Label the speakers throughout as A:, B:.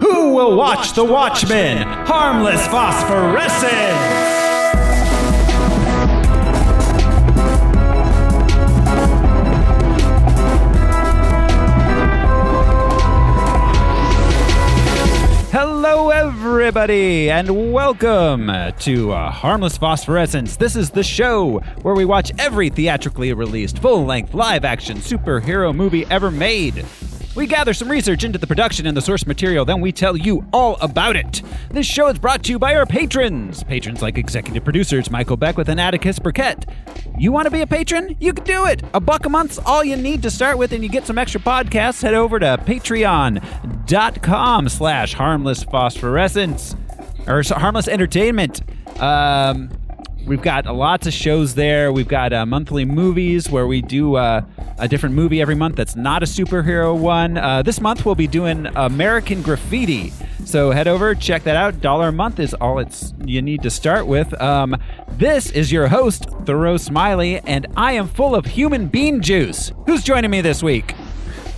A: will watch The Watchmen Harmless Phosphorescence. Hello, everybody, and welcome to uh, Harmless Phosphorescence. This is the show where we watch every theatrically released full length live action superhero movie ever made. We gather some research into the production and the source material, then we tell you all about it. This show is brought to you by our patrons. Patrons like executive producers Michael Beckwith and Atticus Burkett. You want to be a patron? You can do it. A buck a month's all you need to start with, and you get some extra podcasts. Head over to patreon.com slash harmless phosphorescence or s- harmless entertainment. Um, we've got uh, lots of shows there. We've got uh, monthly movies where we do uh, a different movie every month that's not a superhero one. Uh, this month we'll be doing American Graffiti. So head over, check that out. Dollar a month is all it's you need to start with. Um, this is your host Thoreau Smiley, and I am full of human bean juice. Who's joining me this week?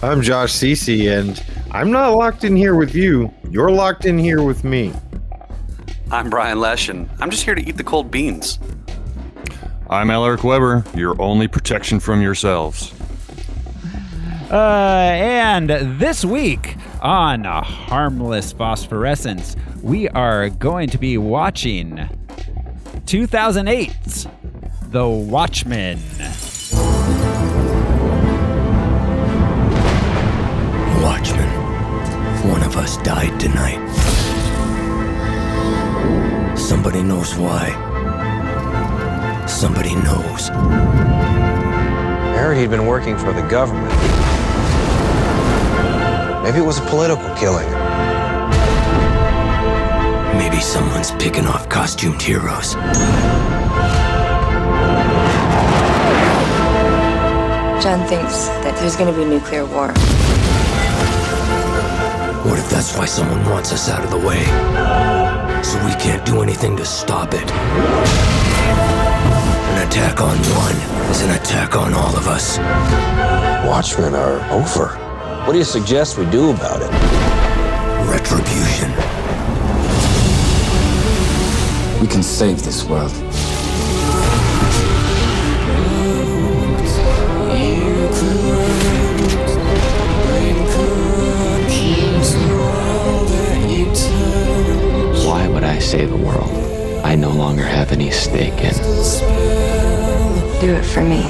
B: I'm Josh Cece, and I'm not locked in here with you. You're locked in here with me.
C: I'm Brian Lesh, and I'm just here to eat the cold beans.
D: I'm Alaric Weber, your only protection from yourselves.
A: Uh, and this week on Harmless Phosphorescence, we are going to be watching 2008's The Watchmen.
E: Watchman, one of us died tonight. Somebody knows why. Somebody knows.
F: I heard he'd been working for the government. Maybe it was a political killing.
E: Maybe someone's picking off costumed heroes.
G: John thinks that there's going to be nuclear war.
E: What if that's why someone wants us out of the way? So we can't do anything to stop it. An attack on one is an attack on all of us.
F: Watchmen are over. What do you suggest we do about it?
E: Retribution.
H: We can save this world.
I: Why would I save the world? I no longer have any stake in.
G: Do it for me.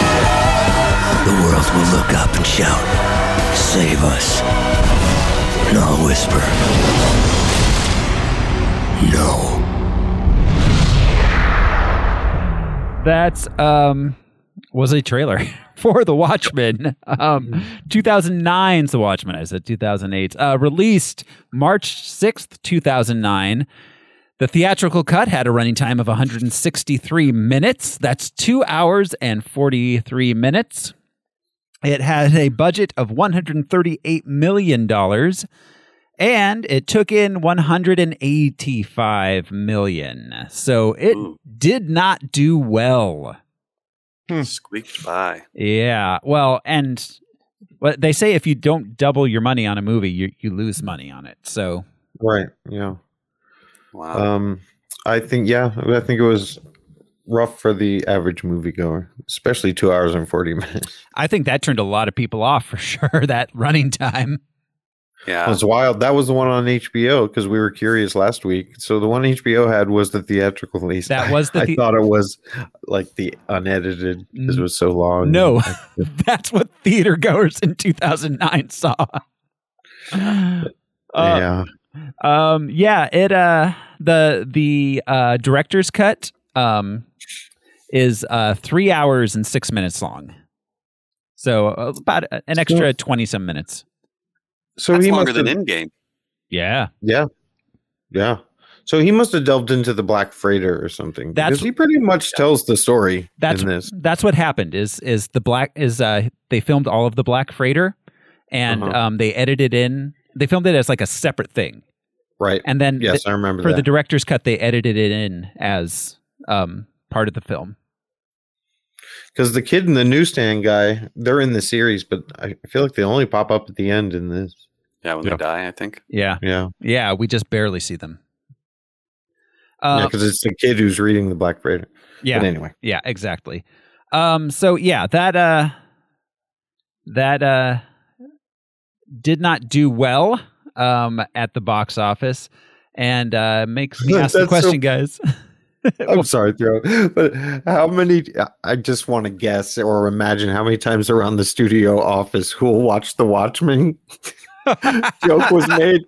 E: The world will look up and shout, Save us. And I'll whisper, No.
A: That's um was a trailer for The Watchmen. Um 2009's The Watchmen. I said 2008. Uh released March 6th, 2009. The theatrical cut had a running time of 163 minutes. That's 2 hours and 43 minutes. It had a budget of 138 million dollars and it took in 185 million. So it did not do well.
C: Squeaked by.
A: Yeah. Well, and well, they say if you don't double your money on a movie, you you lose money on it. So
B: Right. Yeah.
C: Wow.
B: Um, I think yeah, I think it was rough for the average moviegoer, especially two hours and forty minutes.
A: I think that turned a lot of people off for sure. That running time.
C: yeah.
B: That's wild. That was the one on HBO because we were curious last week. So the one HBO had was the theatrical release.
A: That was the
B: I,
A: the-
B: thought it was like the unedited because it was so long.
A: No, that's what theater goers in 2009 saw. Uh,
B: yeah.
A: Um, yeah, it uh the the uh director's cut um is uh 3 hours and 6 minutes long. So uh, about an extra 20 some minutes.
B: So
C: That's
B: he
C: longer
B: must
C: than
B: have,
C: in game.
A: Yeah.
B: yeah. Yeah. So he must have delved into the black freighter or something.
A: That's-
B: because he pretty much tells the story
A: That's
B: in this.
A: that's what happened. Is is the black is uh they filmed all of the Black Freighter, and
B: Uh-huh.
A: um they edited in they filmed it as like a separate thing,
B: Right.
A: and then
B: yes,
A: the-
B: I remember
A: for the
B: that.
A: director's cut they edited it in as um part of the film.
B: Because the kid and the newsstand guy, they're in the series, but I feel like they only pop up at the end in this.
C: Yeah, when
D: Yeah.
C: they die, I think.
A: Yeah,
B: Yeah.
A: yeah, we just barely see them.
B: Yeah,
A: Uh,
B: 'cause because it's the kid who's reading the Black Freighter.
A: yeah,
B: But anyway,
A: Yeah, exactly. Um, so yeah, that uh, that uh, did not do well um, at the box office, and uh, makes me ask the
B: That's so-
A: question, guys.
B: I'm sorry, throw. But how many? I just want to guess or imagine how many times around the studio office who will watch The Watchmen joke was made.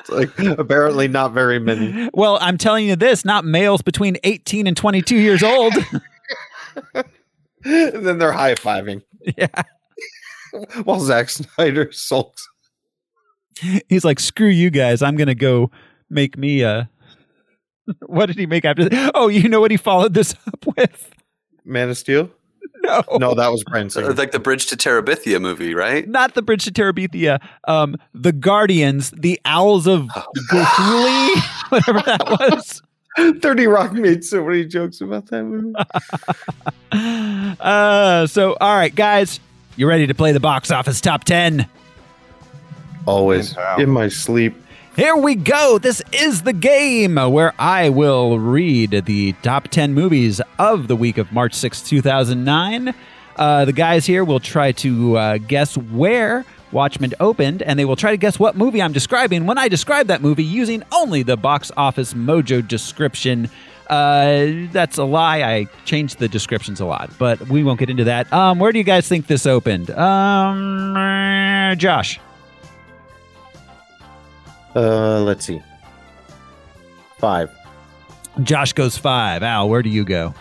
B: It's like apparently not very many.
A: well, I'm telling you this: not males between 18 and 22 years old.
B: And then they're high fiving.
A: Yeah.
B: While Zack Snyder sulks.
A: He's like, "Screw you guys! I'm gonna go make me a." What did he make after? This? Oh, you know what he followed this up with?
B: Man of Steel?
A: No,
B: No, that was Brent.
C: So, like the Bridge to Terabithia movie, right?
A: not the Bridge to Terabithia, um, the Guardians, the Owls of Gulhuli, whatever that was.
B: 30 Rock made so many jokes about that movie.
A: Uh, so, all right, guys, you ready to play the box office top 10?
B: Always in my sleep.
A: Here we go. This is the game where I will read the top 10 movies of the week of March 6, 2009. Uh, the guys here will try to uh, guess where Watchmen opened, and they will try to guess what movie I'm describing when I describe that movie using only the box office mojo description. Uh, that's a lie. I changed the descriptions a lot, but we won't get into that. Um, where do you guys think this opened? Um, uh, Josh.
B: Uh, let's see. Five.
A: Josh goes five. Al, where do you go?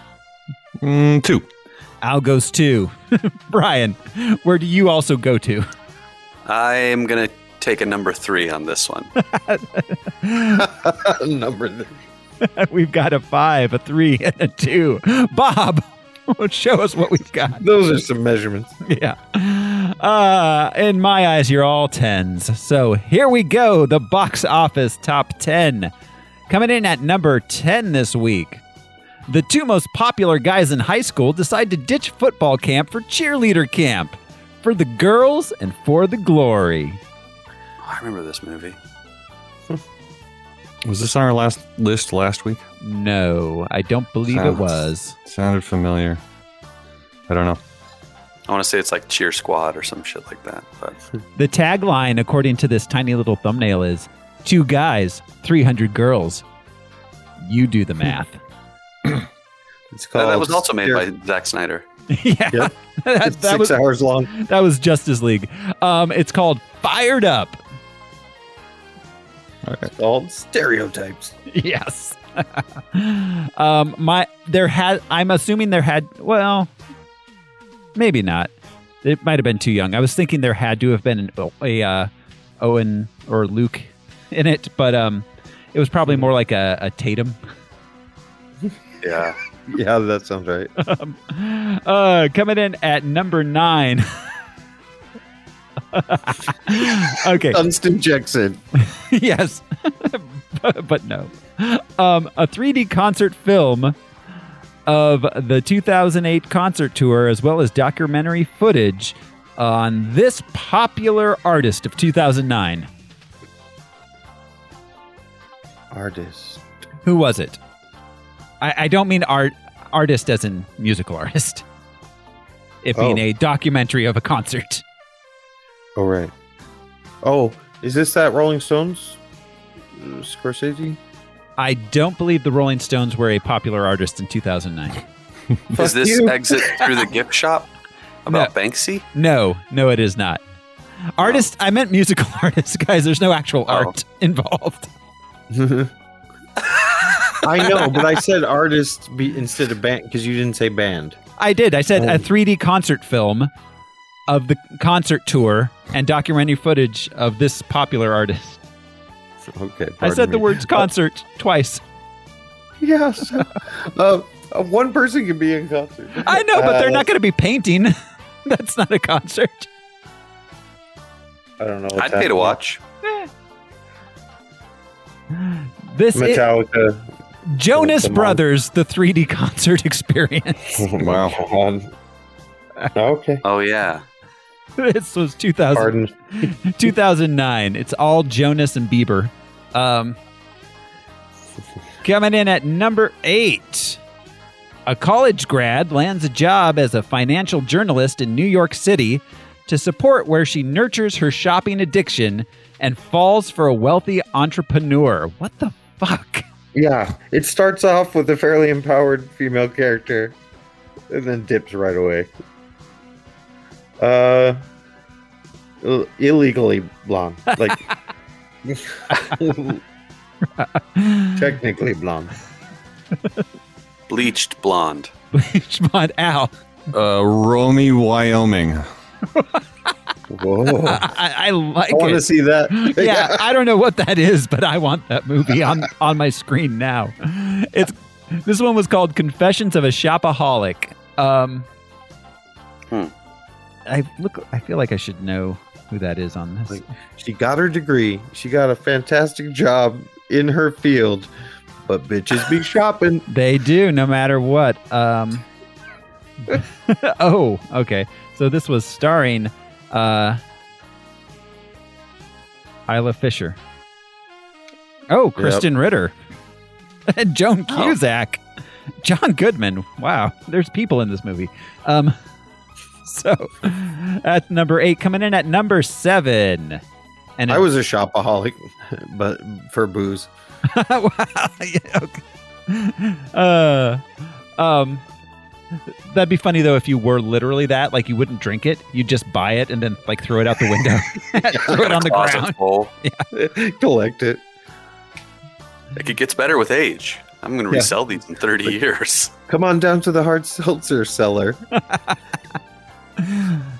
D: Mm, two.
A: Al goes two. Brian, where do you also go to?
C: I'm going to take a number three on this one. Oh,
B: Number. th-
A: we've got a five, a three, and a two. Bob, show us what we've got.
B: Those are some measurements.
A: Yeah. Uh, in my eyes, you're all tens. So here we go. The box office top 10. Coming in at number 10 this week. The two most popular guys in high school decide to ditch football camp for cheerleader camp for the girls and for the glory.
C: I remember this movie.
D: Was this on our last list last week?
A: No, I don't believe it
D: Sounds-
A: was.
D: Sounded familiar. I don't know.
C: I want to say it's like Cheer Squad or some shit like that. But
A: The tagline, according to this tiny little thumbnail, is two guys, 300 girls. You do the math.
B: It's called.
C: No, that was also made
B: Yeah.
C: by Zack Snyder.
A: yeah.
B: Yep.
A: that,
B: It's
A: that
B: six
A: was,
B: hours long.
A: that was Justice League. Um, it's called Fired Up.
B: It's called stereotypes.
A: Yes. um, my there had I'm assuming there had well, maybe not. It might have been too young. I was thinking there had to have been an, a uh, Owen or Luke in it, but um, it was
B: Hmm.
A: probably more like a, a Tatum.
C: Yeah.
B: Yeah, that sounds right.
A: Uh, coming in at number nine. okay.
B: Dunstan Jackson.
A: yes, but, but no. Um, a 3D concert film of the 2008 concert tour, as well as documentary footage on this popular artist of 2009.
B: Artist.
A: Who was it? I, I don't mean art artist as in musical artist. It being
B: Oh.
A: a documentary of a concert.
B: Oh right. Oh, is this that Rolling Stones? uh, Scorsese.
A: I don't believe the Rolling Stones were a popular artist in 2009.
C: Is this
B: you.
C: Exit Through the Gift Shop about Banksy?
A: No, no, it is not. Artist, I meant musical artist, guys. There's no actual
B: Oh.
A: art involved.
B: I know, but I said artist be, instead of band because you didn't say band.
A: I did. I said
B: Oh.
A: a 3D concert film of the concert tour and documentary footage of this popular artist.
B: Okay.
A: I
B: pardon
A: said the
B: me. Oh.
A: words concert twice.
B: Yes. uh, uh, one person can be in concert.
A: I know, but they're
B: Uh,
A: not going to be painting. That's not a concert.
B: I don't know. what's
C: I'd pay to
B: happening.
C: watch.
A: This is
B: Metallica.
A: Jonas
B: the mon-
A: Brothers, the 3D concert experience.
D: Wow.
B: Um, okay.
C: Oh yeah.
A: this was 2000,
B: Pardon.
A: 2009. It's all Jonas and Bieber. Um, coming in at number eight. A college grad lands a job as a financial journalist in New York City to support where she nurtures her shopping addiction and falls for a wealthy entrepreneur. What the fuck?
B: Yeah. It starts off with a fairly empowered female character and then dips right away. Uh, ill- illegally blonde. Like, technically blonde.
C: Bleached blonde.
A: Bleachmont Ow.
D: Uh, Romy, Wyoming.
B: Whoa.
A: I, I like
B: I want to
A: it.
B: see that.
A: yeah, I don't know what that is, but I want that movie on on my screen now. It's this one was called Confessions of a Shopaholic. Um,
C: Hmm.
A: I look. I feel like I should know who that is on this.
B: Like- She got her degree. She got a fantastic job in her field. But bitches be shopping.
A: They do, no matter what. Um, oh, okay. So this was starring uh, Isla Fisher. Oh, Kristen Ritter. And Joan
C: Oh.
A: Cusack. John Goodman. Wow, there's people in this movie. Um, so at number eight, coming in at number seven. And
B: I was a shopaholic, but for booze.
A: wow. Yeah, okay. Uh, um, that'd be funny though if you were literally that. Like you wouldn't drink it, you'd just buy it and then like throw it out the window, throw it on the
C: Closet
A: ground.
C: full.
B: Collect it.
C: Like it gets better with age. I'm gonna
B: Yeah.
C: resell these in 30 years.
B: Come on down to the hard seltzer cellar.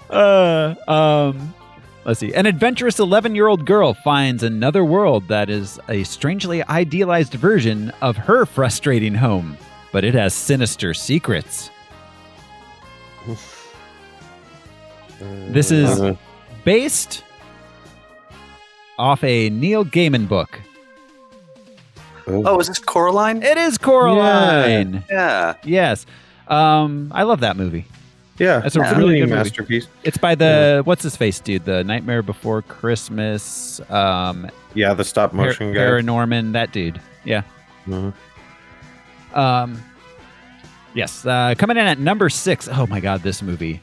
A: Uh, um, let's see. An adventurous 11 year old girl finds another world that is a strangely idealized version of her frustrating home, but it has sinister secrets. This is based off a Neil Gaiman book.
C: Oh, is this Coraline?
A: It is Coraline.
C: Yeah.
A: Yes. Um, I love that movie.
B: Yeah,
A: That's a
B: it's
A: really good movie.
B: masterpiece.
A: It's by the what's his face dude, the Nightmare Before Christmas, um,
B: Yeah, the stop
A: Par-
B: motion guy.
A: Paranorman, that dude. Yeah.
B: Mhm.
A: Um, yes. Uh, coming in at number six. Oh my god, this movie.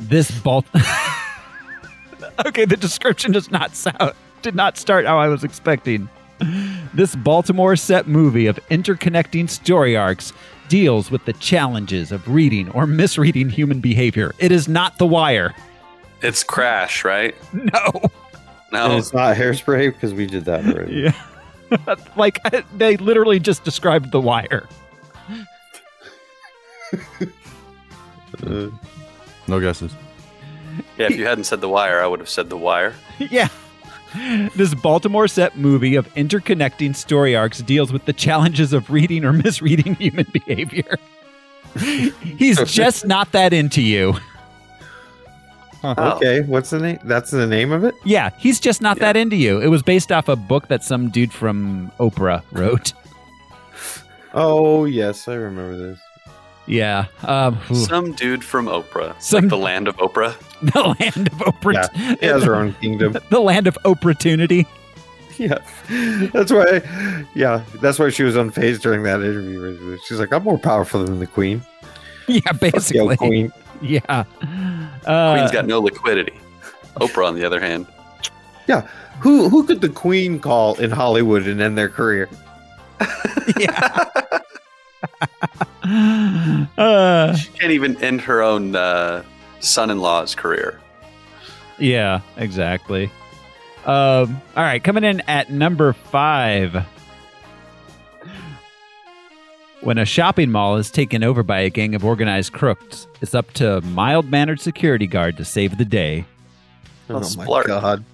A: This Balt. okay, the description does not sound did not start how I was expecting. This Baltimore set movie of interconnecting story arcs deals with the challenges of reading or misreading human behavior. It is not The Wire.
C: It's Crash, right?
A: No.
B: And
C: No.
B: Oh, it's not hairspray because we did that already.
A: Yeah. like they literally just described The Wire.
B: Uh,
D: No guesses.
C: Yeah, if you hadn't said the wire, I would have said the wire.
A: yeah. This Baltimore set movie of interconnecting story arcs deals with the challenges of reading or misreading human behavior. He's just not that into you.
C: Oh.
B: Okay, what's the name? That's the name of it.
A: Yeah, he's just not that into you. It was based off a book that some dude from Oprah wrote.
B: Oh yes, I remember this.
A: Yeah. Um, whew.
C: Oh. Some dude from Oprah. It's
A: Some-
C: Like the land of Oprah.
A: the land of Oprah.
B: It has her own kingdom.
A: the land of opportunity.
B: Yeah, that's why. yeah, that's why she was unfazed during that interview. She's like, "I'm more powerful than the queen."
A: Yeah,
B: Yo,
A: basically.
B: queen.
A: Yeah. Uh,
C: Queen's got no liquidity. Oprah, on the other hand.
B: Yeah, who who could the queen call in Hollywood and end their career?
A: yeah. uh,
C: She can't even end her own uh, son-in-law's career.
A: yeah, exactly. Um, all right, coming in at number five. When a shopping mall is taken over by a gang of organized crooks, it's up to a mild mannered security guard to save the day.
C: Oh, splurt.
B: god,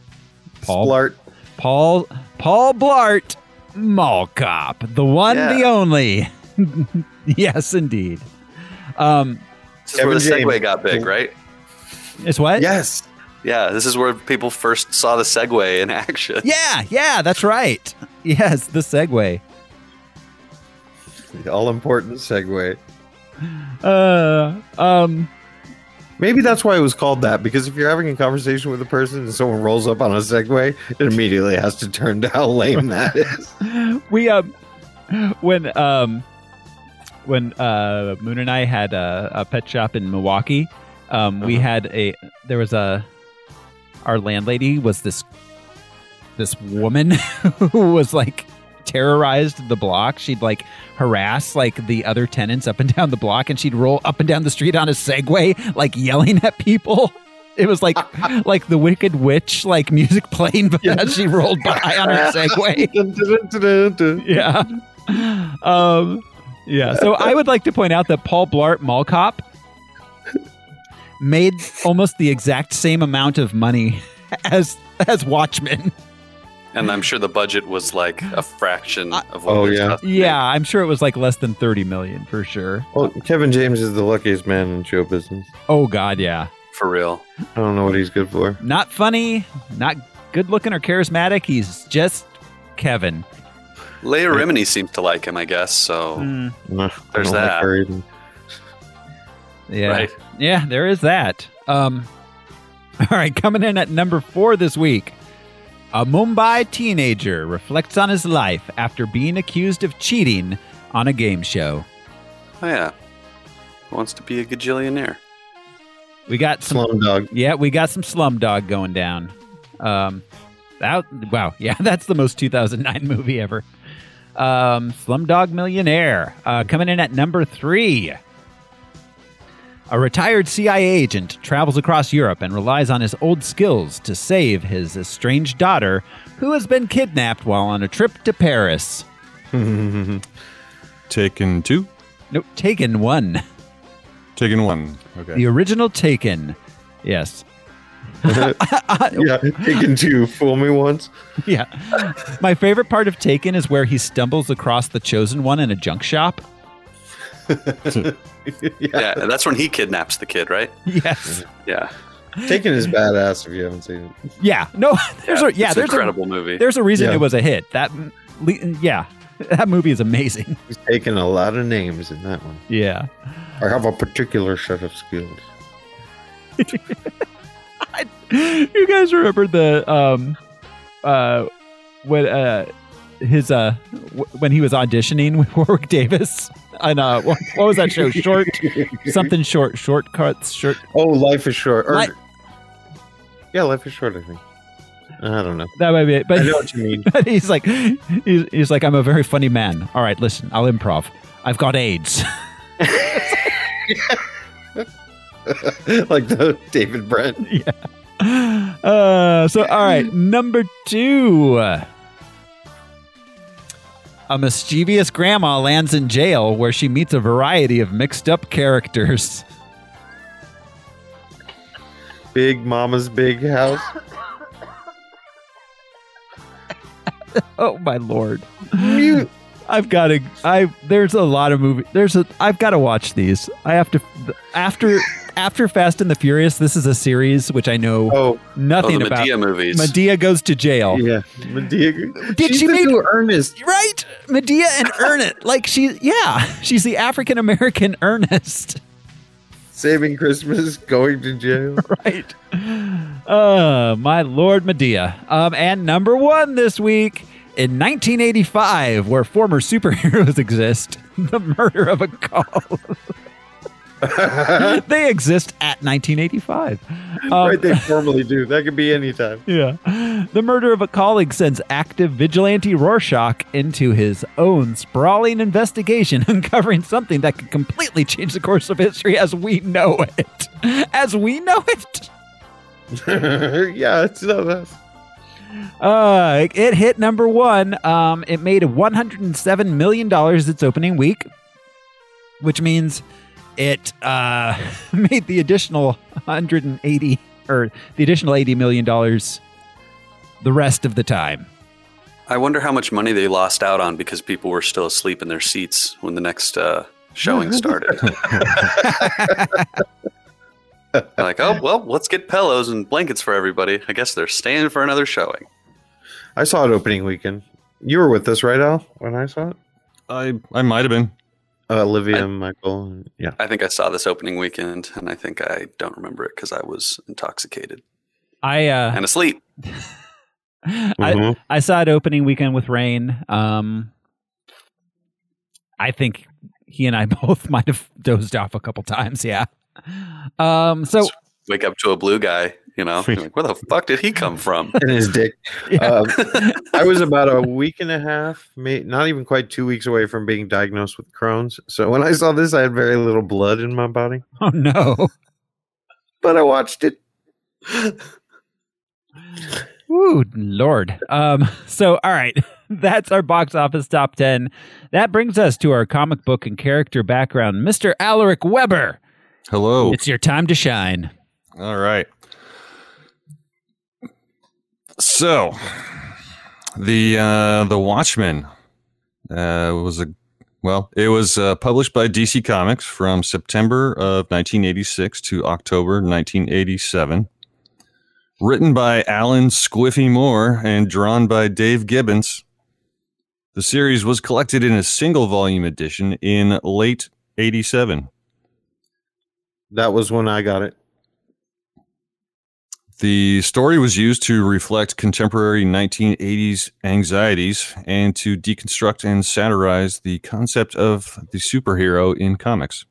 A: Paul?
B: Splart.
A: Paul Paul Blart, Mall Cop, the one, the
C: Yeah.
A: only. yes, indeed. Um,
C: This is where the
B: Kevin
C: Segway
B: James.
C: got big, right?
A: it's what?
B: Yes.
C: Yeah, this is where people first saw the Segway in action.
A: yeah, yeah, that's right. Yes, the segue.
B: All important segue.
A: Uh, um,
B: Maybe that's why it was called that, because if you're having a conversation with a person and someone rolls up on a Segway, it immediately has to turn to how lame that is.
A: we um when um when uh moon and i had a, a pet shop in milwaukee um we had a there was a our landlady was this this woman who was like terrorized the block she'd like harass like the other tenants up and down the block and she'd roll up and down the street on a segway like yelling at people it was like like the wicked witch like music playing but as she rolled by on her segway yeah. Um, yeah. So I would like to point out that Paul Blart Mall Cop made almost the exact same amount of money as as Watchmen.
C: And I'm sure the budget was like a fraction of what
B: Oh,
C: they're
B: yeah.
C: talking
A: Yeah, I'm sure it was like less than thirty million for sure.
B: Well, Kevin James is the luckiest man in show business.
A: Oh God, yeah.
C: about. For real.
B: I don't know what he's good for.
A: Not funny, not good looking or charismatic. He's just Kevin.
C: Leia Rimini seems to like him, I guess. So,
A: Hmm.
B: Nah, I
C: There's
B: don't like
C: that.
B: her either.
A: Yeah.
C: right.
A: Yeah, there is that. Um, all right, coming in at number four this week. A Mumbai teenager reflects on his life after being accused of cheating on a game show.
C: Oh, yeah. Wants to be a gajillionaire.
A: We got some,
B: Slumdog.
A: yeah, we got some Slumdog going down. Um, that wow, yeah, that's the most 2009 movie ever. Um, Slumdog Millionaire uh, coming in at number three. A retired CIA agent travels across Europe and relies on his old skills to save his estranged daughter, who has been kidnapped while on a trip to Paris.
D: Taken two,
A: Nope, Taken one,
D: taken one. Okay.
A: the original Taken. Yes,
B: Yeah, taken two. Fool me once.
A: yeah. My favorite part of Taken is where he stumbles across the chosen one in a junk shop.
C: Yeah. and that's when he kidnaps the kid, right?
A: Yes.
C: Yeah.
B: Taken is badass if you haven't seen it.
A: Yeah. No. There's a, yeah.
C: It's an
A: There's
C: incredible
A: a,
C: movie.
A: There's a reason
B: Yeah.
A: it was a hit. That. le- Yeah. That movie is amazing.
B: He's taken a lot of names in that one.
A: Yeah.
B: I have a particular set of skills.
A: you guys remember the um, uh, when uh, his uh, w- when he was auditioning with Warwick Davis on uh, what, what was that show? Short something short shortcuts short.
B: Oh, life is short. Or,
A: Li-
B: yeah, life is short. I think. I don't know.
A: That might be it. But
B: I know what you mean.
A: But he's like, he's, he's like, I'm a very funny man. All right, listen, I'll improv. I've got AIDS.
B: like the David Brent.
A: Uh, so, all right, number two. A mischievous grandma lands in jail where she meets a variety of mixed up characters.
B: Big Mama's Big House.
A: Oh my lord! I've got to. I there's a lot of movie. There's a. I've got to watch these. I have to. After after Fast and the Furious, this is a series which I know
B: Oh,
C: Oh, the
A: nothing about.
C: Medea movies.
A: Medea goes to jail.
B: yeah. Medea.
A: Did
B: She's
A: she
B: the
A: make-
B: new Ernest?
A: Right? Medea and Ernest. like she yeah, she's the African American Ernest.
B: Saving Christmas, going to jail.
A: Right. Uh my lord Medea. Um and number 1 this week in 1985 where former superheroes exist, the murder of a call. they exist at 1985. Um,
B: right, they formally do. That could be any time.
A: Yeah. The murder of a colleague sends active vigilante Rorschach into his own sprawling investigation, uncovering something that could completely change the course of history as we know it. As we know it.
B: yeah, it's not us.
A: Uh, it hit number one. Um, it made $107 million its opening week, which means it uh, made the additional 180 or the additional $80 million the rest of the time.
C: I wonder how much money they lost out on because people were still asleep in their seats when the next uh, showing started. They're like, oh well, let's get pillows and blankets for everybody. I guess they're staying for another showing.
B: I saw it opening weekend. You were with us, right, Al? When I saw it,
D: I I might have been.
B: uh, Olivia,
C: I-
B: and Michael, and- yeah.
C: I think I saw this opening weekend, and I think I don't remember it because I was intoxicated
A: I uh,
B: Ah.
C: and asleep.
A: I,
B: Mhm.
A: I saw it opening weekend with Rain. Um, I think he and I both might have dozed off a couple times. Yeah. Um. So
C: Wake up to a blue guy, you know,
D: Sweet.
C: like, where the fuck did he come from?
B: and his dick.
A: Yeah.
B: Um, I was about a week and a half, may, not even quite two weeks away from being diagnosed with Crohn's. So when I saw this, I had very little blood in my body,
A: oh no.
B: but I watched it.
A: Ooh, Lord. Um, so, all right, that's our box office top 10. That brings us to our comic book and character background. Mr. Alaric Weber,
D: Hello.
A: it's your time to shine.
D: All right. So, the uh, the Watchmen uh, was a well, it was uh, published by DC Comics from September of 1986 to October 1987. Written by Alan Squiffy Moore and drawn by Dave Gibbons. The series was collected in a single volume edition in late 87.
B: That was when I got it.
D: The story was used to reflect contemporary 1980s anxieties and to deconstruct and satirize the concept of the superhero in comics.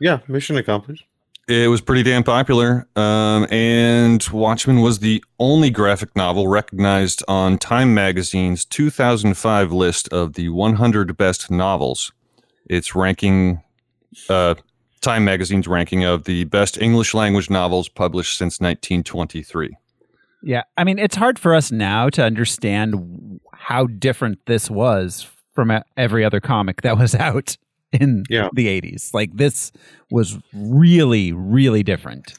B: Yeah, mission accomplished.
D: It was pretty damn popular, um, and Watchmen was the only graphic novel recognized on Time Magazine's 2005 list of the 100 best novels. It's ranking, uh, Time Magazine's ranking of the best English language novels published since 1923.
A: Yeah, I mean, it's hard for us now to understand how different this was from e- every other comic that was out in
B: Yeah.
A: the 80s. Like, this was really, really different.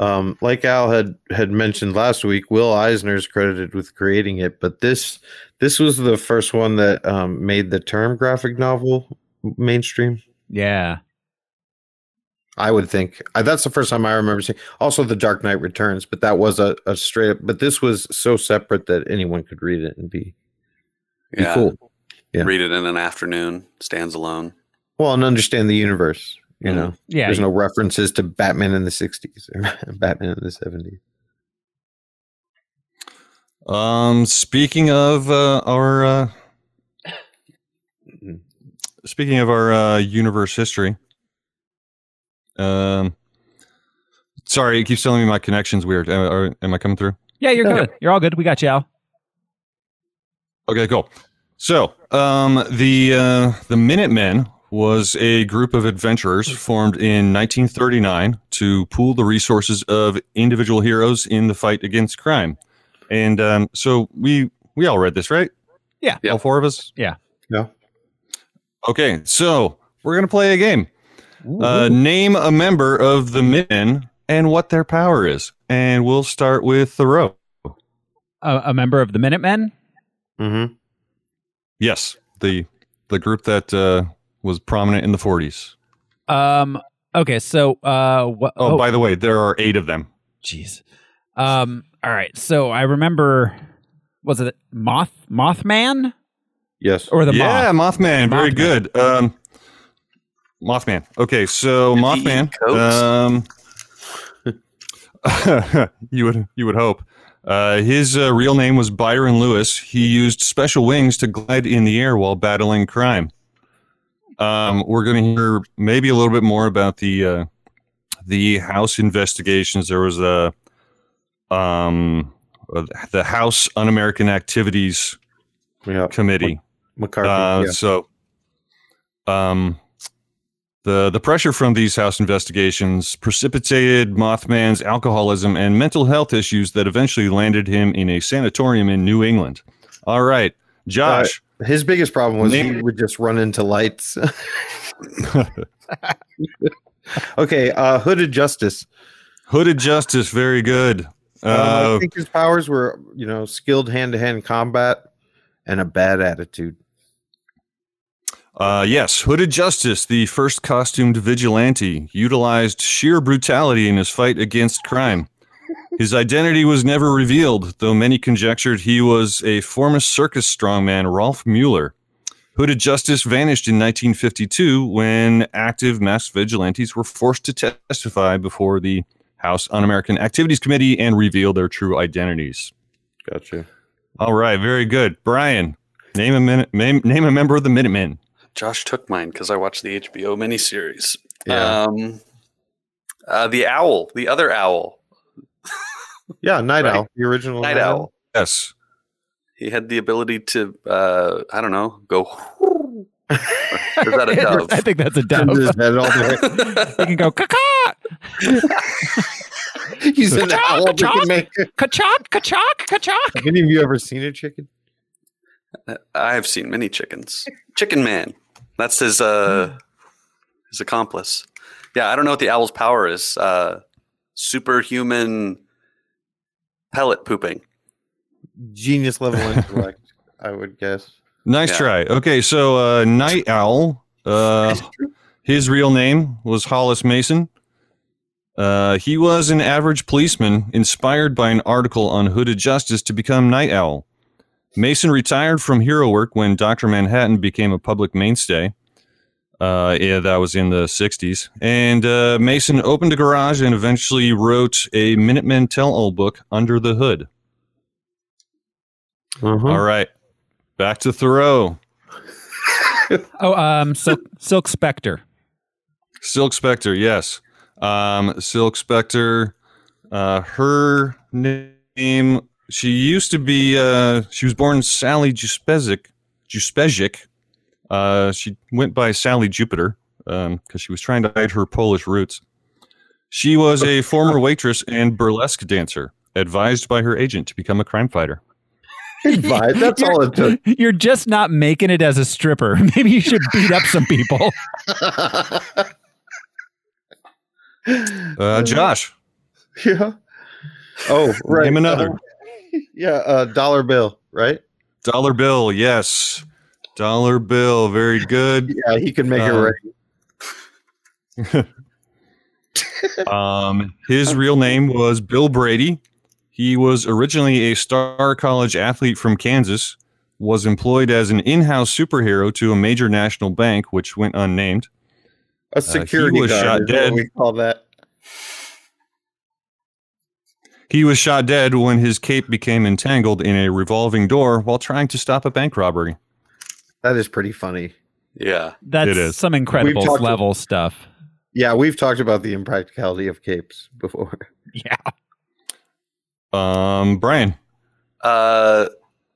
B: Um, like Al had had mentioned last week, Will Eisner is credited with creating it, but this this was the first one that um, made the term graphic novel mainstream.
A: Yeah.
B: I would think I, that's the first time I remember seeing. Also, The Dark Knight Returns, but that was a, a straight up. But this was so separate that anyone could read it and be, be
C: Yeah,
B: cool. Yeah.
C: read it in an afternoon, stands alone.
B: Well, and understand the universe. You
C: Mhm.
B: know,
A: Yeah.
B: there's no references to Batman in the '60s or Batman in the '70s.
D: Um, speaking of uh, our uh, speaking of our uh, universe history, um, sorry, it keeps telling me my connection's weird. Am, are, am I coming through?
A: yeah, you're good. You're all good. We got you, Al.
D: Okay, cool. So, um, the uh, the Minutemen was a group of adventurers formed in 1939 to pool the resources of individual heroes in the fight against crime. And um, so we we all read this, right?
A: Yeah.
C: Yeah.
D: all four of us.
A: Yeah.
B: Yeah.
D: Okay, so we're gonna play a game. Uh, name a member of the Minutemen and what their power is, and we'll start with Thoreau.
A: A, a member of the Minutemen?
B: Mm-hmm.
D: Yes, the the group that uh, was prominent in the 40s.
A: Um. Okay. So. Uh. What,
D: Oh, by the way, there are eight of them.
A: jeez. Um. All right. So I remember. Was it Moth Mothman
B: Yes.
A: or the
D: yeah,
A: Moth?
D: Mothman, very
A: Mothman.
D: good. Um, Mothman. Okay, so
C: Did he eat
D: Mothman. Um, you would you would hope. Uh, his uh, real name was Byron Lewis. He used special wings to glide in the air while battling crime. Um, we're going to hear maybe a little bit more about the uh, the house investigations. There was a um, uh, the House Un-American Activities
B: Yeah.
D: Committee.
B: McCarthy.
D: Uh,
B: yeah.
D: So, um, the the pressure from these house investigations precipitated Mothman's alcoholism and mental health issues that eventually landed him in a sanatorium in New England. All right, Josh.
B: His biggest problem was he
D: Name-
B: would just run into lights. okay, uh, Hooded Justice.
D: Hooded Justice, very good.
B: Um,
D: Uh,
B: I think his powers were, you know, skilled hand to hand combat and a bad attitude.
D: Uh, yes, Hooded Justice, the first costumed vigilante, utilized sheer brutality in his fight against crime. His identity was never revealed, though many conjectured he was a former circus strongman, Rolf Mueller. Hooded Justice vanished in 1952 when active masked vigilantes were forced to testify before the House Un American Activities Committee and reveal their true identities.
C: Uh,
B: Gotcha.
D: All right, very good. Brian, name a, minute, name, name a member of the Minutemen.
C: Josh took mine because I watched the HBO miniseries.
B: Yeah.
C: Um, uh, the owl, the other owl,
B: Yeah, Night
C: Right.
B: Owl, the original
C: night owl.
D: Yes.
C: He had the ability to, uh, I don't know, go. Or is that a dove?
A: I think that's a
B: Turned
A: dove.
B: his head all the
A: You can go ka-ka,
B: way. He's an
A: Ka-chop,
B: owl that
A: ka-chop.
B: can make it.
A: ka-chop, ka-chop, ka-chop.
B: Have any of you ever seen a chicken?
C: I have seen many chickens. Chicken Man. That's his uh his accomplice. Yeah, I don't know what the owl's power is. Uh superhuman pellet pooping.
B: Genius level intellect, I would guess.
D: Nice
C: Yeah.
D: try. Okay, so uh, Night Owl, uh, his real name was Hollis Mason. Uh, he was an average policeman inspired by an article on hooded justice to become Night Owl. Mason retired from hero work when Dr. Manhattan became a public mainstay. Uh, yeah, that was in the 60s. And uh, Mason opened a garage and eventually wrote a Minutemen tell all book, Under the Hood.
B: Mm-hmm. Uh-huh.
D: All right, back to Thoreau.
A: Oh, um, Silk, Silk Spectre.
D: Silk Spectre, yes. Um, Silk Spectre, uh, her name, she used to be, uh, she was born Sally Juspezic. Juspezic. Uh, she went by Sally Jupiter because she was trying to hide her Polish roots. She was a former waitress and burlesque dancer, advised by her agent to become a crime fighter.
B: Right, That's all it took.
A: You're just not making it as a stripper. Maybe you should beat up some people.
D: Uh, Josh,
B: yeah. Oh, right.
D: name another.
B: Uh, yeah, uh, dollar bill, right?
D: Dollar Bill, yes. Dollar Bill, very good.
B: Yeah, he can make
D: Uh,
B: it right.
D: Um, his real name was Bill Brady. He was originally a star college athlete from Kansas, was employed as an in-house superhero to a major national bank, which went unnamed.
B: A security
D: was
B: guard
D: shot
B: is what
D: dead.
B: We call that.
D: He was shot dead when his cape became entangled in a revolving door while trying to stop a bank robbery.
B: That is pretty funny.
C: Yeah.
A: That's
D: It is.
A: some incredible
B: talked-
A: level stuff.
B: Yeah, we've talked about the impracticality of capes before.
A: Yeah.
D: Um, Brian,
C: Uh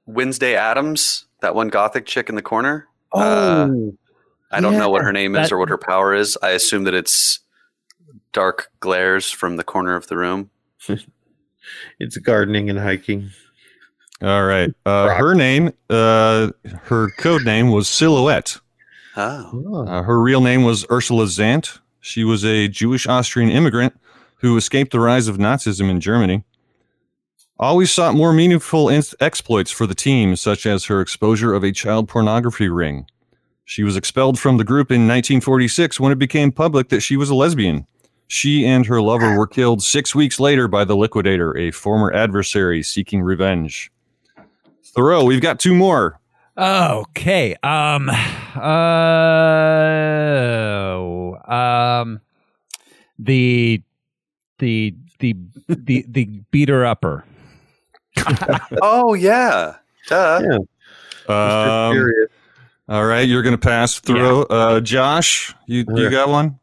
C: Wednesday Adams, that one gothic chick in the corner. Uh, I don't know what her name is
A: that-
C: or what her power is. I assume that it's dark glares from the corner of the room.
B: it's gardening and hiking.
D: all right. Uh, her name, uh, her code name was Silhouette.
C: Oh.
D: Uh, her real name was Ursula Zant. She was a Jewish Austrian immigrant who escaped the rise of Nazism in Germany. Always sought more meaningful ins- exploits for the team, such as her exposure of a child pornography ring. She was expelled from the group in 1946 when it became public that she was a lesbian. She and her lover were killed six weeks later by the liquidator, a former adversary seeking revenge. Thoreau, we've got two more.
A: Okay. Um. Uh. Um. The, the, the, the, the beater upper.
C: Oh yeah. Duh.
B: Yeah. Mr.
D: Um,
B: Furious.
D: All right, you're gonna pass through. Uh, Josh, you you
B: Yeah.
D: got one?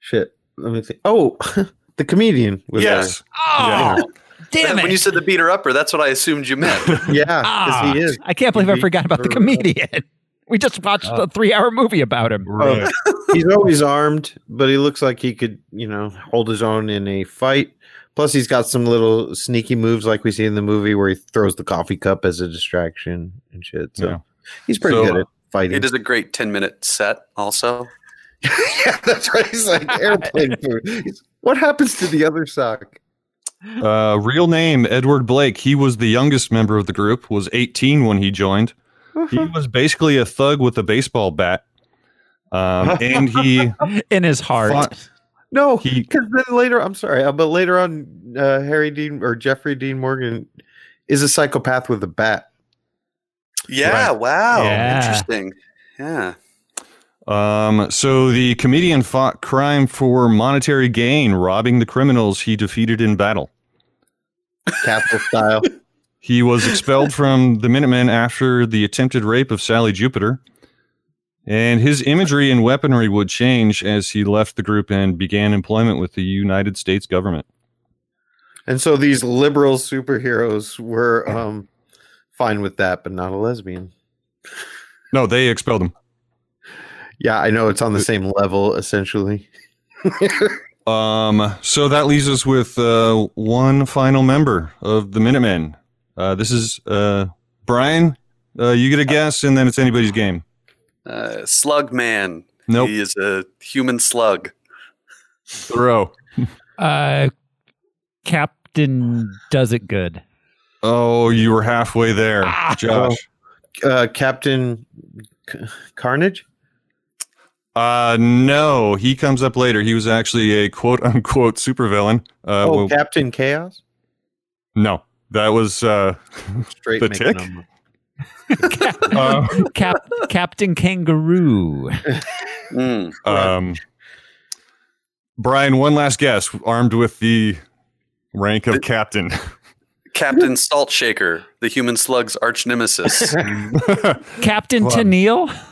B: Shit. Let me think. Oh, the comedian. Was
A: Oh, damn
C: When
A: it!
C: you said the beater upper, that's what I assumed you meant.
B: there. Yeah, 'cause
A: Ah,
B: he is.
A: I can't believe I
B: He-
A: forgot about the comedian. We just watched
D: Oh.
A: a three-hour movie about him.
B: Right. Oh, He's always armed, but he looks like he could, you know, hold his own in a fight. Plus, he's got some little sneaky moves like we see in the movie where he throws the coffee cup as a distraction and shit. So
D: Yeah.
B: he's pretty
D: So,
B: good at
C: He
B: fighting.
C: does a great 10 minute set also.
B: yeah, that's right. He's like airplane food. He's- What happens to the other sock?
D: Uh, real name Edward Blake. He was the youngest member of the group. Was 18 when he joined. He was basically a thug with a baseball bat, um, and he
A: in his heart.
D: fought-
B: No,
D: He-
B: because then later, I'm sorry, uh, but later on, uh, Harry Dean or Jeffrey Dean Morgan is a psychopath with a bat.
C: Yeah. Wow.
A: Yeah.
C: Interesting. Yeah.
D: Um, so the comedian fought crime for monetary gain, robbing the criminals he defeated in battle.
B: Capital style.
D: He was expelled from the Minutemen after the attempted rape of Sally Jupiter. And his imagery and weaponry would change as he left the group and began employment with the United States government.
B: And so these liberal superheroes were um, fine with that, but not a lesbian.
D: No, they expelled him.
B: Yeah, I know it's on the same level essentially.
D: Um, so that leaves us with uh, one final member of the Minutemen. Uh, this is uh, Brian. Uh, you get a guess, and then it's anybody's game.
C: Uh, slug man.
D: Nope.
C: He is a human slug.
D: Throw.
A: Uh, Captain does it good.
D: Oh, you were halfway there, Josh.
B: Uh, Captain C- Carnage.
D: Uh, no, he comes up later. He was actually a quote unquote supervillain. Uh,
B: oh,
D: well,
B: Captain Chaos.
D: no, that was uh,
B: Straight
D: The
B: making
D: Tick?
B: them-
A: Oh,
D: uh,
A: Cap Captain Kangaroo.
C: Mm.
D: um, Brian. One last guess, armed with the rank of captain.
C: Captain Salt Shaker, the human slug's arch nemesis.
A: Captain
D: Well,
A: Tennille.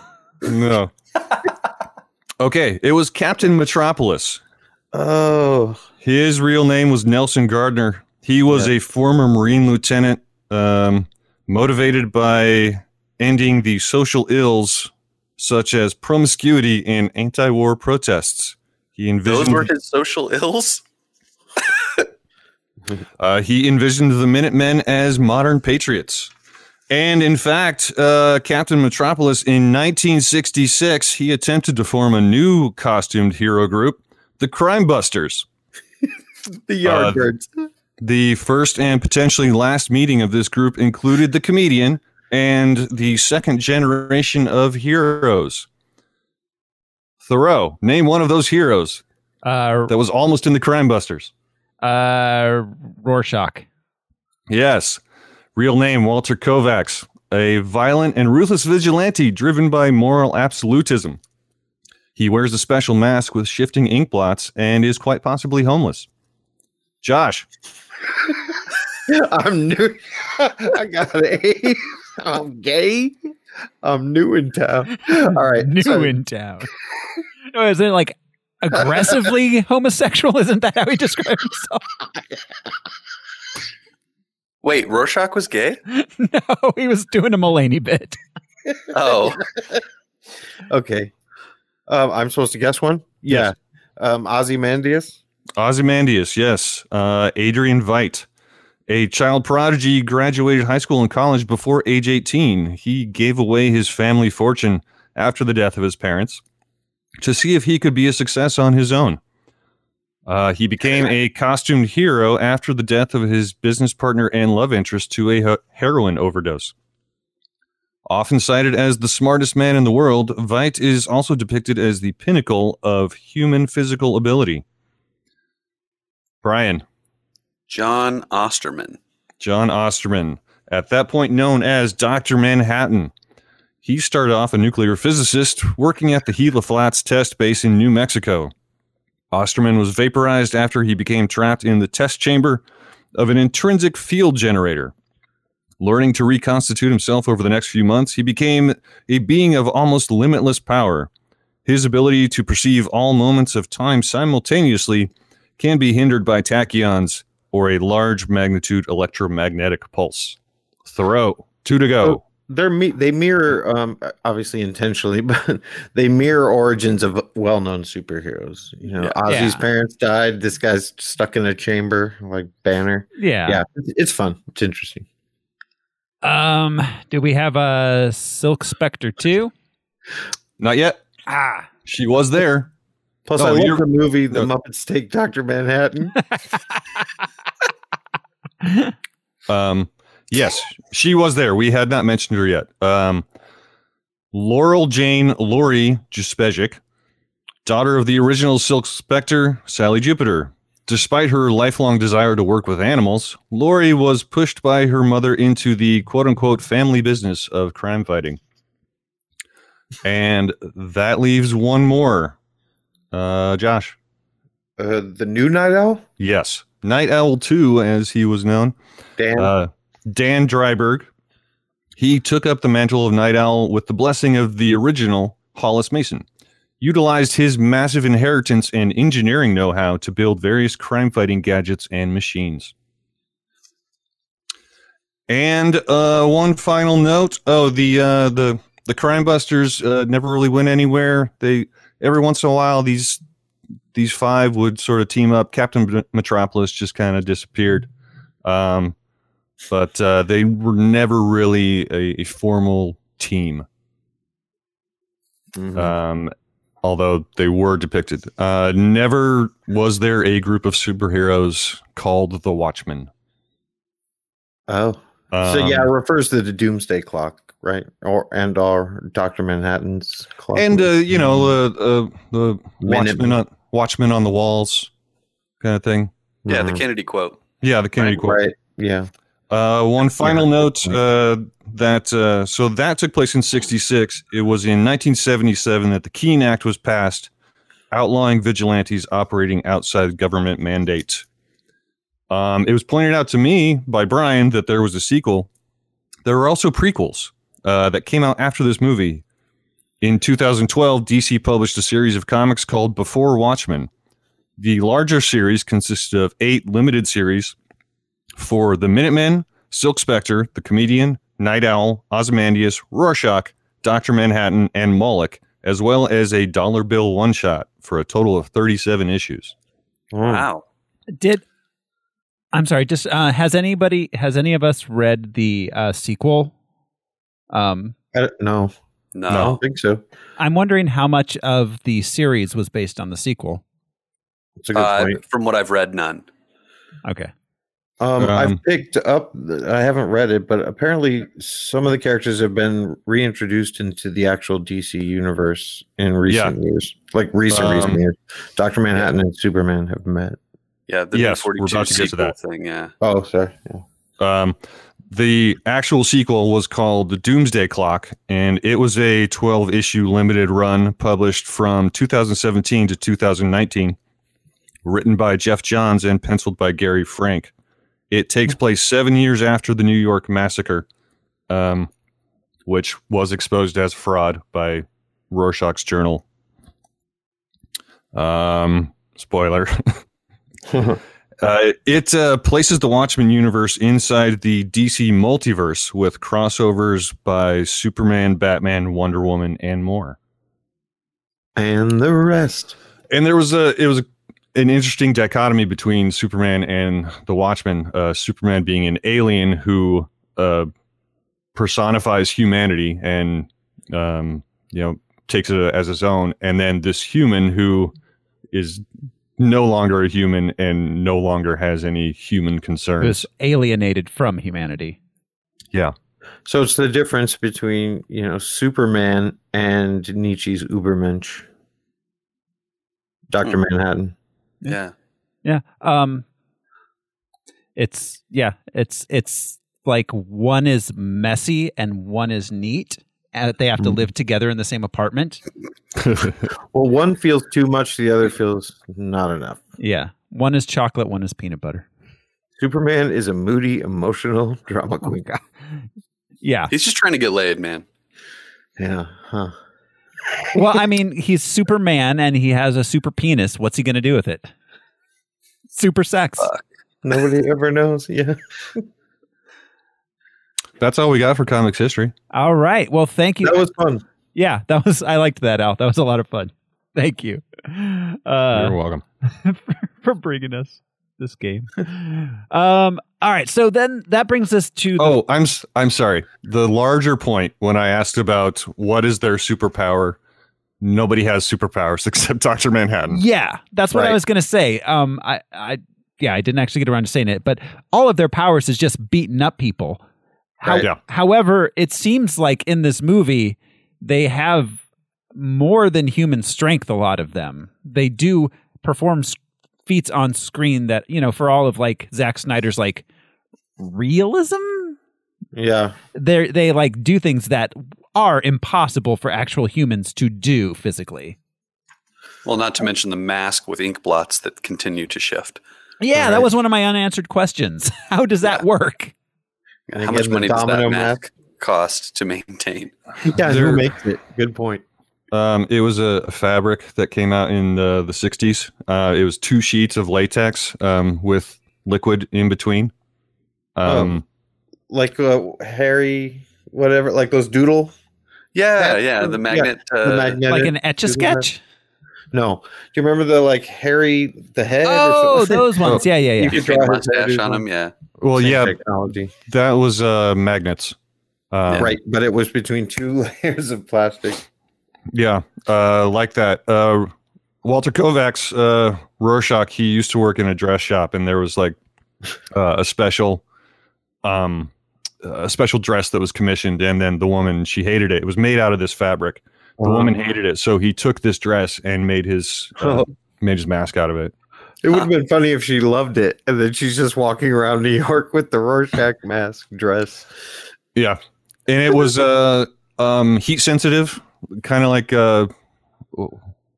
D: no. Okay, it was Captain Metropolis.
B: Oh,
D: His real name was Nelson Gardner. He was a former Marine lieutenant, um, motivated by ending the social ills such as promiscuity and anti war protests. He
C: Those were
D: envisioned,
C: his social ills.
D: uh, he envisioned the Minutemen as modern patriots. And in fact, uh, Captain Metropolis in 1966, he attempted to form a new costumed hero group, the Crime Busters.
B: the
D: Uh,
B: Yardbirds.
D: The first and potentially last meeting of this group included the comedian and the second generation of heroes. Thoreau, name one of those heroes
A: Uh,
D: that was almost in the Crime Busters.
A: uh, Rorschach.
D: Yes. Real name Walter Kovacs, a violent and ruthless vigilante driven by moral absolutism. He wears a special mask with shifting ink blots and is quite possibly homeless. Josh,
B: I'm new. I got an A. I'm gay. I'm new in town. All right.
A: New
B: so-
A: in town. No, isn't it like aggressively homosexual? Isn't that how he described himself?
C: Wait, Rorschach was gay?
A: No, he was doing a Mulaney bit.
C: Oh,
B: okay. Um, I'm supposed to guess one? Yeah. Um, Ozymandias.
D: Ozymandias, yes. Uh, Adrian Veidt, a child prodigy, graduated high school and college before age 18. He gave away his family fortune after the death of his parents to see if he could be a success on his own. Uh, he became a costumed hero after the death of his business partner and love interest to a he- heroin overdose. Often cited as the smartest man in the world, Veidt is also depicted as the pinnacle of human physical ability. Brian,
C: John Osterman.
D: John Osterman, at that point known as Dr. Manhattan. He started off a nuclear physicist working at the Gila Flats test base in New Mexico. Osterman was vaporized after he became trapped in the test chamber of an intrinsic field generator. Learning to reconstitute himself over the next few months, he became a being of almost limitless power. His ability to perceive all moments of time simultaneously can be hindered by tachyons or a large magnitude electromagnetic pulse. Thoreau, two to go.
B: They're me- they mirror um, obviously intentionally, but they mirror origins of well-known superheroes. You know, Ozzy's
A: Yeah.
B: parents died. This guy's stuck in a chamber like Banner.
A: Yeah.
B: Yeah, it's, it's fun. It's interesting.
A: Um, do we have a Silk Spectre too?
D: Not yet.
A: Ah.
D: She was there.
B: Plus,
D: No,
B: I
D: you're-
B: love the movie The
D: no.
B: Muppets Take Doctor Manhattan.
D: Um, yes, she was there. We had not mentioned her yet. Um, Laurel Jane Lori Juspejic, daughter of the original Silk Spectre, Sally Jupiter. Despite her lifelong desire to work with animals, Lori was pushed by her mother into the quote unquote family business of crime fighting. And that leaves one more. Uh, Josh.
B: Uh, the new Night Owl?
D: Yes. Night Owl 2, as he was known.
B: Dan?
D: Uh, Dan Dryberg. He took up the mantle of Night Owl with the blessing of the original Hollis Mason, utilized his massive inheritance and engineering know how to build various crime fighting gadgets and machines. And uh, one final note oh, the, uh, the, the Crime Busters uh, never really went anywhere. They Every once in a while, these these five would sort of team up. Captain Metropolis just kind of disappeared. Um, but uh, they were never really a, a formal team,
C: Mm-hmm.
B: Mhm.
D: um, although they were depicted. Uh, never was there a group of superheroes called the Watchmen.
B: oh. so yeah, it
D: um,
B: refers to the Doomsday Clock, right? Or and or Doctor Manhattan's clock,
D: and uh, you know uh, uh, the Watchmen on, Watchmen on the walls, kind of thing.
C: Yeah, the
D: Mm-hmm.
B: Mhm.
C: Kennedy quote.
D: Yeah, the Kennedy quote.
B: right? Yeah.
D: Uh, one final
B: Yeah.
D: note uh, that uh, so that took place in '66. It was in 1977 that the Keene Act was passed, outlawing vigilantes operating outside government mandates. Um, it was pointed out to me by Brian that there was a sequel. There were also prequels uh, that came out after this movie. In 2012, DC published a series of comics called Before Watchmen. The larger series consisted of eight limited series for the Minutemen, Silk Spectre, the comedian, Night Owl, Ozymandias, Rorschach, Dr. Manhattan, and Moloch, as well as a dollar bill one shot for a total of 37 issues.
B: Oh.
C: Wow.
A: Did I'm sorry. Just uh, has anybody has any of us read the uh, sequel? Um,
B: I don't, no,
C: No.
B: I don't think so.
A: I'm wondering how much of the series was based on the sequel.
B: That's a good
C: Uh,
B: point.
C: from what I've read, none.
A: Okay.
B: Um,
D: Um,
B: I've picked up. I haven't read it, but apparently some of the characters have been reintroduced into the actual DC universe in recent years. Like recent,
D: Um,
B: recent years. Doctor Manhattan and Superman have met.
C: Yeah, the
D: Yes, we're
C: 42
D: about to get to
C: sequel
D: that.
C: thing. Yeah.
B: Oh, sorry. Yeah.
D: Um, the actual sequel was called The Doomsday Clock, and it was a 12 issue limited run published from 2017 to 2019, written by Jeff Johns and penciled by Gary Frank. It takes place seven years after the New York massacre, um, which was exposed as fraud by Rorschach's journal. Um, spoiler. Uh, it uh, places the Watchmen universe inside the DC multiverse with crossovers by Superman, Batman, Wonder Woman, and more.
B: And the rest.
D: And there was a it was an interesting dichotomy between Superman and the Watchmen. Uh, Superman being an alien who uh, personifies humanity and um, you know takes it as his own, and then this human who is no longer a human and no longer has any human
A: It
D: concerns.
A: was alienated from humanity.
B: So it's the difference between you know Superman and Nietzsche's Ubermensch.
A: Hmm.
B: Doctor Manhattan.
A: Yeah.
C: Yeah.
A: Yeah. Um it's yeah, it's it's like one is messy and one is neat. And they have to live together in the same apartment.
B: Well, one feels too much; the other feels not enough.
A: Yeah. One is chocolate, one is peanut butter.
B: Superman is a moody, emotional drama queen.
A: Yeah.
C: He's just trying to get laid, man.
B: Yeah. Huh.
A: Well, I mean, he's Superman and he has a super penis. What's he going to do with it? Super sex.
B: Nobody ever knows. Yeah.
D: That's all we got for comics history.
A: All right. Well, thank you.
B: That was fun.
A: yeah, that was I liked that Al. That was a lot of fun. Thank you. Uh
D: You're welcome.
A: for bringing us this game. um, all right, so then that brings us to the,
D: Oh, I'm s- I'm sorry. The larger point when I asked about what is their superpower, nobody has superpowers except Doctor Manhattan.
A: yeah, that's what I
B: Right.
A: was gonna say. Um, I I yeah, I didn't actually get around to saying it, but all of their powers is just beating up people. How,
B: Right.
D: Yeah.
A: However, it seems like in this movie they have more than human strength. A lot of them they do perform s- feats on screen that you know for all of like Zack Snyder's like realism
B: Yeah.
A: they they like do things that are impossible for actual humans to do physically.
C: Well, not to mention the mask with ink blots that continue to shift.
A: Yeah, that was one of my unanswered questions. How does that work?
B: And
C: How much
B: again, the
C: money does
B: domino
C: that mask cost to maintain?
B: Yeah, who
D: They're-
B: makes it? Good point.
D: Um, it was a fabric that came out in the, the 60s. Uh, it was two sheets of latex um, with liquid in between.
A: Oh,
D: Um,
B: Like uh, Harry, whatever, like those doodle.
C: Yeah,
B: That-
C: yeah,
B: yeah,
C: the magnet. uh,
B: the magnetic.
A: Like an etch a sketch?
B: no, do you remember the like Harry the head?
A: Oh,
B: or something?
A: those ones. Yeah, yeah, yeah.
B: You
C: you
B: could
C: paint
B: draw his
C: mustache
B: head
C: on
B: or
C: him, yeah.
D: well,
B: Same
D: yeah,
B: technology.
D: that was uh, magnets. Um,
B: Right, but it was between two layers of plastic.
D: Yeah, uh, like that. Uh, Walter Kovacs, uh, Rorschach, he used to work in a dress shop, and there was like uh, a special, um, a special dress that was commissioned, and then the woman she hated it. It was made out of this fabric. The woman hated it, so he took this dress and made his
A: Oh.
D: uh, made his mask out of it.
B: It would have been funny if she loved it, and then she's just walking around New York with the Rorschach mask dress.
D: Yeah, and it was uh, um, heat sensitive, kind of like uh,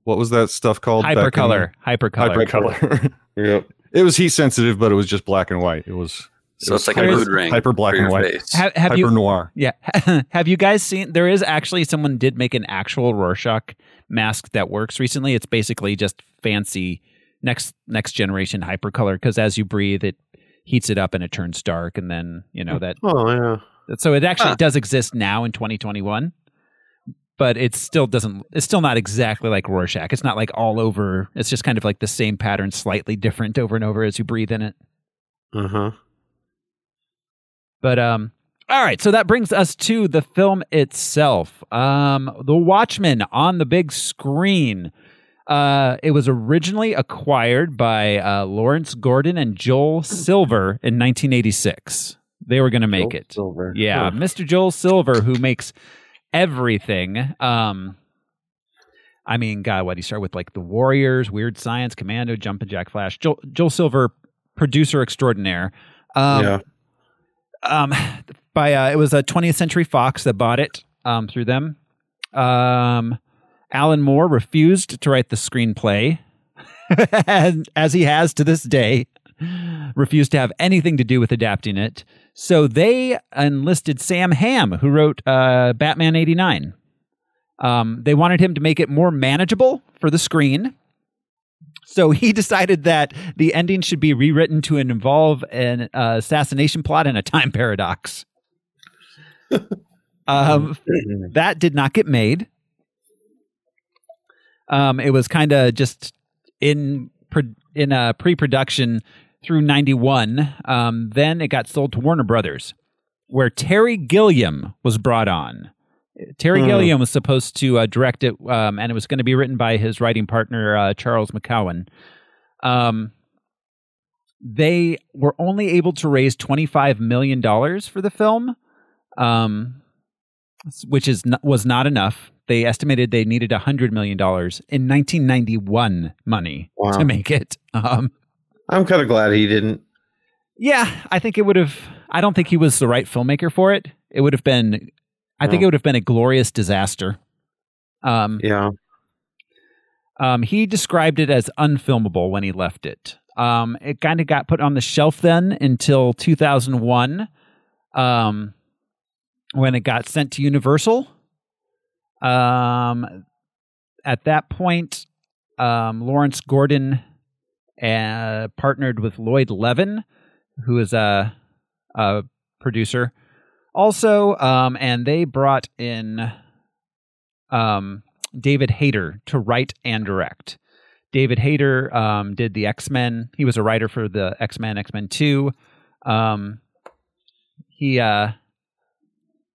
D: what was that stuff called? back in-
A: Hypercolor. Hypercolor.
D: Hypercolor.
B: Yep.
D: It was heat sensitive, but it was just black and white. It was
C: So it's like a
A: There's-
C: mood ring.
D: hyper black
C: for
D: and
C: your
D: white.
C: face.
A: Have, have
D: hyper
A: you
D: noir.
A: yeah. have you guys seen there is actually someone did make an actual Rorschach mask that works recently. It's basically just fancy next next generation hypercolor because as you breathe it heats it up and it turns dark and then, you
D: Hmm.
A: know, that
B: Oh yeah.
A: So it actually
C: Huh.
A: does exist now in 2021, but it still doesn't. It's still not exactly like Rorschach. It's not like all over. It's just kind of like the same pattern, slightly different over and over as you breathe in it.
B: Uh huh.
A: But um, all right. So that brings us to the film itself. Um, The Watchmen on the big screen. Uh, it was originally acquired by uh, Lawrence Gordon and Joel Silver in 1986. They were going to make it.
B: Silver.
A: Yeah, Mr. Joel Silver, who makes everything. Um, I mean, God, what he start with like the Warriors, Weird Science, Commando, Jumpin' Jack Flash. Joel, Joel Silver, producer extraordinaire. Um,
B: yeah.
A: um, by uh, it was a 20th Century Fox that bought it um, through them. Um, Alan Moore refused to write the screenplay, and as he has to this day, refused to have anything to do with adapting it. So they enlisted Sam Hamm, who wrote uh, Batman '89. Um, they wanted him to make it more manageable for the screen. So he decided that the ending should be rewritten to involve an uh, assassination plot and a time paradox. um, that did not get made. Um, it was kind of just in pro- in uh, pre-production through '91. Um, then it got sold to Warner Brothers, where Terry Gilliam was brought on. Terry
B: Hmm.
A: Gilliam was supposed to uh, direct it, um, and it was going to be written by his writing partner uh, Charles McCowan. Um, they were only able to raise $25 million for the film um, s- which is n- was not enough they estimated they needed $100 million in 1991 money
B: Wow.
A: to make it um,
B: I'm kind of glad he didn't.
A: yeah i think it would have i don't think he was the right filmmaker for it it would have been i think
B: No.
A: it would have been a glorious disaster um,
B: Yeah.
A: Um, he described it as unfilmable when he left it. Um, it kind of got put on the shelf then until 2001, um, when it got sent to Universal. Um, at that point, um, Lawrence Gordon uh, partnered with Lloyd Levin, who is a, a producer, also, um, and they brought in um, David Hayter to write and direct. David Hayter um, did the X Men. He was a writer for the X Men, X Men Two. Um, he uh,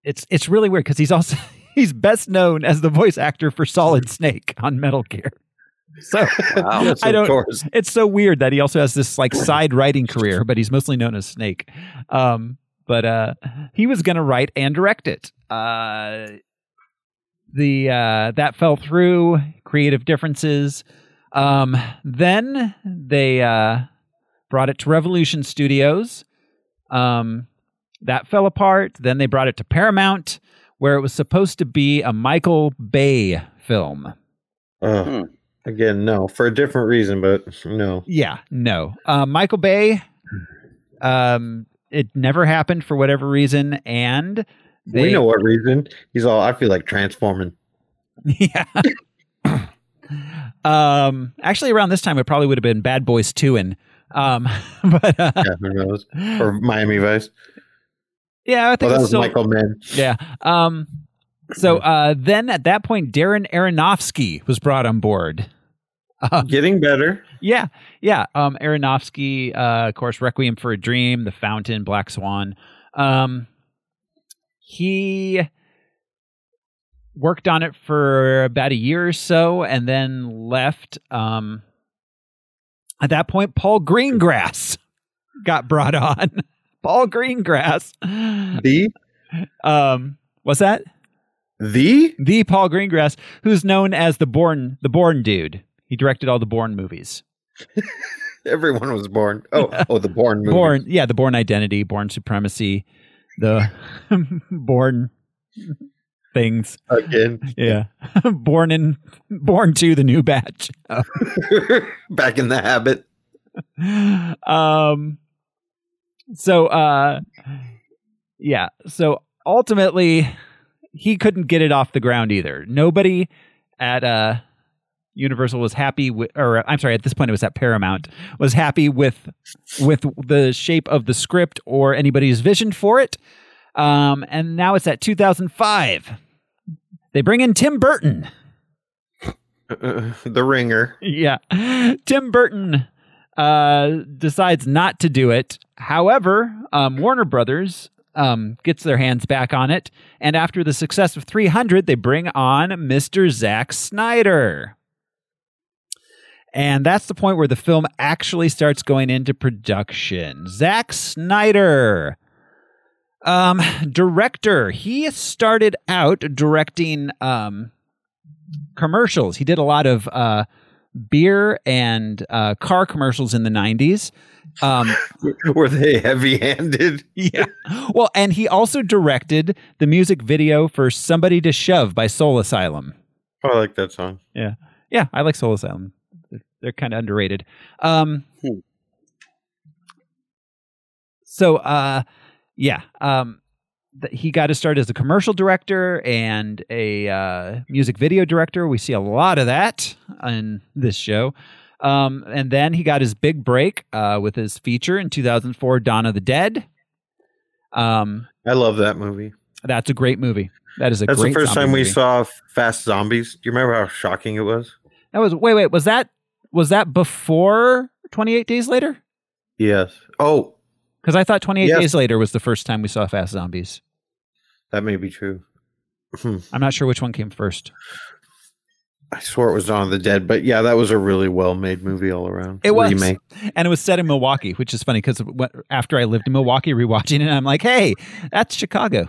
A: it's it's really weird because he's also he's best known as the voice actor for Solid Snake on Metal Gear. So
C: Wow.
A: I
B: of
A: don't.
B: course.
A: It's so weird that he also has this like side writing career, but he's mostly known as Snake. Um, but uh, he was going to write and direct it. Uh, the uh, that fell through. Creative differences. Um, then they uh, brought it to Revolution Studios. Um, that fell apart. Then they brought it to Paramount, where it was supposed to be a Michael Bay film.
B: Ugh.
C: Hmm.
B: Uh, Again, no, for a different reason, but no.
A: Yeah, no. Uh, Michael Bay, um, it never happened for whatever reason, and they
B: we know what reason. He's all, I feel like transforming.
A: yeah. um, actually, around this time, it probably would have been Bad Boys Two, and um, but uh,
B: Yeah, who knows? Or Miami Vice.
A: yeah, I think
B: Oh, that
A: it's
B: was
A: still-
B: Michael Mann.
A: Yeah. Um, so uh, then at that point, Darren Aronofsky was brought on board.
B: Getting better.
A: Yeah, yeah. Um, Aronofsky, uh, of course, Requiem for a Dream, The Fountain, Black Swan. Um, he worked on it for about a year or so, and then left. Um, at that point, Paul Greengrass got brought on. Paul Greengrass.
B: The
A: Um, what's that?
B: the
A: The Paul Greengrass, who's known as the Born the Born dude. He directed all the Born movies.
B: everyone was born. Oh, oh, the born movie.
A: Born, yeah, the Born Identity, Born Supremacy, the Born things,
B: again.
A: yeah, Born in Born to the New Batch.
B: Back in the habit.
A: um, so uh, yeah, so ultimately, he couldn't get it off the ground either. Nobody at uh Universal was happy with, or I'm sorry, at this point it was at Paramount was happy with with the shape of the script or anybody's vision for it. Um, and now it's at 2005. They bring in Tim Burton.
B: Uh, the ringer.
A: Yeah. Tim Burton uh, decides not to do it. However, um, Warner Brothers um, gets their hands back on it. And after the success of 300, they bring on Mr. Zack Snyder. And that's the point where the film actually starts going into production. Zack Snyder. Um, director. He started out directing um, commercials. He did a lot of uh, beer and uh, car commercials in the 90s. Um,
B: Were they heavy handed?
A: yeah. Well, and he also directed the music video for Somebody to Shove by Soul Asylum.
B: Oh, I like that song.
A: Yeah, I like Soul Asylum. They're- They're kind of underrated. Um,
C: Hmm.
A: so, uh, yeah, um, th- he got his start as a commercial director and a uh, music video director. We see a lot of that in this show. Um, and then he got his big break uh, with his feature in 2004, Dawn of the Dead. Um,
B: I love that movie.
A: that's a great movie. That is a
B: That's
A: great
B: the first
A: zombie
B: time we
A: movie.
B: saw Fast Zombies. Do you remember how shocking it was?
A: That was wait, wait, was that was that before 28 Days Later?
B: Yes. Oh,
A: Because I thought 28
B: Yes.
A: Days Later was the first time we saw Fast Zombies.
B: that may be true.
A: I'm not sure which one came first.
B: I swore it was Dawn of the Dead, but yeah, that was a really well made movie all around.
A: It was.
B: Remake.
A: And it was set in Milwaukee, which is funny because after I lived in Milwaukee rewatching it, I'm like, hey, that's Chicago.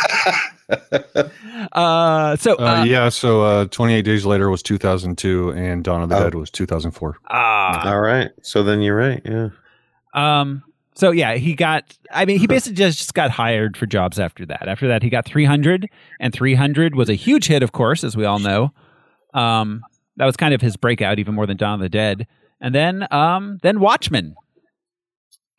A: uh, so,
D: Uh,
A: uh,
D: yeah, so uh, 28 Days Later was 2002, and Dawn of the
B: Oh.
D: Dead was 2004.
A: ah,
B: All right. So then you're right. Yeah.
A: Um, so yeah, he got. I mean, he basically just, just got hired for jobs after that. After that, he got 300, and 300 was a huge hit, of course, as we all know. Um, that was kind of his breakout, even more than Dawn of the Dead. And then, um, then Watchmen.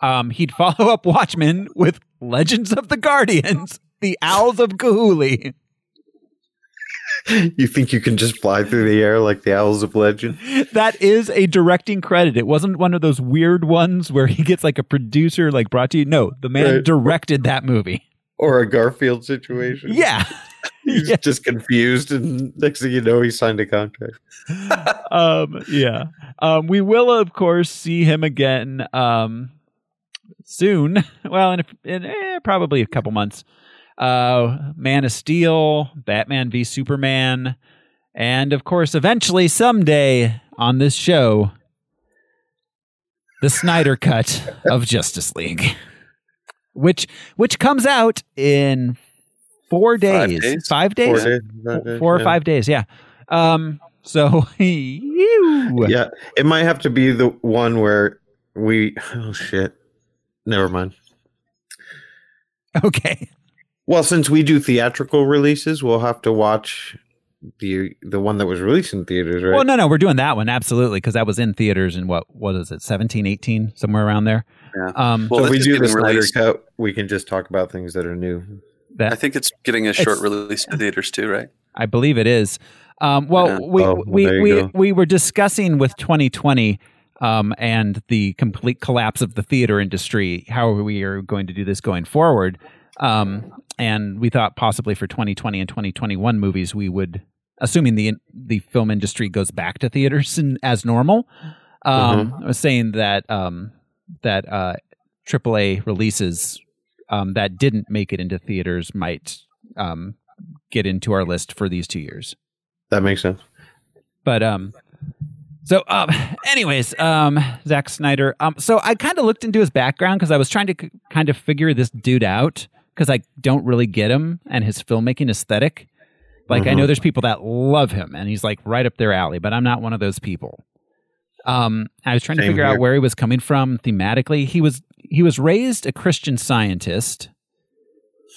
A: Um, he'd follow up Watchmen with Legends of the Guardians, the Owls of Gahuli.
B: You think you can just fly through the air like the Owls of Legend?
A: that is a directing credit. It wasn't one of those weird ones where he gets like a producer like brought to you. No, the man
B: Right.
A: directed that movie.
B: Or a Garfield situation?
A: Yeah.
B: He's
A: Yeah.
B: just confused, and next thing you know, he signed a contract.
A: um, yeah. Um, we will, of course, see him again um, soon. Well, in, a, in eh, probably a couple months. Uh, Man of Steel, Batman v Superman, And of course, eventually, someday on this show, the Snyder cut of Justice League, which which comes out in four
C: Five
A: days,
C: days?
A: five days,
B: Four
A: four,
B: days, five days,
A: four or
B: yeah.
A: five days, yeah. Um, so you-
B: Yeah, it might have to be the one where we. Oh shit! Never mind.
A: okay,
B: Well, since we do theatrical releases, we'll have to watch the the one that was released in theaters, right?
A: well, no, no, we're doing that one absolutely because that was in theaters in what what is it, 17, 18, somewhere around there.
C: Yeah.
A: Um,
C: Well,
B: so if we
C: this is
B: do the
C: getting
B: Snyder
C: released.
B: Cut, we can just talk about things that are new.
A: that
C: I think it's getting a short
A: It's-
C: release to theaters too, right?
A: I believe it is. Um, well,
C: Yeah.
A: we
B: Oh, well, there
A: we
B: you
A: we,
B: go.
A: we were discussing with 2020 um, and the complete collapse of the theater industry how we are going to do this going forward. Um, and we thought possibly for 2020 and 2021 movies we would, assuming the the film industry goes back to theaters and, as normal. Um, I was saying that um, that uh, AAA releases um, that didn't make it into theaters might um, get into our list for these two years.
B: That makes sense.
A: But um, so um, anyways, um, Zack Snyder. Um, so I kind of looked into his background because I was trying to c- kind of figure this dude out because I don't really get him and his filmmaking aesthetic. Like
B: Mm-hmm.
A: I know there's people that love him and he's like right up their alley, but I'm not one of those people. Um, I was trying to
B: Same
A: figure out
B: here.
A: where he was coming from thematically. He was he was raised a Christian scientist.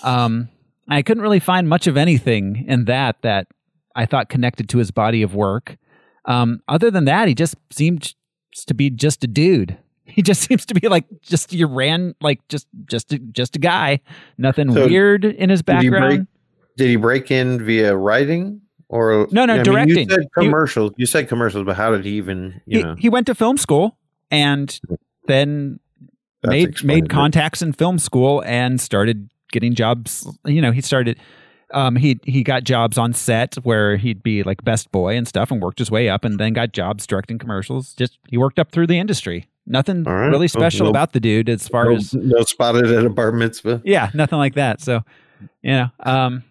A: Um, I couldn't really find much of anything in that that I thought connected to his body of work. Um, other than that, he just seemed to be just a dude. He just seems to be like just you ran like just just a, just a guy. Nothing
B: So,
A: weird in his
B: Did he
A: background.
B: break? Did he break in via writing or
A: No, no,
B: I mean,
A: directing.
B: you said
A: He-
B: commercials. you said commercials, but how did he even? You
A: he,
B: know,
A: he went to film school and then
B: That's
A: made
B: explained
A: made
B: it.
A: contacts in film school and started getting jobs. You know, he started. Um, he he got jobs on set where he'd be like best boy and stuff, and worked his way up, and then got jobs directing commercials. Just he worked up through the industry. Nothing
B: All right.
A: really
B: Well,
A: special
B: no-
A: about the dude as far
B: no,
A: as
B: no spotted at a bar mitzvah.
A: yeah, nothing like that. So, you know, um,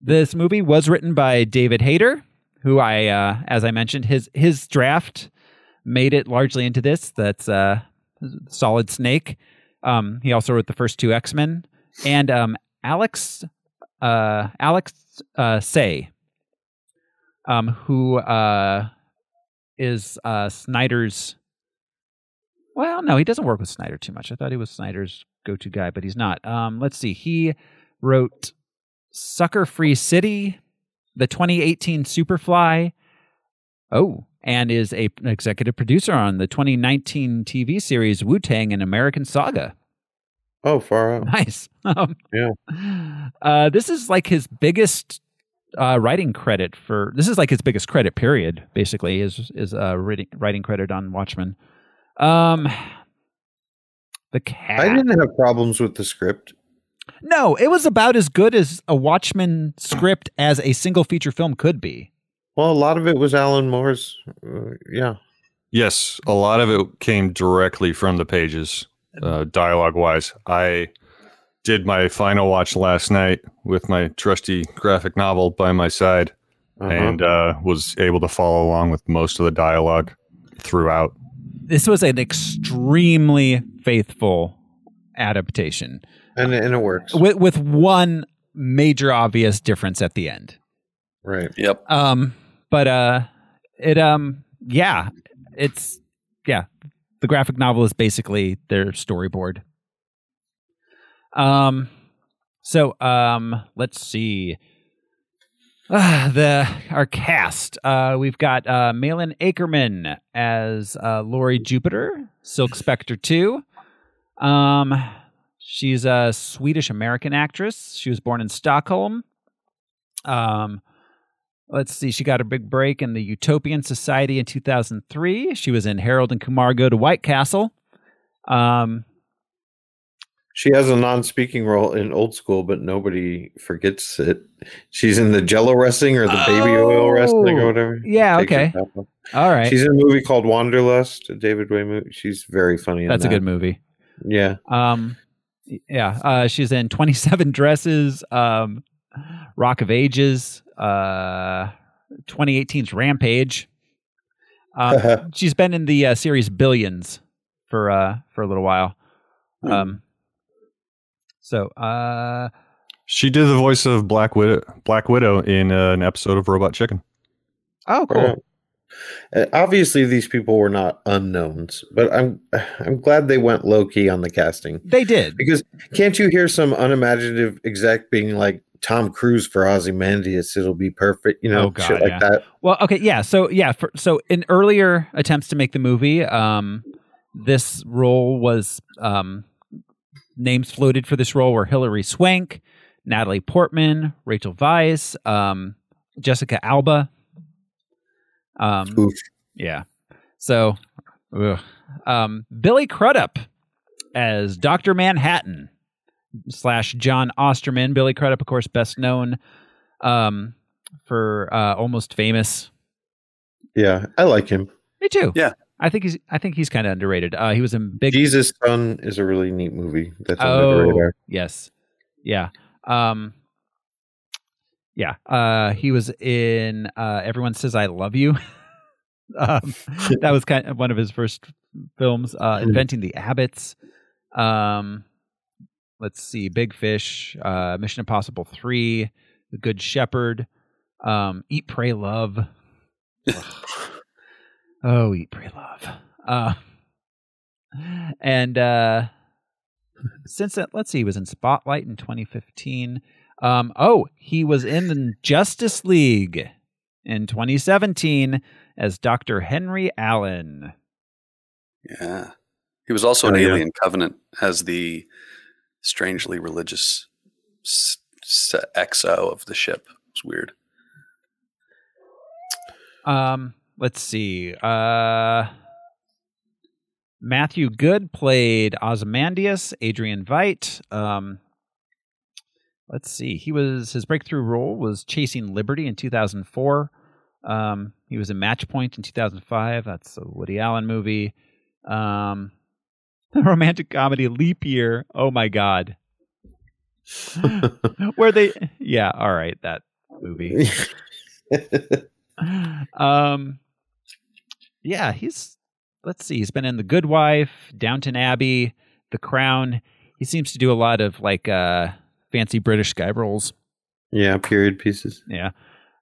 A: this movie was written by David Hayter, who I, uh, as I mentioned, his his draft made it largely into this. That's uh, Solid Snake. Um, he also wrote the first two X Men, and um, Alex uh, Alex uh, Say, um, who uh, is uh, Snyder's. Well, no, he doesn't work with Snyder too much. I thought he was Snyder's go-to guy, but he's not. Um, let's see. He wrote "Sucker Free City," the 2018 Superfly. Oh, and is a, an executive producer on the 2019 TV series Wu Tang and American Saga.
B: Oh, far out.
A: Nice. Um,
B: Yeah.
A: Uh, this is like his biggest uh, writing credit for. This is like his biggest credit period. Basically, is is uh, writing writing credit on Watchmen. Um, the cat.
B: I didn't have problems with the script.
A: No, it was about as good as a Watchmen script as a single feature film could be.
B: Well, a lot of it was Alan Moore's. Uh, yeah,
D: Yes, a lot of it came directly from the pages, uh, dialogue wise. I did my final watch last night with my trusty graphic novel by my side
B: Uh-huh.
D: and uh, was able to follow along with most of the dialogue throughout.
A: This was an extremely faithful adaptation
B: and and it works.
A: with with one major obvious difference at the end.
B: Right.
C: Yep.
A: Um, but uh, it um, yeah, it's yeah. The graphic novel is basically their storyboard. Um, so um, let's see. Ah, the our cast. Uh, we've got uh, Malin Akerman as uh, Lori Jupiter, Silk Spectre Two. Um, she's a Swedish American actress. She was born in Stockholm. Um, Let's see. She got a big break in the Utopian Society in 2003. She was in Harold and Kumar Go to White Castle. Um,
B: She has a non-speaking role in Old School, but nobody forgets it. She's in the Jello wrestling or the baby oil wrestling
A: Oh.
B: or whatever.
A: Yeah,
B: Takes her
A: okay.
B: top off.
A: all right,
B: She's in a movie called Wanderlust, a David Way movie. She's very funny. in
A: that's a
B: that.
A: good movie.
B: Yeah,
A: Um, yeah, uh, she's in 27 Dresses, um, Rock of Ages, uh, 2018's Rampage. Um, she's been in the uh, series Billions for uh, for a little while.
B: Hmm.
A: Um, so uh,
D: She did the voice of Black Widow, Black Widow in uh, an episode of Robot Chicken.
A: oh, cool.
B: Right. Uh, Obviously, these people were not unknowns, but I'm I'm glad they went low key on the casting
A: They did.
B: because can't you hear some unimaginative exec being like Tom Cruise for Ozymandias? It'll be perfect, you know,
A: Oh, God,
B: shit like
A: yeah.
B: that.
A: Well, okay, yeah. So yeah, for, so in earlier attempts to make the movie, um, this role was um, names floated for this role were Hilary Swank, Natalie Portman, Rachel Weisz, um, Jessica Alba. Um,
B: Oof.
A: yeah. So, ugh. um, Billy Crudup as Doctor Manhattan slash John Osterman. Billy Crudup, of course, best known um, for uh, Almost Famous.
B: Yeah, I like him.
A: Me too.
C: Yeah.
A: I think he's I think he's kind of underrated. Uh, he was in Big
B: Jesus Son is a really neat movie. That's under the
A: Oh,
B: radar.
A: yes, yeah, um, yeah. Uh, he was in uh, Everyone Says I Love You. um, that was kind of one of his first films. Uh, Inventing the Abbots. Um, let's see, Big Fish, uh, Mission Impossible Three, The Good Shepherd, um, Eat, Pray, Love. oh, Eat, Pray, Love. Uh, and uh, since that, let's see, he was in Spotlight in 2015. Um, oh, he was in the Justice League in 2017 as Dr. Henry Allen.
C: Yeah. He was also
B: Oh,
C: an
B: yeah.
C: alien covenant as the strangely religious s- s- XO of the ship. It's weird.
A: Um, let's see. Uh, Matthew Good played Ozymandias. Adrian Veidt. Um, let's see. He was his breakthrough role was Chasing Liberty in 2004. Um, he was in Match Point in 2005. That's a Woody Allen movie. Um, the romantic comedy Leap Year. Oh my God. Oh. Where they? Yeah. All right. That movie um yeah he's let's see he's been in the good wife downton abbey the crown he seems to do a lot of like uh fancy british guy roles
B: yeah, period pieces.
A: yeah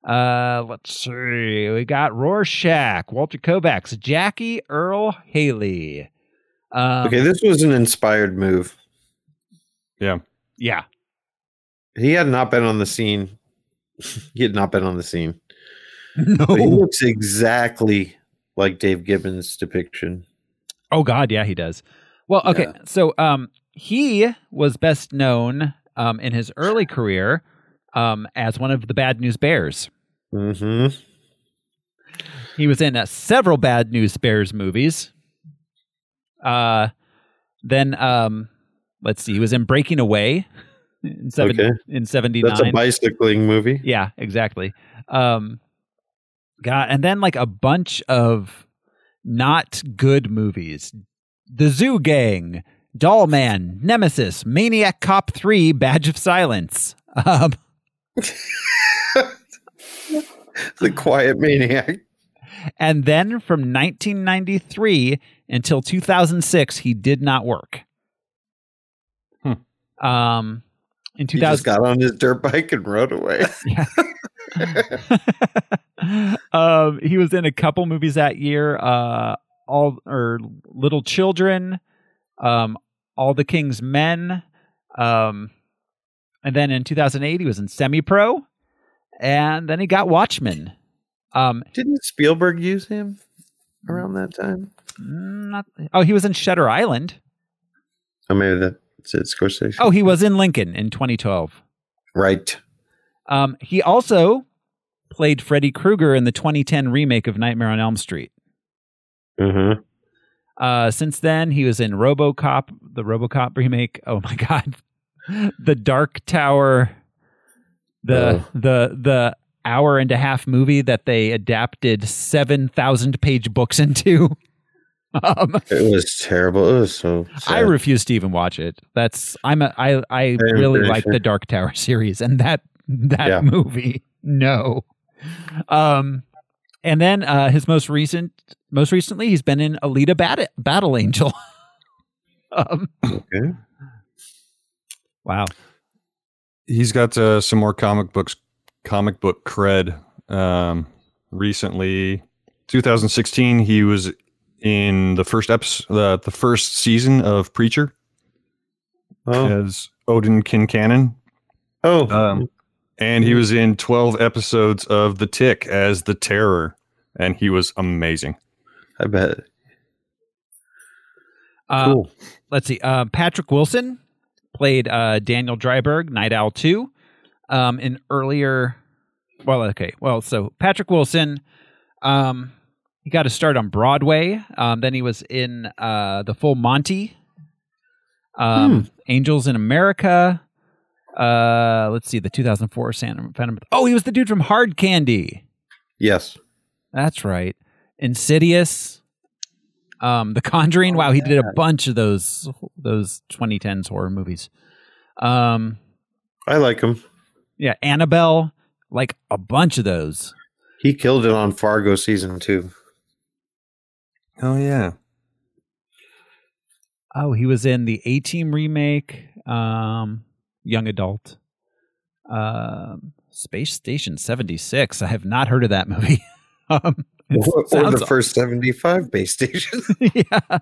A: uh let's see we got rorschach walter kovacs jackie earl haley um,
B: Okay, this was an inspired move.
A: yeah
B: He had not been on the scene. he had not been on the scene. But he
A: no
B: looks exactly like Dave Gibbons' depiction.
A: Oh God, yeah, he does. Well, okay,
C: Yeah.
A: so um, he was best known um in his early career um as one of the Bad News Bears.
B: hmm
A: He was in uh, several Bad News Bears movies. Uh, then um, let's see, he was in Breaking Away in seven
B: Okay.
A: in seventy
B: That's a
A: nine.
B: bicycling movie.
A: Yeah, exactly. Um, God, and then like a bunch of not good movies: The Zoo Gang, Doll Man, Nemesis, Maniac Cop Three, Badge of Silence. Um,
B: The Quiet Maniac.
A: and then from 1993 until 2006, he did not work. Um, in
B: Hmm. He
A: 2000,
B: just got on his dirt bike and rode away.
A: um, he was in a couple movies that year. Uh, all or Little Children, um, All the King's Men, um, and then in 2008 he was in Semi Pro, and then he got Watchmen. Um,
B: Didn't Spielberg use him around that time?
A: not, oh, he was in Shutter Island.
B: Oh, maybe that's it. Scorsese.
A: Oh, he was in Lincoln in 2012.
B: right.
A: Um, he also played Freddy Krueger in the 2010 remake of Nightmare on Elm Street.
B: Mm-hmm.
A: Uh, since then, he was in RoboCop, the RoboCop remake. Oh my God, the Dark Tower, the
B: Oh.
A: the the hour and a half movie that they adapted seven thousand page books into. Um,
B: It was terrible. It was so.
A: I
B: sad.
A: refuse to even watch it. That's I'm a I I really
B: pretty
A: like
B: sure.
A: the Dark Tower series and that that
B: Yeah.
A: movie. No, Um, and then uh, his most recent, most recently, he's been in Alita Bat- Battle Angel. um,
B: Okay.
A: wow.
D: He's got uh, some more comic books, comic book cred. Um, recently, 2016, he was in the first episode, the, the first season of Preacher
B: Oh,
D: as Odin Kincannon.
B: oh,
D: Um, and he was in 12 episodes of The Tick as the Terror, and he was amazing.
B: I bet.
A: Uh,
B: Cool.
A: let's see. Uh, Patrick Wilson played uh, Daniel Dryberg, Night Owl 2, um, in earlier. Well, okay. Well, so Patrick Wilson, um, he got a start on Broadway. Um, then he was in uh, The Full Monty, um, Angels in America. Uh, let's see, the 2004 Santa Phantom. Oh, he was the dude from Hard Candy.
B: yes.
A: That's right. Insidious. Um, The Conjuring. wow, he did a bunch of those those 2010s horror movies. Um,
B: I like him.
A: yeah, Annabelle, like a bunch of those.
B: He killed it on Fargo season two.
D: Oh, yeah.
A: Oh, he was in the A Team remake, um, Young Adult, um, Space Station 76. I have not heard of that movie. um, it
B: Or, or
A: sounds
B: the first 75 base station.
A: yeah.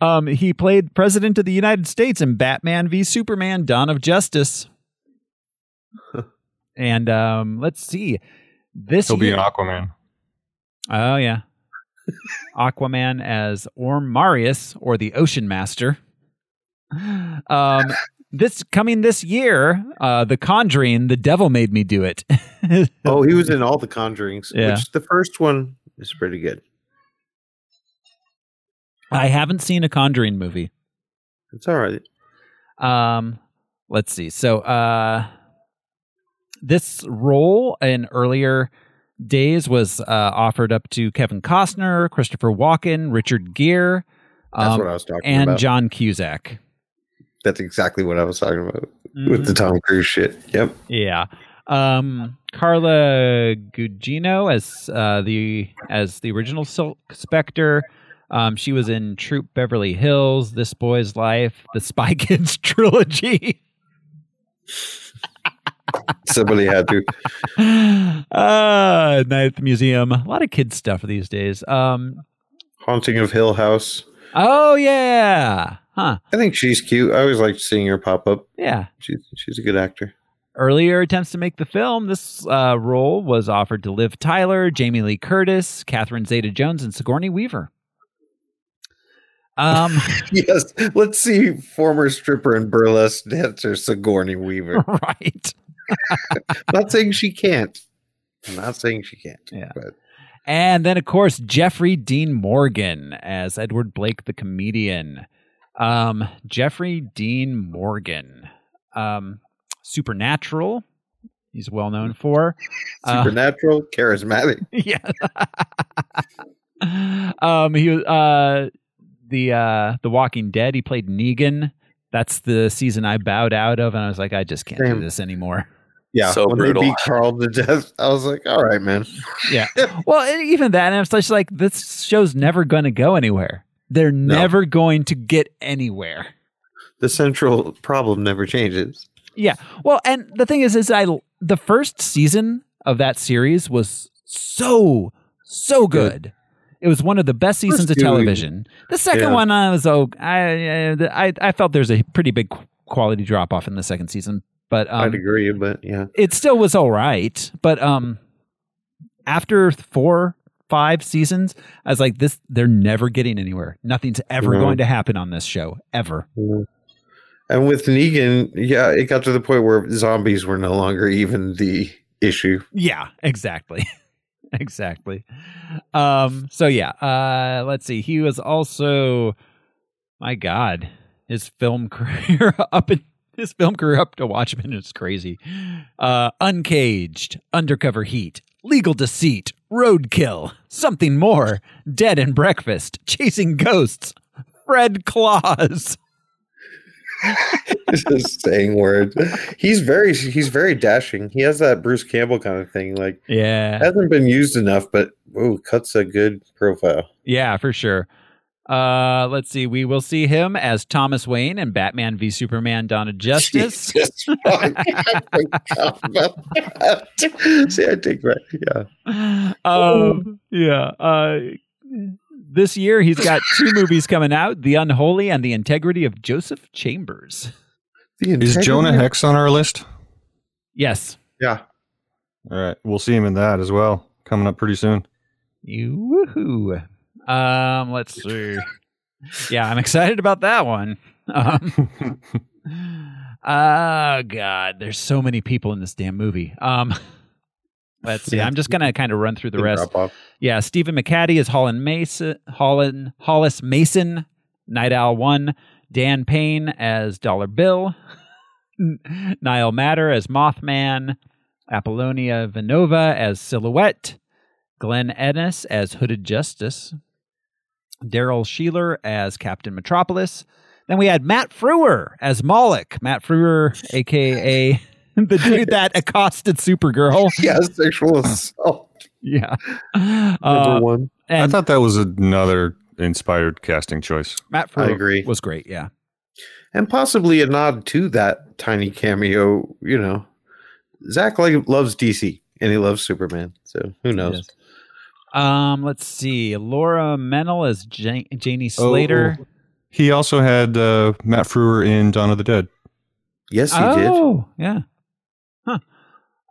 A: Um, he played President of the United States in Batman v Superman Dawn of Justice. and um, let's see. This
D: He'll be
A: year-
D: an Aquaman.
A: Oh, yeah. Aquaman as Orm Marius or the Ocean Master. Um, this coming this year, uh, The Conjuring, The Devil Made Me Do It.
B: oh, he was in all the Conjurings,
A: Yeah.
B: which the first one is pretty good.
A: I haven't seen a Conjuring movie.
B: It's all right.
A: Um, let's see. So, uh, this role in earlier days was uh, offered up to Kevin Costner, Christopher Walken, Richard Gere,
B: That's
A: um,
B: what I was talking
A: and
B: about.
A: John Cusack.
B: That's exactly what I was talking about with the Tom Cruise shit. Yep.
A: Yeah. Um, Carla Gugino as uh, the as the original Silk Spectre. Um, she was in Troop Beverly Hills, This Boy's Life, the Spy Kids trilogy.
B: Somebody had to.
A: uh ninth museum a lot of kids stuff these days um
B: Haunting of Hill House.
A: oh yeah huh
B: I think she's cute. I always liked seeing her pop up.
A: yeah
B: She's she's a good actor.
A: earlier attempts to make the film this uh, role was offered to liv tyler jamie lee curtis catherine zeta jones and sigourney weaver um
B: Yes. Let's see former stripper and burlesque dancer Sigourney Weaver.
A: right
B: not saying she can't. I'm not saying she can't.
A: Yeah.
B: But
A: and then of course jeffrey dean morgan as edward blake the comedian um jeffrey dean morgan um supernatural he's well known for Uh,
B: supernatural, charismatic.
A: yeah. um, he was uh, the uh, the Walking Dead. He played Negan. That's the season I bowed out of, and I was like, I just can't do
B: Same.
A: this anymore.
B: Yeah.
C: So
B: when
C: brutal.
B: they beat Carl to death, I was like, all right, man.
A: Yeah. well, and even that, and I'm just like, this show's never going to go anywhere. They're
B: No.
A: never going to get anywhere.
B: The central problem never changes.
A: Yeah. Well, and the thing is, is I the first season of that series was so so good. It was one of the best seasons of
B: two,
A: television. The second
B: yeah.
A: one, I was oh, I I I felt there's a pretty big qu- quality drop off in the second season, but
B: I'd
A: um,
B: agree, but yeah.
A: it still was all right. But um, after four five seasons, I was like, this they're never getting anywhere. Nothing's ever
B: No.
A: going to happen on this show ever.
B: And with Negan, yeah, it got to the point where zombies were no longer even the issue.
A: Yeah, exactly. exactly. Um so yeah, uh let's see. He was also my god, his film career up in his film career up to Watchmen is crazy. Uh Uncaged, Undercover Heat, Legal Deceit, Roadkill, Something More, Dead and Breakfast, Chasing Ghosts, Fred Claus.
B: It's just saying words. He's very he's very dashing. He has that Bruce Campbell kind of thing. Like
A: Yeah.
B: hasn't been used enough, but ooh, cuts a good profile.
A: Yeah, for sure. Uh, let's see. We will see him as Thomas Wayne in Batman v Superman: Dawn of Justice.
B: Jesus, fuck. I forgot about that. See, I take back. Yeah,
A: um, yeah. Uh, this year he's got two movies coming out: The Unholy and The Integrity of Joseph Chambers.
B: The
D: Is
B: integrity-
D: Jonah Hex on our list?
A: Yes.
B: Yeah,
D: All right, we'll see him in that as well. Coming up pretty soon.
A: You woohoo. Um, let's see. yeah, I'm excited about that one. Um, oh god, there's so many people in this damn movie. Um, let's see. I'm just gonna kind of run through the
B: Good
A: rest.
B: drop off.
A: Yeah, Stephen McCaddy is Holland Mason, Holland Hollis Mason, Night Owl One. Dan Payne as Dollar Bill, Niall Matter as Mothman, Apollonia Vinova as Silhouette, Glenn Ennis as Hooded Justice, Daryl Sheeler as Captain Metropolis. Then we had Matt Frewer as Moloch. Matt Frewer, aka the dude that accosted Supergirl.
B: Yeah,
A: Uh,
B: sexual assault.
A: Yeah.
B: Number
A: Uh,
B: one.
D: I
A: and
D: thought that was another inspired casting choice.
A: Matt
B: I
A: Frewer
B: agree.
A: was great. Yeah.
B: and possibly a nod to that tiny cameo. You know, Zach like loves DC and he loves Superman, so who knows?
A: Yes. Um, let's see. Laura Mennel as Jan- Janie Slater.
D: Oh, He also had uh, Matt Frewer in Dawn of the Dead.
B: Yes, he did.
A: oh, yeah. Huh.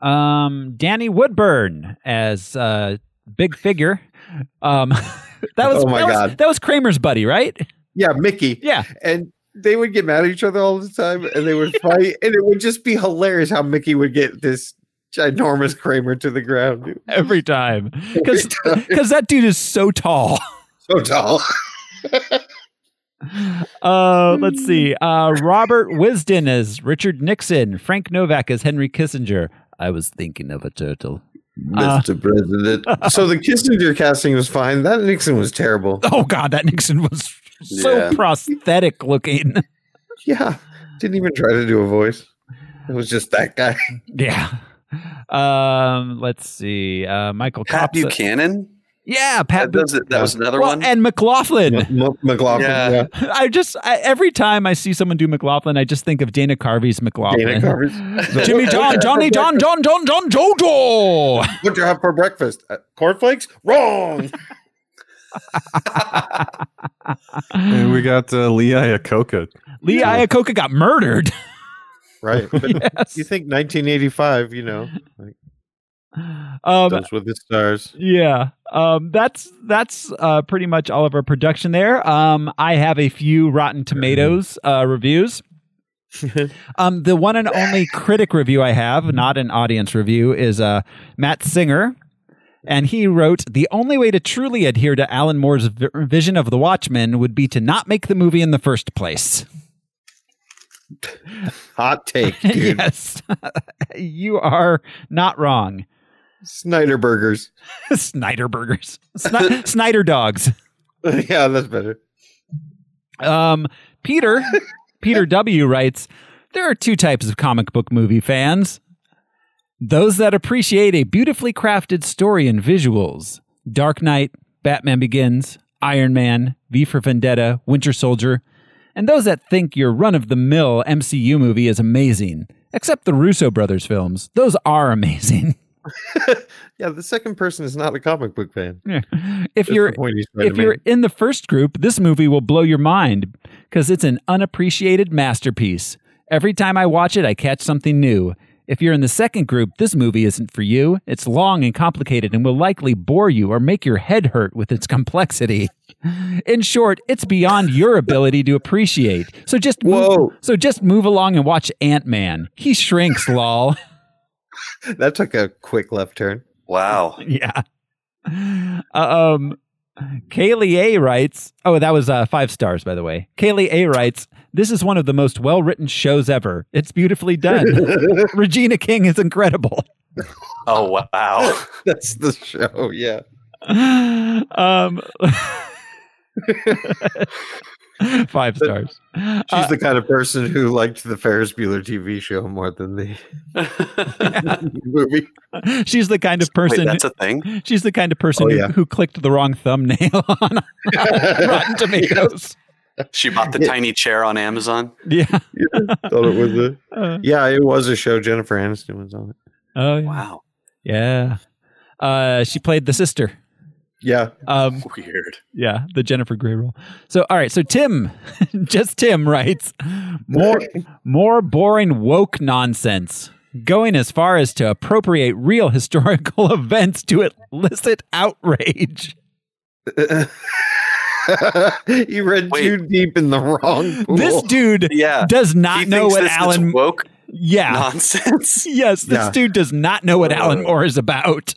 A: Um, Danny Woodburn as uh, Big Figure. Um, that was
B: Oh my
A: that was-
B: God.
A: that was Kramer's buddy, right?
B: Yeah, Mickey.
A: Yeah,
B: and they would get mad at each other all the time and they would fight and it would just be hilarious how mickey would get this ginormous kramer to the ground
A: every time because
B: Every time.
A: because that dude is so tall.
B: so tall
A: Uh, let's see.
B: Hmm.
A: Uh, Robert Wisden as Richard Nixon. Frank Novak as Henry Kissinger. I was thinking of a turtle. Uh.
B: president so the kissinger casting was fine that nixon was terrible
A: Oh God, that Nixon was so
C: Yeah.
A: prosthetic looking.
B: yeah didn't even try to do a voice it was just that guy
A: Yeah. Um, let's see. Uh, Michael
C: Pat
A: Copsa-
C: Buchanan.
A: Yeah, Pat
C: That, does it, that was
A: Bu-
C: another
A: Well,
C: one.
A: And McLaughlin.
B: M- mclaughlin
C: Yeah.
B: yeah.
A: I just I, every time I see someone do McLaughlin, I just think of Dana Carvey's McLaughlin.
B: Dana Carvey's.
A: Jimmy John, Johnny John, John, John, John, Jojo.
B: What'd you have for breakfast? Uh, cornflakes? Wrong.
D: And we got uh, Lee Iacocca.
A: Lee Iacocca got murdered.
B: Right. But
A: yes.
B: you think 1985, you know, like
A: Um,
B: those with the stars.
A: Yeah. Um, that's that's uh, pretty much all of our production there. Um, I have a few Rotten Tomatoes uh, reviews. um, the one and only critic review I have, not an audience review, is uh, Matt Singer. And he wrote, The only way to truly adhere to Alan Moore's vi- vision of The Watchmen would be to not make the movie in the first place.
B: Hot take, dude.
A: yes. you are not wrong.
B: Snyder burgers.
A: Snyder burgers, Sni- Snyder dogs.
B: yeah, that's better.
A: Um, Peter, Peter W. writes, there are two types of comic book movie fans. Those that appreciate a beautifully crafted story and visuals. Dark Knight, Batman Begins, Iron Man, V for Vendetta, Winter Soldier. And those that think your run of the mill MCU movie is amazing. Except the Russo brothers films. Those are amazing.
B: Yeah, the second person is not a comic book fan.
A: if
B: That's
A: Mm, you're
B: the point he's trying
A: if
B: to
A: you're
B: make.
A: in the first group, this movie will blow your mind because it's an unappreciated masterpiece. Every time I watch it, I catch something new. If you're in the second group, this movie isn't for you. It's long and complicated and will likely bore you or make your head hurt with its complexity. In short, it's beyond your ability to appreciate. So just Move,
B: Whoa.
A: so just move along and watch Ant-Man. He shrinks, lol.
B: that took a quick left turn.
C: wow.
A: yeah. Um, Kaylee A writes, oh, that was uh, five stars, by the way. Kaylee A writes, this is one of the most well written shows ever. It's beautifully done. Regina King is incredible.
C: Oh wow.
B: That's the show. Yeah.
A: Um, Five stars. Uh,
B: She's the kind of person who liked the Ferris Bueller TV show more than the movie.
A: She's the kind of
C: Wait,
A: person.
C: that's a thing.
A: she's the kind of person
B: Oh,
A: who,
B: yeah.
A: who clicked the wrong thumbnail on Rotten Tomatoes.
C: She bought the tiny chair on Amazon.
A: Yeah.
B: Thought it was a,
A: Uh,
B: yeah, it was a show. Jennifer Aniston was on it.
A: oh, yeah.
C: Wow,
A: Yeah. Uh, she played the sister.
B: Yeah,
A: Um,
C: weird.
A: yeah, the Jennifer Grey role. So, all right. So Tim, just Tim writes more more boring woke nonsense. Going as far as to appropriate real historical events to elicit outrage.
B: you read
C: Wait.
B: too deep in the wrong pool.
A: This dude
C: Yeah.
A: does not
C: he
A: know
C: thinks
A: what
C: this
A: Alan.
C: is woke
A: yeah,
C: nonsense.
A: yes, this
B: Yeah.
A: dude does not know what Alan Moore is about.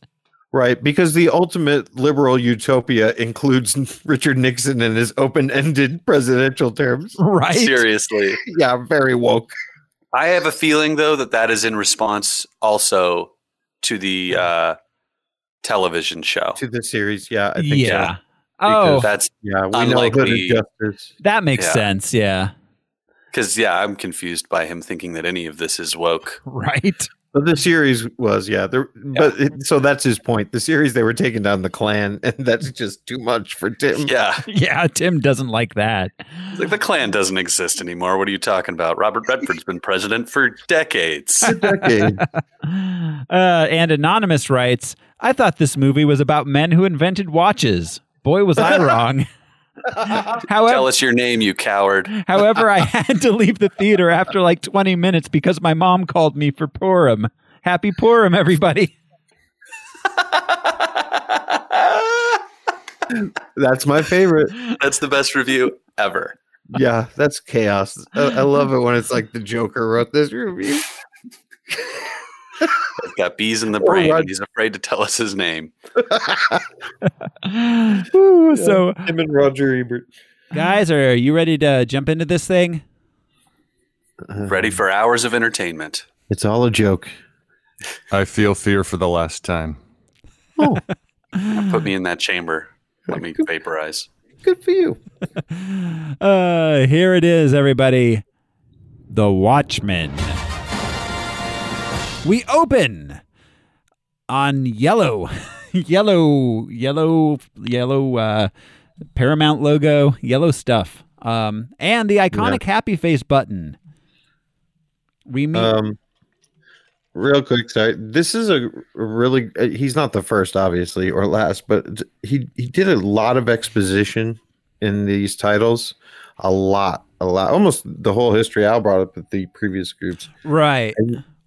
B: Right, because the ultimate liberal utopia includes Richard Nixon and his open-ended presidential terms.
A: Right?
C: Seriously,
B: Yeah, very woke.
C: I have a feeling though that that is in response also to the uh, television show.
B: To the series, yeah, I think
A: Yeah.
B: so.
A: Oh,
B: Because-
C: That's
B: Yeah, we know Hood
C: Unlikely.
B: of Justice.
A: that makes
C: Yeah.
A: sense. Yeah.
C: because yeah, I'm confused by him thinking that any of this is woke.
A: Right.
B: But the series was, yeah. The, But it, so that's his point. The series they were taking down the Klan, and that's just too much for
A: Um,
B: Tim.
C: Yeah,
A: Yeah, Tim doesn't like that.
C: It's like the Klan doesn't exist anymore. What are you talking about? Robert Redford's been president for decades.
B: Decade.
A: Uh, and Anonymous writes I thought this movie was about men who invented watches. Boy, was I wrong.
C: Tell
A: however,
C: us your name, you coward.
A: however, I had to leave the theater after like 20 minutes because my mom called me for Purim. Happy Purim, everybody.
B: that's my favorite.
C: That's the best review ever.
B: Yeah, that's chaos. I, I love it when it's like the Joker wrote this review.
C: He's got bees in the
B: Or
C: brain,
B: Rod-
C: and he's afraid to tell us his name.
A: Ooh, So,
B: Tim and Roger Ebert.
A: guys, are you ready to jump into this thing?
B: Mm-hmm.
C: Ready for hours of entertainment.
B: Uh-huh. It's all a joke.
D: I feel fear for the last time.
C: Put me in that chamber. Let me vaporize.
B: Good for you.
A: Uh, here it is, everybody. The Watchmen. We open on yellow, yellow, yellow, yellow uh, Paramount logo, yellow stuff, um, and the iconic happy face button. We meet.
B: Um, real quick, sorry. This is a really. uh, He's not the first, obviously, or last, but he he did a lot of exposition in these titles. A lot, a lot, almost the whole history. Al brought up at the previous groups.
A: right.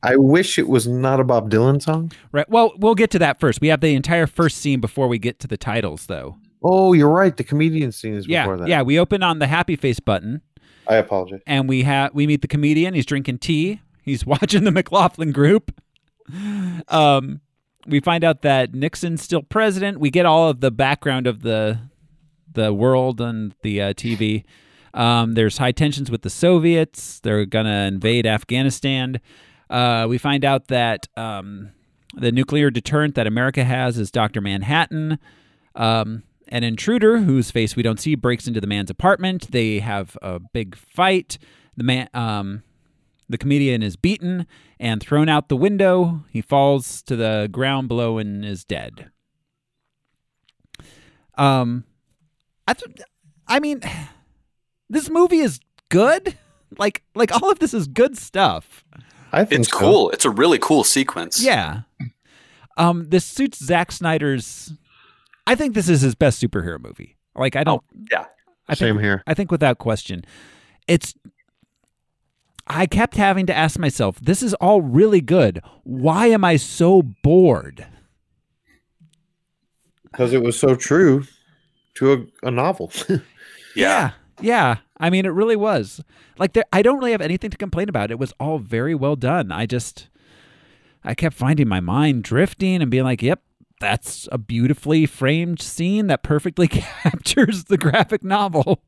B: I wish it was not a Bob Dylan song.
A: Right. Well, we'll get to that first. We have the entire first scene before we get to the titles, though.
B: Oh, you're right. The comedian scene is
A: Yeah.
B: before that.
A: Yeah. We open on the happy face button.
B: I apologize.
A: and we have we meet the comedian. He's drinking tea. He's watching the McLaughlin Group. Um, we find out that Nixon's still president. We get all of the background of the the world and the uh, TV. Um, there's high tensions with the Soviets. They're gonna invade Afghanistan. Uh, we find out that um, the nuclear deterrent that America has is Doctor Manhattan. Um, an intruder whose face we don't see breaks into the man's apartment. They have a big fight. The man, um, the comedian is beaten and thrown out the window. He falls to the ground below and is dead. Um, I, th- I mean, this movie is good. Like, like all of this is good stuff.
B: I think
C: It's
B: so.
C: cool. It's a really cool sequence.
A: Yeah. Um, this suits Zack Snyder's. I think this is his best superhero movie. Like, I don't.
C: yeah.
A: I think
B: Same here.
A: I think without question. It's I kept having to ask myself, this is all really good. Why am I so bored?
B: because it was so true to a, a novel.
C: Yeah.
A: Yeah. Yeah. I mean, it really was. Like there I don't really have anything to complain about. It was all very well done. I just I kept finding my mind drifting and being like, "Yep, that's a beautifully framed scene that perfectly captures the graphic novel."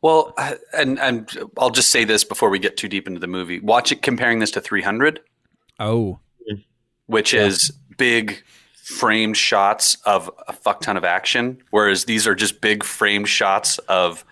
C: Well, I- and and I'll just say this before we get too deep into the movie. Watch it comparing this to 300,
A: Oh,
C: which is big framed shots of a fuck ton of action, whereas these are just big framed shots of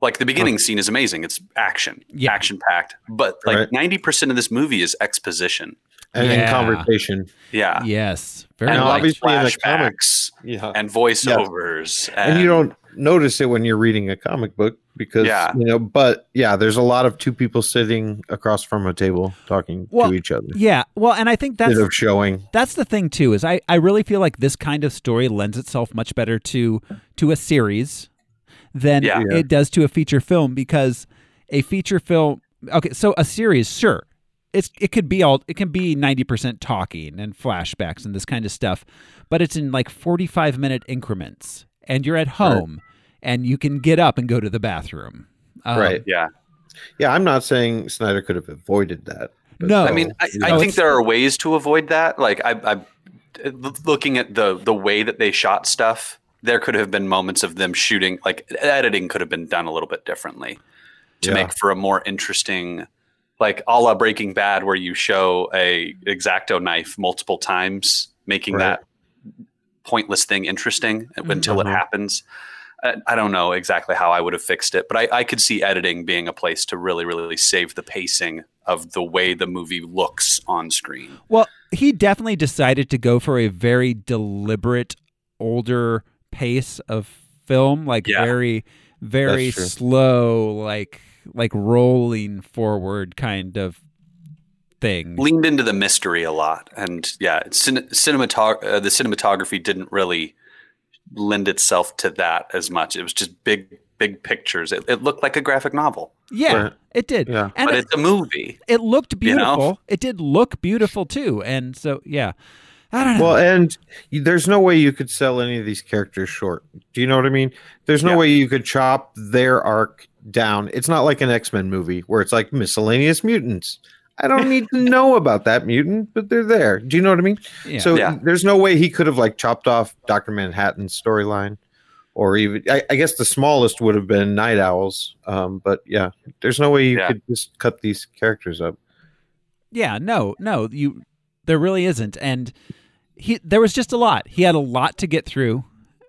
C: Like the beginning scene is amazing. It's action,
A: Yeah.
C: action packed. But like
B: Right.
C: ninety percent of this movie is exposition.
B: and
A: Yeah.
B: in conversation.
C: Yeah,
A: Yes. Very
C: and
B: No,
A: much.
C: like
B: obviously in the
C: flashbacks
B: Yeah.
C: and voiceovers.
B: and you don't notice it when you're reading a comic book because
C: Yeah.
B: you know but yeah there's a lot of two people sitting across from a table talking
A: Well,
B: to each other
A: Yeah. Well, and I think that's
B: instead of showing
A: that's the thing too is I, I really feel like this kind of story lends itself much better to to a series than
C: Yeah.
A: it does to a feature film because a feature film okay so a series sure it's it could be all it can be 90% talking and flashbacks and this kind of stuff but it's in like 45 minute increments and you're at home and you can get up and go to the bathroom Um,
B: right
C: Yeah,
B: yeah i'm not saying snyder could have avoided that but
A: No.
C: I mean, I,
B: you
A: No,
C: I think
A: it's-
C: there are ways to avoid that. Like I, I l- looking at the the way that they shot stuff, there could have been moments of them shooting. Like editing could have been done a little bit differently to
B: Yeah.
C: make for a more interesting, like a la Breaking Bad, where you show a exacto knife multiple times, making
B: Right.
C: that pointless thing interesting until it
B: Mhm.
C: happens. I I don't know exactly how I would have fixed it, but I, I could see editing being a place to really, really save the pacing of the way the movie looks on screen.
A: Well, he definitely decided to go for a very deliberate, older pace of film, like
C: Yeah.
A: very, very
B: That's true.
A: slow, like like rolling forward kind of thing.
C: Leaned into the mystery a lot, and yeah, cin- cinematog- uh, the cinematography didn't really lend itself to that as much. It was just big, big pictures. It, it looked like a graphic novel,
A: yeah,
B: Right.
A: it did.
B: Yeah.
A: And
C: but
A: it,
C: it's a movie.
A: it looked
C: you know?
A: beautiful. It did look beautiful too. And so, yeah, I don't know.
B: well and you- there's no way you could sell any of these characters short do you know what i mean there's no
C: Yeah.
B: way you could chop their arc down it's not like an x-men movie where it's like miscellaneous mutants i don't need to know about that mutant but they're there do you know what i mean
A: yeah.
B: So
C: Yeah.
B: there's no way he could have like chopped off Doctor Manhattan's storyline, or even I, I guess the smallest would have been Night Owls. Um, but yeah, there's no way you
C: Yeah.
B: could just cut these characters up.
A: Yeah, no, no, you there really isn't. And he there was just a lot. He had a lot to get through.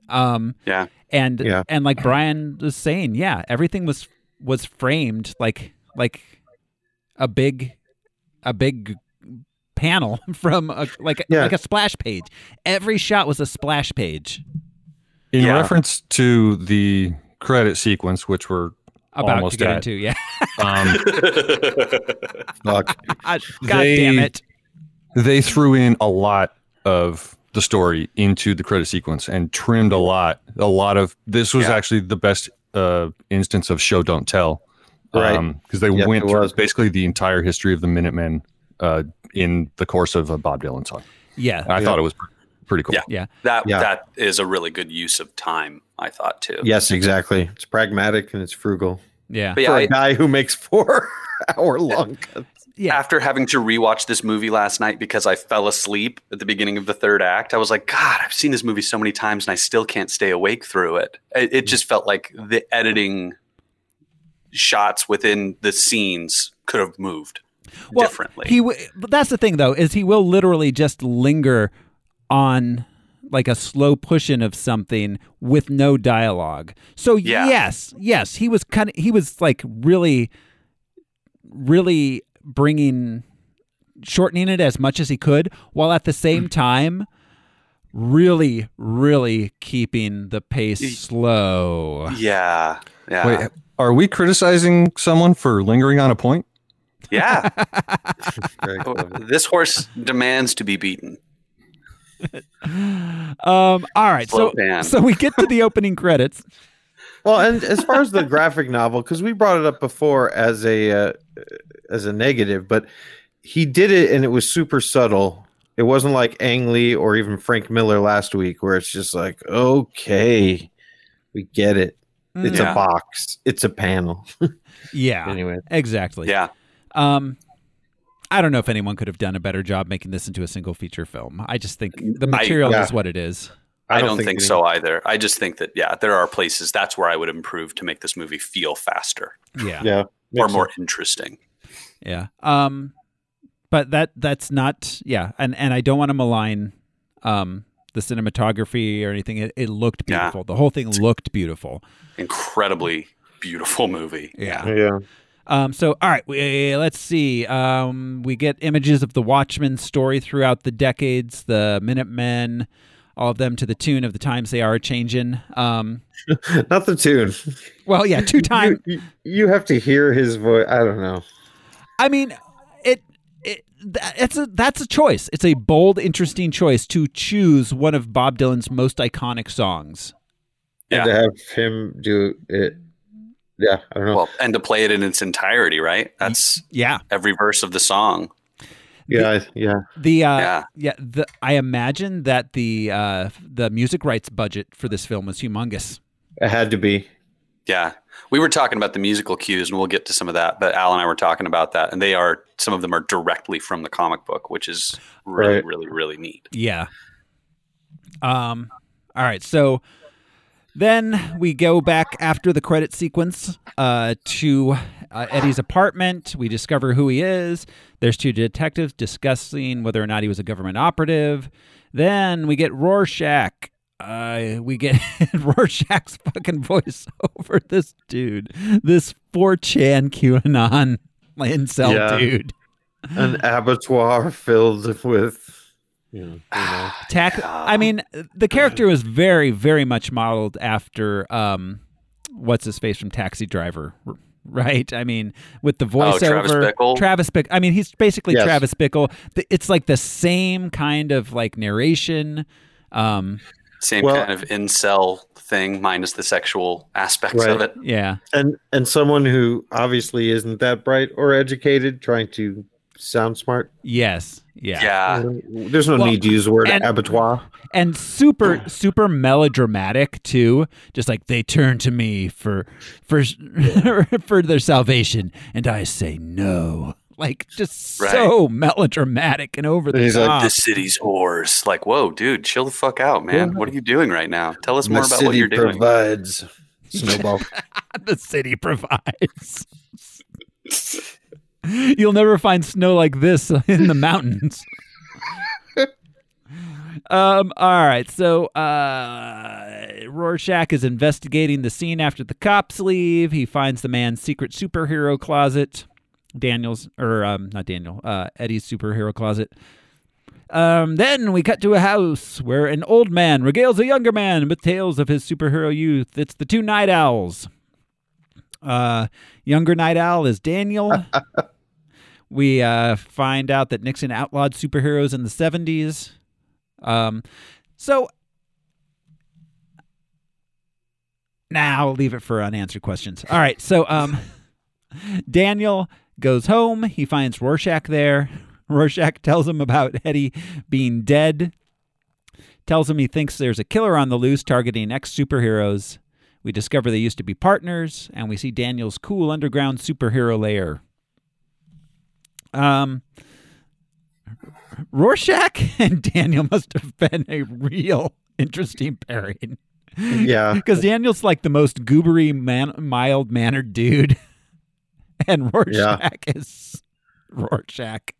A: Um
C: Yeah.
A: And
B: Yeah.
A: and like Brian was saying, yeah, everything was was framed like like a big a big panel from a like
B: Yeah.
A: like a splash page. Every shot was a splash page
D: In
C: Yeah.
D: reference to the credit sequence, which we're
A: about
D: Almost
A: to get
D: at.
A: into. Yeah.
D: um,
B: Fuck.
A: God
D: They-
A: damn it.
D: they threw in a lot of the story into the credit sequence and trimmed a lot a lot of this was
C: Yeah.
D: actually the best uh instance of show don't tell
B: Right.
D: because they
B: Yep,
D: went
B: it
D: through
B: was.
D: basically the entire history of the minutemen uh in the course of a bob dylan song
A: Yeah.
D: i thought it was pr- pretty cool
C: Yeah.
A: Yeah.
C: That
B: Yeah.
C: that is a really good use of time. I thought too.
B: yes, exactly. It's pragmatic and it's frugal
A: Yeah.
C: But yeah,
B: for a
C: I-
B: guy who makes four hour long cuts.
A: Yeah.
C: after having to rewatch this movie last night because I fell asleep at the beginning of the third act, I was like, God, I've seen this movie so many times and I still can't stay awake through it. It, it just felt like the editing shots within the scenes could have moved differently.
A: He, w- but that's the thing though, is he will literally just linger on like a slow push in of something with no dialogue. So
C: Yeah.
A: yes, yes, he was kind of he was like really, really bringing shortening it as much as he could, while at the same time. Really, really keeping the pace slow.
C: yeah. Yeah.
D: wait are we criticizing someone for lingering on a point
C: Yeah.
B: Very cool.
C: this horse demands to be beaten.
A: Um, all right,
C: Slow
A: so
C: down.
A: so we get to the opening credits.
B: well and as far as the graphic novel because we brought it up before as a uh, as a negative but he did it and it was super subtle it wasn't like ang lee or even frank miller last week where it's just like okay we get it it's
C: Yeah.
B: a box it's a panel
A: Mm, Yeah,
B: anyway
A: exactly.
C: Yeah.
A: Um, I don't know if anyone could have done a better job making this into a single feature film. I just think the
C: I-
A: material
B: yeah.
A: is what it is.
C: I, don't, think,
B: any-
C: so either. I just think that, yeah, there are places that's where I would improve to make this movie feel faster
A: Yeah,
B: yeah
C: or
B: Makes
C: more interesting.
A: yeah. Um, but that that's not yeah, and and I don't want to malign um the cinematography or anything. It, it looked
C: Yeah.
A: beautiful. The whole thing looked beautiful.
C: Incredibly beautiful movie.
A: Yeah.
B: Yeah.
A: Um, so, all right, we, let's see. Um, we get images of the Watchmen story throughout the decades, the Minutemen, all of them to the tune of the times they are changing. Um,
B: Not the tune.
A: well, yeah, two time.
B: You, you have to hear his voice. I don't know.
A: I mean, it, it that, it's a that's a choice. It's a bold, interesting choice to choose one of Bob Dylan's most iconic songs.
B: And to have him do it. Yeah, I don't know.
C: Well, and to play it in its entirety, right?
B: Mm-hmm.
C: That's
A: Yeah,
C: every verse of the song.
B: yeah, I- yeah.
A: the uh, yeah,
C: Yeah.
A: the, I imagine that the uh, the music rights budget for this film was humongous.
B: It had to be.
C: Yeah. We were talking about the musical cues, and we'll get to some of that. But Al and I were talking about that, and they are some of them are directly from the comic book, which is really,
B: Right.
C: really, really neat.
A: Yeah. Um. All right. So then we go back after the credit sequence uh, to uh, Eddie's apartment. We discover who he is. There's two detectives discussing whether or not he was a government operative. Then we get Rorschach. Uh, we get Rorschach's fucking voice over this dude, this 4chan QAnon incel
B: Yeah.
A: dude.
B: An abattoir filled with.
A: Tack.
C: Oh
A: I mean, the character was very, very much modeled after um, what's his face from Taxi Driver, r- right? I mean, with the voiceover,
C: Oh, Travis Bickle?
A: Travis Bick- I mean, he's basically
B: Yes.
A: Travis Bickle. Th- It's like the same kind of like narration. Um,
C: Same
B: Well-
C: kind of incel thing, minus the sexual aspects of
B: Right.
C: it.
A: yeah,
B: And and someone who obviously isn't that bright or educated, trying to sound smart.
A: yes, yeah,
C: Yeah.
B: There's no
A: Uh, Well,
B: need to use the word
A: and-
B: abattoir.
A: and super, super melodramatic too. Just like they turn to me for for for their salvation, and I say no. Like just
C: Right.
A: so melodramatic and over the
B: He's like,
A: top.
C: The city's whores. Like, whoa, dude, chill the fuck out, man. What are you doing right now? Tell us more
B: the
C: about what
B: city
C: you're doing.
B: provides. Snowball.
A: the city provides. You'll never find snow like this in the mountains. um, all right, so uh, Rorschach is investigating the scene after the cops leave. He finds the man's secret superhero closet. Daniel's, or um, not Daniel, uh, Eddie's superhero closet. Um, then we cut to a house where an old man regales a younger man with tales of his superhero youth. It's the two night owls. Uh, younger night owl is Daniel. we uh, find out that Nixon outlawed superheroes in the 70s. Um, so now I'll leave it for unanswered questions. All right. So um, Daniel goes home. He finds Rorschach there. Rorschach tells him about Eddie being dead. Tells him he thinks there's a killer on the loose targeting ex superheroes. We discover they used to be partners, and we see Daniel's cool underground superhero lair. Um, Rorschach and Daniel must have been a real interesting pairing.
B: yeah.
A: Because Daniel's like the most goobery, man- mild mannered dude, and Rorschach is Rorschach.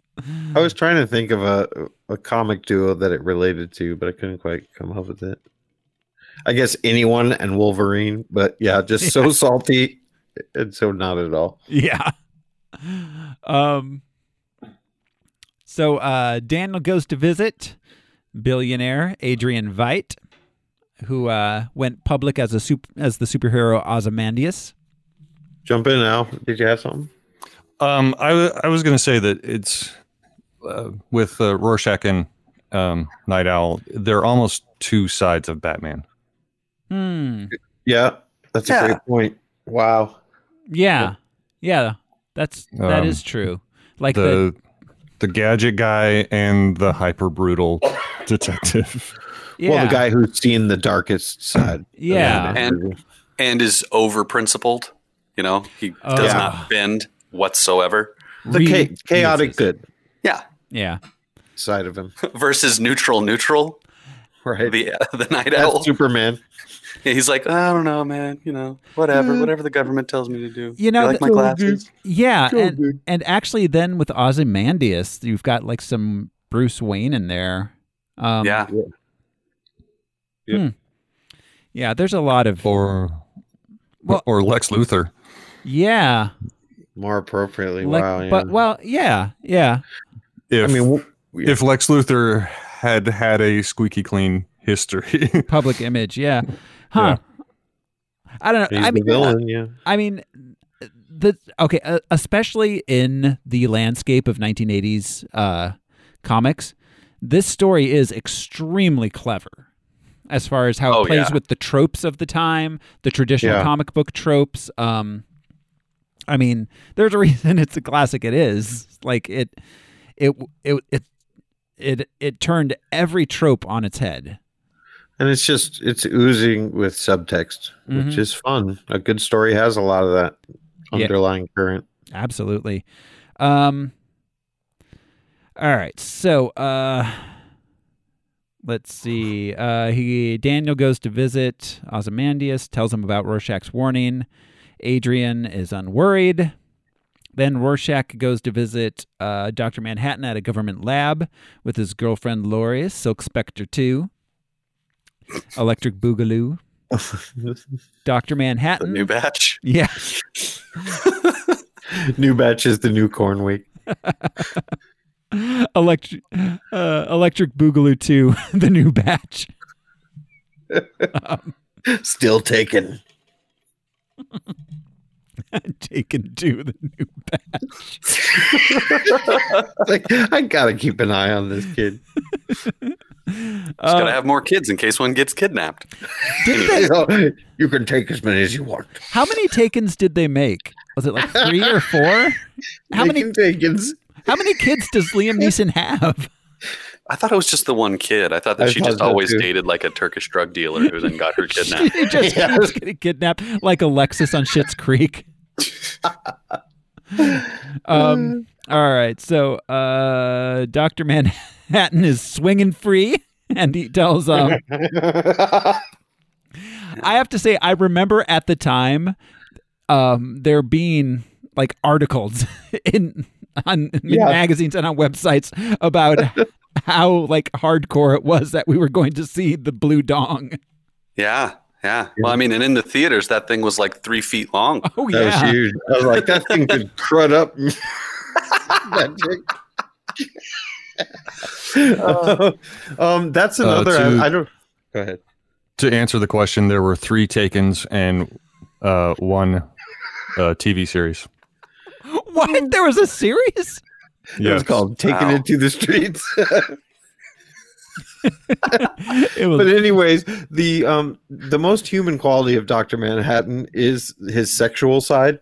B: I was trying to think of a a comic duo that it related to, but I couldn't quite come up with it. I guess anyone and Wolverine, but yeah, just so salty and so not at all.
A: Yeah. Um. So uh, Daniel goes to visit billionaire Adrian Veidt, who uh, went public as a sup- as the superhero Ozymandias.
B: Jump in now. Did you have something?
D: Um, I, w- I was going to say that it's uh, with uh, Rorschach and um, Night Owl, they're almost two sides of Batman.
A: Hmm.
B: Yeah, that's
C: Yeah.
B: a great point. Wow.
A: Yeah. Yeah. That's that
D: Um,
A: is true. Like the
D: The the gadget guy and the hyper brutal detective.
A: yeah.
B: Well, the guy who's seen the darkest side.
A: Yeah.
C: And and is over principled. You know, he does
B: Oh, Yeah.
C: not bend whatsoever.
B: the
A: Really
B: cha- chaotic
A: uses.
B: good
C: Yeah.
A: Yeah.
B: side of him.
C: Versus neutral neutral.
B: Right.
C: The uh, the night
B: That's
C: owl.
B: Superman.
C: Yeah, he's like, I don't know, man. You know,
B: Mm.
C: whatever, whatever the government tells me to do.
A: You know,
C: like my
A: the-
C: glasses.
A: Yeah, and, and actually, then with Ozymandias, you've got like some Bruce Wayne in there. Um,
C: yeah,
A: yeah. There's a lot of
D: or
A: Well-
D: or Lex Luthor.
A: Yeah.
B: More appropriately,
A: Like,
B: wow.
A: But
B: yeah.
A: well, yeah, yeah.
D: If,
B: I mean, w- yeah.
D: if Lex Luthor had had a squeaky clean history,
A: Public image, yeah. Huh. I don't know.
B: he's
A: I mean, uh,
B: the villain, yeah.
A: I mean, the okay, uh, especially in the landscape of 1980s uh, comics, this story is extremely clever as far as how
C: Oh,
A: it plays
C: yeah.
A: with the tropes of the time, the traditional
B: Yeah.
A: comic book tropes. Um, I mean, there's a reason it's a classic. It is like it, it, it, it, it, it turned every trope on its head.
B: And it's just it's oozing with subtext, which
A: Mhm.
B: is fun. A good story has a lot of that
A: Yeah.
B: underlying current.
A: Absolutely. Um All right. So, uh let's see. Uh he Daniel goes to visit Ozymandias, tells him about Rorschach's warning. Adrian is unworried. Then Rorschach goes to visit uh, Dr. Manhattan at a government lab with his girlfriend Loris, Silk Spectre 2, Electric Boogaloo, Dr.
C: The
A: Manhattan.
C: new batch.
A: yeah.
B: new batch is the new corn week.
A: Electric, uh, Electric Boogaloo 2, the new batch.
B: Still taken.
A: Taken 2, the new batch.
B: Like I gotta keep an eye on this kid. uh,
C: Just gotta have more kids in case one gets kidnapped.
B: you, know, you can take as many as you want.
A: How many takens did they make? Was it like three or four? How many
B: Taken, takens?
A: how many kids does Liam Neeson have?
C: I thought it was just the one kid. I thought that
B: I
C: she
B: thought
C: just
B: so,
C: always
B: too.
C: dated like a Turkish drug dealer who then got her
A: He
C: kidnapped.
A: just keeps getting kidnapped like Alexis on Schitt's Creek. um, all right, so uh, Dr. Manhattan is swinging free, and he tells um, I have to say, I remember at the time um, there being like articles in on in
B: Yeah.
A: magazines and on websites about how like hardcore it was that we were going to see the blue dong.
C: yeah, yeah. Well, I mean, and in the theaters, that thing was like three feet long.
A: Oh
B: That was
A: yeah,
B: huge. I was like, that thing could crud up. That thing. um, that's
D: Uh,
B: another.
D: to-
B: I, I don't. Go ahead.
D: to answer the question, there were three takens and uh, one uh, TV series.
A: what? There was a series.
B: It was called "Taking
C: Wow.
B: It to the Streets."
A: It was
B: but anyways, the um the most human quality of Doctor Manhattan is his sexual side,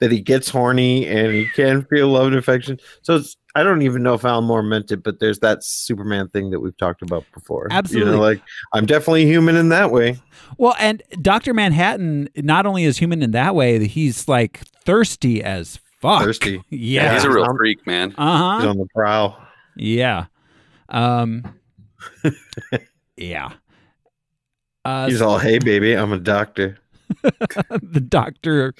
B: that he gets horny and he can feel love and affection. So it's, I don't even know if Alan Moore meant it, but there's that Superman thing that we've talked about before.
A: Absolutely.
B: you know, like I'm definitely human in that way.
A: well, and Doctor Manhattan not only is human in that way, he's like thirsty as fuck.
B: Thirsty.
C: Yeah,
A: Yeah.
C: he's a real
B: Um,
C: freak, man.
A: uh
B: He's
A: huh.
B: on the prowl.
A: Yeah. Um. yeah. Uh,
B: He's all, "Hey, baby, I'm a doctor,
A: the doctor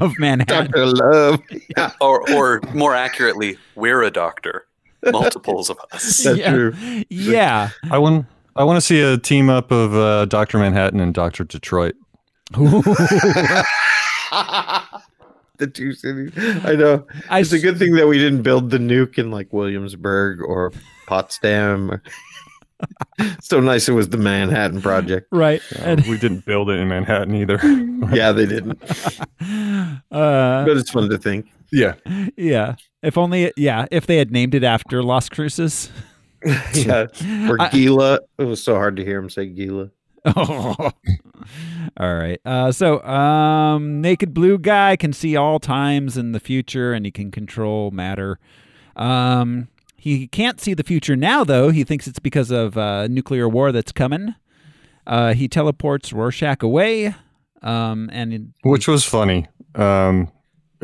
A: of Manhattan.
B: Doctor Love."
C: Or, or more accurately, we're a doctor. Multiples of us.
B: That's
A: Yeah.
B: true.
A: Yeah.
D: I want I want to see a team up of uh, Doctor Manhattan and Doctor Detroit.
B: The two cities. I know.
A: I
B: it's a good thing that we didn't build the nuke in like Williamsburg or Potsdam. so nice it was the Manhattan Project.
A: Right.
B: Oh.
A: And,
D: we didn't build it in Manhattan either.
B: Yeah, they didn't.
A: uh,
B: But it's fun to think.
D: yeah,
A: yeah. If only, yeah, if they had named it after Las Cruces.
B: Yeah. Or
A: I-
B: Gila. It was so hard to hear him say Gila.
A: All right. Uh, so, um, naked blue guy can see all times in the future and he can control matter. Um, he can't see the future now, though. He thinks it's because of uh, nuclear war that's coming. Uh, he teleports Rorschach away. Um, and
D: which was funny. Um,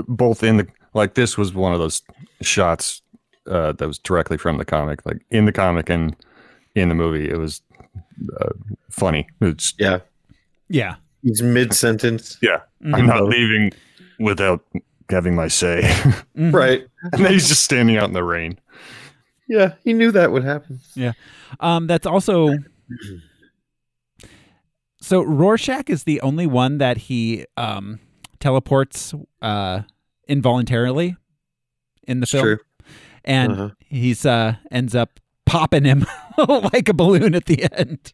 D: both in the like this was one of those shots uh, that was directly from the comic, like in the comic and in the movie. It was uh, funny. It's
B: Yeah.
A: yeah,
B: He's mid sentence.
D: yeah. I'm not leaving without having my say.
A: Mm-hmm.
B: Right.
D: and then he's just standing out in the rain.
B: Yeah. He knew that would happen.
A: Um, that's also. So Rorschach is the only one that he um, teleports uh, involuntarily in the
B: It's
A: film,
B: true.
A: and
B: Uh-huh.
A: he's uh, ends up popping him like a balloon at the end.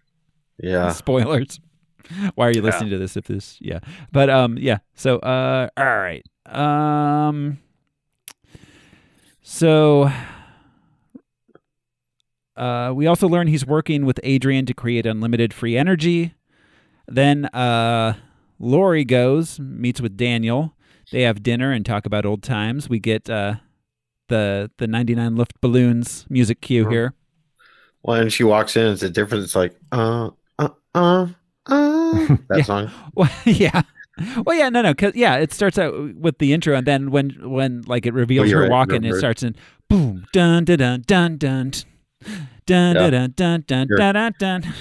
B: Yeah.
A: Spoilers. Why are you listening to this if this? Yeah, but um, yeah. So uh, all right. Um, so uh, we also learn he's working with Adrian to create unlimited free energy. Then uh, Lori goes, meets with Daniel. They have dinner and talk about old times. We get uh, the the 99 Luft Balloons music cue here.
B: When she walks in, it's a different. It's like, uh, uh, uh, uh. That
A: Yeah.
B: song.
A: Well, yeah. Well, yeah, no, no, 'cause- yeah, it starts out with the intro, and then when when like it reveals
B: Well, you're
A: her
B: right,
A: walking, it
B: remember.
A: starts in boom, dun dun dun dun dun dun
B: Yeah.
A: dun dun dun dun
B: You're-
A: dun dun dun.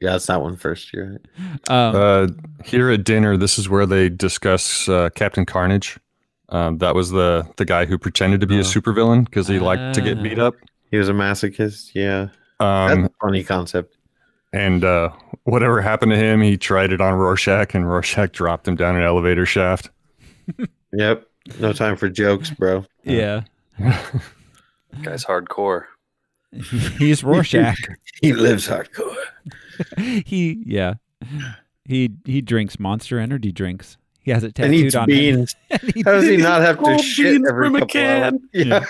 B: Yeah, it's that one first. You're right.
A: Um,
D: Uh, here at dinner, this is where they discuss uh, Captain Carnage. Um, that was the the guy who pretended to be a supervillain because he liked to get beat up.
B: He was a masochist. Yeah. That's
D: Um,
B: a funny concept.
D: and uh, whatever happened to him, he tried it on Rorschach, and Rorschach dropped him down an elevator shaft.
B: Yep. No time for jokes, bro.
A: yeah,
C: Guy's hardcore.
A: he's Rorschach.
B: He lives hardcore.
A: he yeah, he he drinks Monster Energy drinks. He has it
B: And
A: tattooed
B: eats
A: on him.
B: beans. How does he not have to
C: Cold
B: shit
C: beans
B: every
C: from a
B: couple hours? Yeah.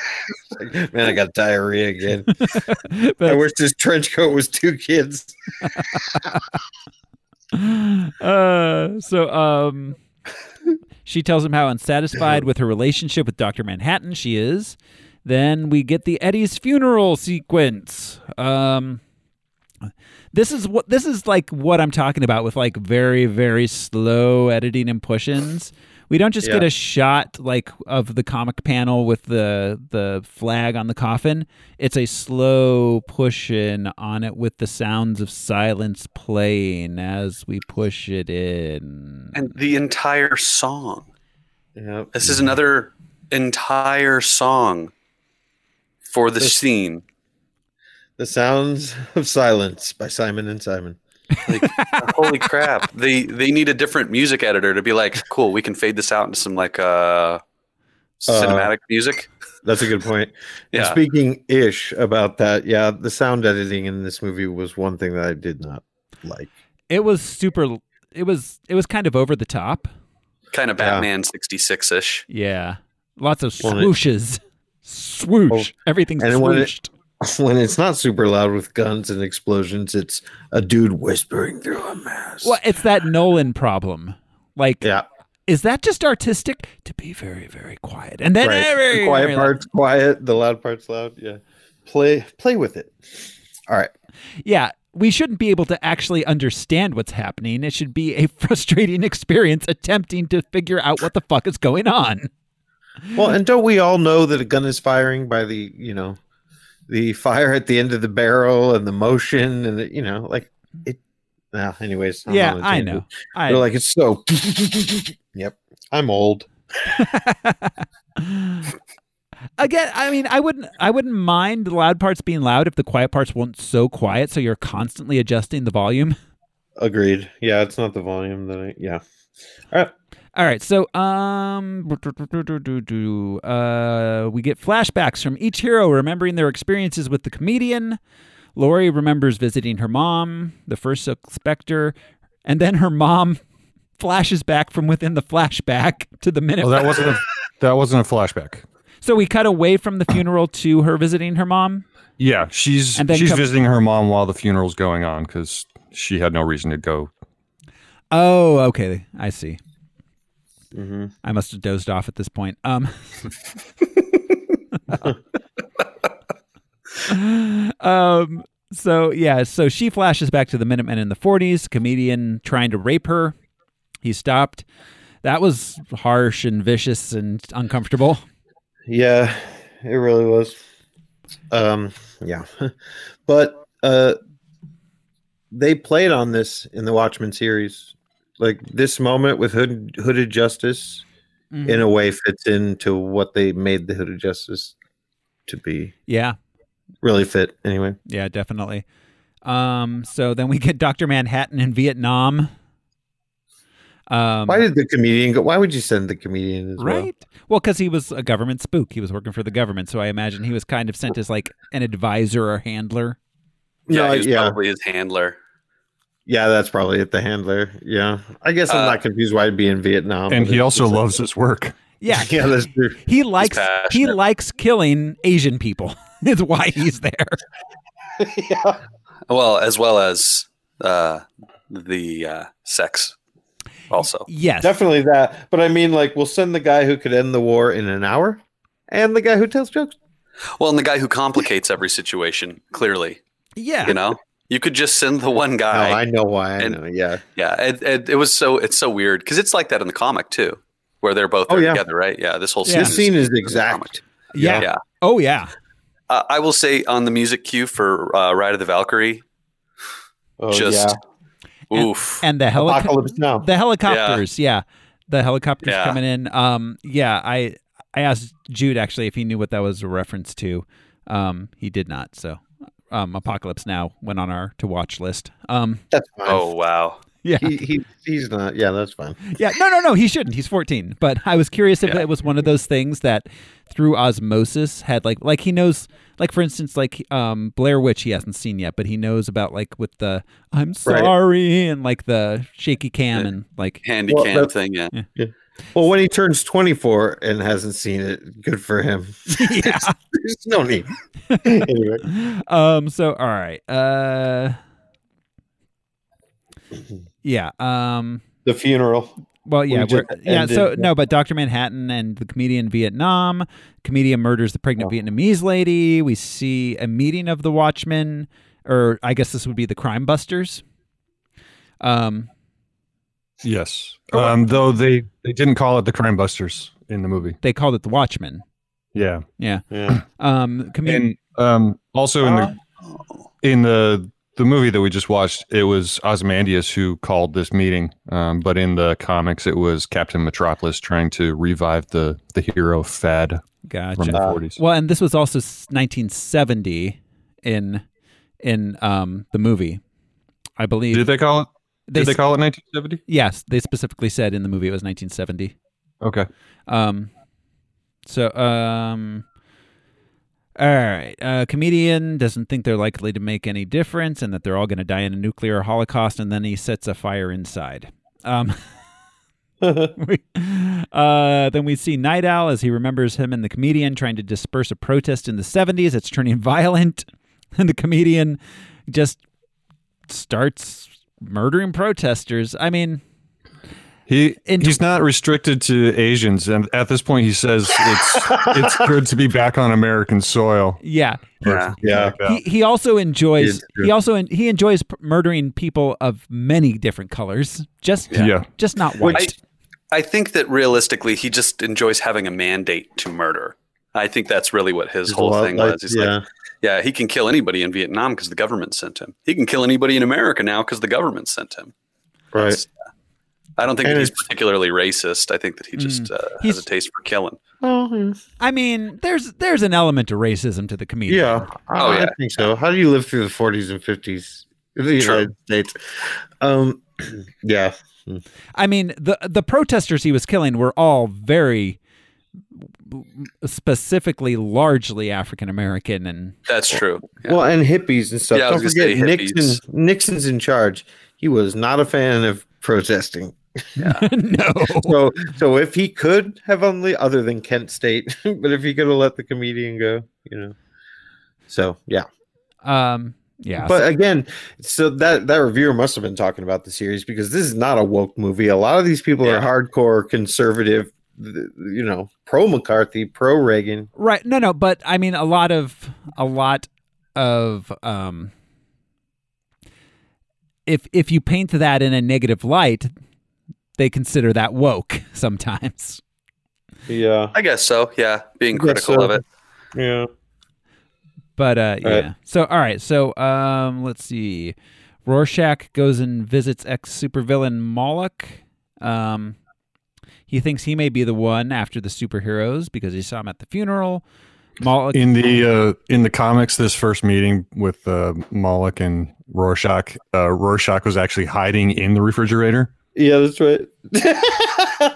B: Like, Man, I got diarrhea again. I
A: But-
B: wish this trench coat was two kids.
A: uh, so um she tells him how unsatisfied with her relationship with Dr. Manhattan she is. Then we get the Eddie's funeral sequence. Um this is what this is like what I'm talking about with like very very slow editing and push-ins. We don't just get
B: Yeah.
A: a shot like of the comic panel with the the flag on the coffin. It's a slow push in on it with the sounds of silence playing as we push it in.
C: And the entire song.
B: Yep.
C: This is another entire song for the scene.
B: The Sounds of Silence by Simon and Simon.
C: Like, holy crap! They they need a different music editor to be like, cool. We can fade this out into some like uh, cinematic music.
B: That's a good point. And
C: Yeah.
B: Speaking ish about that, yeah, the sound editing in this movie was one thing that I did not like.
A: It was super it was it was kind of over the top.
C: Kind of
B: Yeah.
C: Batman sixty six ish.
A: Yeah. Lots of
B: Well, it- Oh,
A: swooshes. Swoosh. Everything's
B: and when it-
A: swooshed.
B: When it's not super loud with guns and explosions, it's a dude whispering through a mask.
A: well, it's that Nolan problem. Like
B: Yeah,
A: is that just artistic to be very very quiet and then
B: right.
A: very,
B: The quiet
A: very loud.
B: part's quiet, the loud part's loud. Yeah, play play with it. All right.
A: yeah we shouldn't be able to actually understand what's happening it should be a frustrating experience attempting to figure out what the fuck is going on
B: Well, and don't we all know that a gun is firing by the you know the fire at the end of the barrel and the motion and the, you know like it. Now, anyways. I'm
A: yeah
B: on
A: i
B: a tangent.
A: know i
B: They're like, it's so. yep. I'm old.
A: again i mean i wouldn't i wouldn't mind the loud parts being loud if the quiet parts weren't so quiet so you're constantly adjusting the volume
B: Agreed. Yeah, it's not the volume that I. Yeah. All right.
A: All right, so um, uh, we get flashbacks from each hero remembering their experiences with the comedian. Lori remembers visiting her mom, the first specter, and then her mom flashes back from within the flashback to the minute.
D: Oh, that wasn't a, that wasn't a flashback.
A: so we cut away from the funeral to her visiting her mom.
D: Yeah, she's
A: And then
D: she's
A: come-
D: visiting her mom while the funeral's going on because she had no reason to go.
A: Oh, okay, I see. I must have dozed off at this point. Um, um, so yeah, so she flashes back to the Minutemen in the '40s, comedian trying to rape her. He stopped. That was harsh and vicious and uncomfortable.
B: Yeah, it really was. Um, yeah. but uh they played on this in the Watchmen series. Like this moment with Hood, Hooded Justice
A: Mm-hmm.
B: in a way fits into what they made the Hooded Justice to be.
A: Yeah,
B: Really fit anyway.
A: yeah, definitely. Um, so then we get Doctor Manhattan in Vietnam. Um,
B: Why did the comedian go? Why would you send the comedian as well?
A: right? Well, because he was a government spook. He was working for the government, so I imagine he was kind of sent as like an advisor or handler.
C: Yeah,
B: No,
C: he was
B: yeah.
C: probably his handler.
B: Yeah, that's probably it. The handler. Yeah, I guess I'm
C: Uh,
B: not confused why he'd be in Vietnam.
D: and
B: but
D: he
B: it's
D: also
B: just like-
D: loves his work.
A: Yeah,
B: Yeah, that's true.
A: he likes he
C: passionate.
A: likes killing Asian people. Is why he's there.
C: Well, as well as uh, the uh, sex, also.
A: Yes,
B: Definitely that. But I mean, like, we'll send the guy who could end the war in an hour, and the guy who tells jokes.
C: Well, and the guy who complicates every situation, clearly,
A: yeah.
C: you know? You could just send the one
B: No,
C: guy.
B: I know why. I
C: and-
B: know. Yeah.
C: Yeah, it, it, it was so it's so weird because it's like that in the comic too, where they're both
B: Oh,
C: there
B: yeah.
C: together, right? Yeah, this whole
A: Yeah.
B: This scene is exact.
C: comic.
A: yeah,
C: yeah.
A: Oh yeah.
C: Uh, I will say on the music cue for uh, Ride of the Valkyrie,
B: Oh,
C: just
A: And-
C: oof. Oh,
A: And the
B: yeah.
A: helicopter.
B: Apocalypse Now.
A: The helicopters, yeah. The helicopters
C: Yeah.
A: coming in. Um, yeah, I I asked Jude actually if he knew what that was a reference to. Um, he did not. So, um, Apocalypse Now went on our to watch list. Um,
B: That's fine.
C: oh wow,
A: yeah,
B: He, he, he's not. Yeah, that's fine.
A: yeah. No, no, no. He shouldn't. He's 14. But I was curious if
C: Yeah.
A: it was one of those things that through osmosis had like like he knows like for instance like um Blair Witch he hasn't seen yet, but he knows about like with the I'm sorry and like the shaky cam and like
C: handy
B: Well,
C: cam
B: that's-
C: thing. Yeah,
B: Well, when he turns 24 and hasn't seen it, good for him.
A: yeah.
B: There's no need. anyway,
A: um so all right uh yeah um
B: the funeral.
A: well yeah
B: We
A: we're,
B: just
A: yeah
B: ended-
A: so no but dr manhattan and the comedian vietnam comedian murders the pregnant vietnamese lady we see a meeting of the watchmen or i guess this would be the crime busters um
D: Yes.
A: Oh,
D: Um, though they, they didn't call it the Crime Busters in the movie.
A: they called it the watchmen
D: Yeah.
A: yeah
B: Yeah.
A: um comedian
D: And um, also in the in the the movie that we just watched, it was Ozymandias who called this meeting. Um, but in the comics, it was Captain Metropolis trying to revive the the hero fad from
A: gotcha
D: the forties.
A: Well, and this was also s- 1970 in in um, the movie, I believe.
D: Did they call it?
A: They
D: did they
A: s-
D: call it 1970?
A: yes, they specifically said in the movie it was 1970.
D: Okay.
A: Um, so, um, all right. Uh, comedian doesn't think they're likely to make any difference and that they're all going to die in a nuclear holocaust, and then he sets a fire inside. Um, we, uh, then we see Night Owl as he remembers him and the comedian trying to disperse a protest in the 70s. It's turning violent, and the comedian just starts murdering protesters. I mean,
D: He
A: In-
D: he's not restricted to Asians, and at this point, he says it's it's good to be back on American soil.
A: yeah,
C: yeah.
B: Yeah.
A: he, he also enjoys
B: It's true.
A: he also en- he enjoys p- murdering people of many different colors just
D: Yeah. Yeah.
A: just not white
C: I, I think that realistically, he just enjoys having a mandate to murder. I think that's really what his
B: There's a
C: whole
B: lot-
C: thing
B: like,
C: was. He's
B: yeah.
C: like, yeah, he can kill anybody in Vietnam because the government sent him. He can kill anybody in America now because the government sent him.
B: right.
C: I don't think
B: And
C: that he's
B: it's- Mm. particularly
C: particularly racist. I think that he just uh,
A: He's-
C: has a taste for killing.
A: i mean there's there's an element of racism to the comedian
B: Yeah.
C: Oh,
B: I, I
C: yeah.
B: think so. How do you live through the 40s and 50s in the
C: Sure.
B: United States? Um, yeah.
A: i mean the the protesters he was killing were all very specifically largely african american and
C: That's true. Yeah.
B: Well, and hippies and stuff.
C: Yeah, I
B: Don't
C: was gonna
B: forget
C: say
B: Nixon.
C: hippies.
B: Nixon's in charge. He was not a fan of protesting.
A: no
B: So, so if he could have only other than Kent State, but if he could have let the comedian go, you know. So yeah,
A: um yeah
B: but again, so that that reviewer must have been talking about the series because this is not a woke movie. A lot of these people are
C: Yeah.
B: hardcore conservative, th- you know, pro McCarthy, pro Reagan.
A: Right. No, no, but I mean a lot of a lot of um if if you paint that in a negative light, they consider that woke sometimes.
B: Yeah,
C: I guess so. Yeah, being
B: I guess
C: critical
B: so.
C: of it.
B: yeah.
A: But uh yeah.
B: All right.
A: So all right, so um let's see. Rorschach goes and visits ex supervillain Moloch. Um he thinks he may be the one after the superheroes because he saw him at the funeral. Moloch
D: In the uh, in the comics, this first meeting with uh, Moloch and Rorschach, uh, Rorschach was actually hiding in the refrigerator.
B: Yeah, that's right.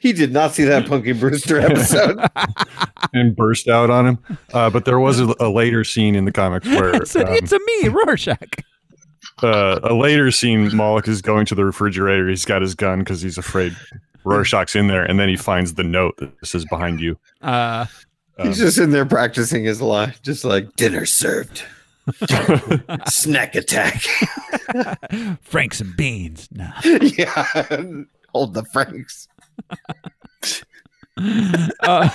B: he did not see that Punky Brewster episode.
D: and burst out on him. Uh, but there was a, a later scene in the comics where
A: It's a,
D: um,
A: it's a me, Rorschach.
D: uh, a later scene, Moloch is going to the refrigerator. He's got his gun because he's afraid Rorschach's in there, and then he finds the note that says behind you.
A: Uh,
D: Um,
B: He's just in there practicing his line, just like dinner served. Snack attack.
A: Franks and beans. No.
B: yeah. Hold the Franks.
A: Uh,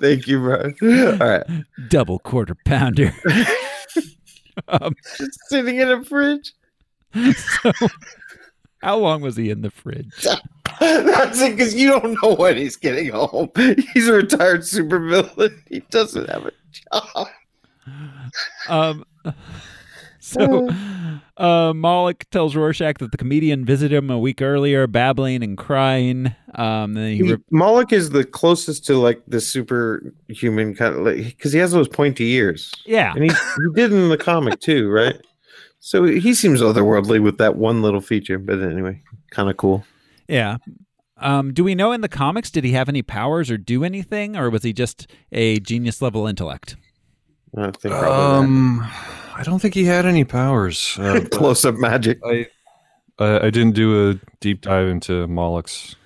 B: Thank you, bro. All right.
A: double quarter pounder.
B: Just sitting in a fridge.
A: How long was he in the fridge?
B: That's it, because you don't know when he's getting home. He's a retired supervillain. He doesn't have a job.
A: Um, so uh, Moloch tells Rorschach that the comedian visited him a week earlier, babbling and crying. Um, then he
B: He,
A: re-
B: Moloch is the closest to like the superhuman kind of like because he has those pointy ears,
A: yeah,
B: and he, he did in the comic too, right? So he seems otherworldly with that one little feature, but anyway, kind of cool.
A: yeah. Um, do we know in the comics did he have any powers or do anything, or was he just a genius level intellect?
B: I think probably
D: Um, I don't think he had any powers. Uh,
B: that. close up
A: um,
B: magic.
D: I, I I didn't do a deep dive into Moloch's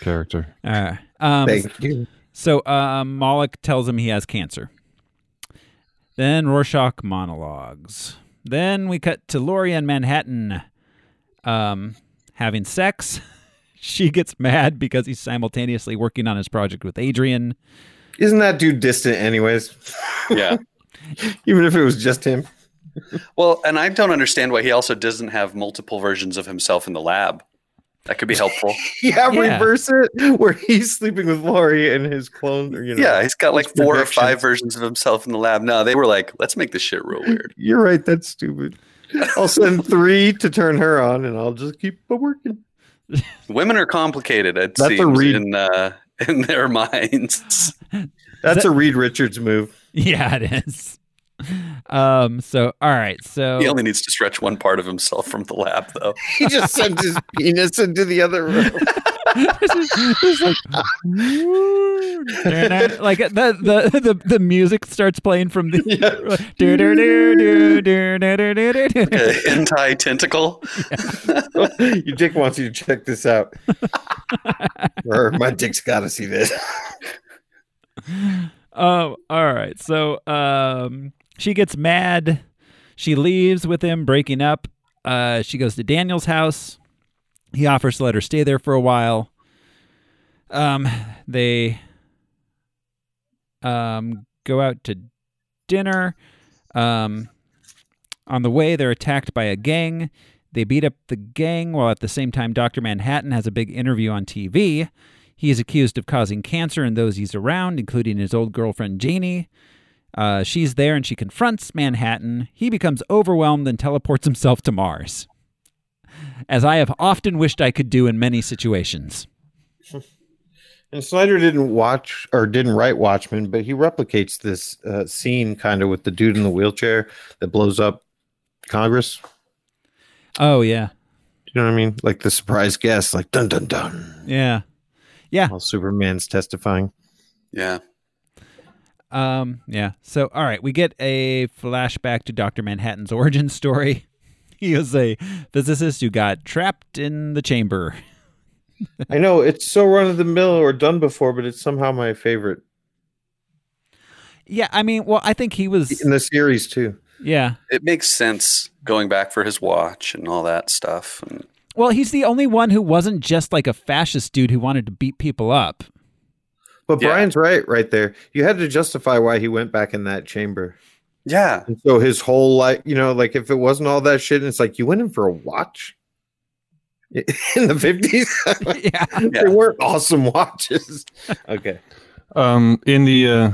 D: character.
A: All right. Um,
B: Thank you.
A: So um, Moloch tells him he has cancer. Then Rorschach monologues. Then we cut to Laurie in Manhattan um, having sex. She gets mad because he's simultaneously working on his project with Adrian.
B: Isn't that dude distant, anyways?
C: Yeah.
B: Even if it was just him.
C: Well, and I don't understand why he also doesn't have multiple versions of himself in the lab. That could be helpful.
B: Yeah,
A: Yeah.
B: reverse it where he's sleeping with Laurie and his clone. You know,
C: yeah, he's got like
B: His
C: four or
B: projections.
C: five versions of himself in the lab. No, they were like, let's make this shit real weird.
B: You're right. That's stupid. I'll send three to turn her on, and I'll just keep a working.
C: Women are complicated. It
B: That's a
C: seems
B: read-
C: in uh, in their minds.
B: That's a Reed Richards move.
A: Yeah, it is. Um, so, all right. So,
B: Oh.
C: He only needs to stretch one part of himself from the lab, though.
B: He just sends his penis into the other room.
A: This is- this is like, "Woo." like the, the the the music starts playing from the do do do do do do do do do.
C: Uh, Anti tentacle.
B: Your dick wants you to check this out. or my dick's got to see this.
A: Oh, all right. So, um, she gets mad. She leaves with him, breaking up. Uh, she goes to Daniel's house. He offers to let her stay there for a while. Um, they um go out to dinner. Um, on the way, they're attacked by a gang. They beat up the gang while at the same time, Dr. Manhattan has a big interview on TV. He is accused of causing cancer in those he's around, including his old girlfriend Janie. Uh, she's there and she confronts Manhattan. He becomes overwhelmed and teleports himself to Mars, as I have often wished I could do in many situations.
B: And Snyder didn't watch or didn't write Watchmen, but he replicates this uh, scene kind of with the dude in the wheelchair that blows up Congress.
A: Oh yeah,
B: You know what I mean? Like the surprise guest, like dun dun dun,
A: yeah.
B: while Superman's testifying.
C: Yeah.
A: Um, yeah. So, all right, we get a flashback to Dr. Manhattan's origin story. He is a physicist who got trapped in the chamber.
B: I know it's so run of the mill or done before, but it's somehow my favorite
A: Yeah, I mean, well, I think he was.
B: in the series too.
A: Yeah.
C: It makes sense going back for his watch and all that stuff. And
A: Well, he's the only one who wasn't just like a fascist dude who wanted to beat people up.
B: But
C: Yeah.
B: Brian's right, right there. You had to justify why he went back in that chamber.
C: yeah.
B: And so his whole life, you know, like if it wasn't all that shit, it's like you went in for a watch in the fifties.
A: yeah.
B: they weren't awesome watches. Okay,
D: Um, in the uh,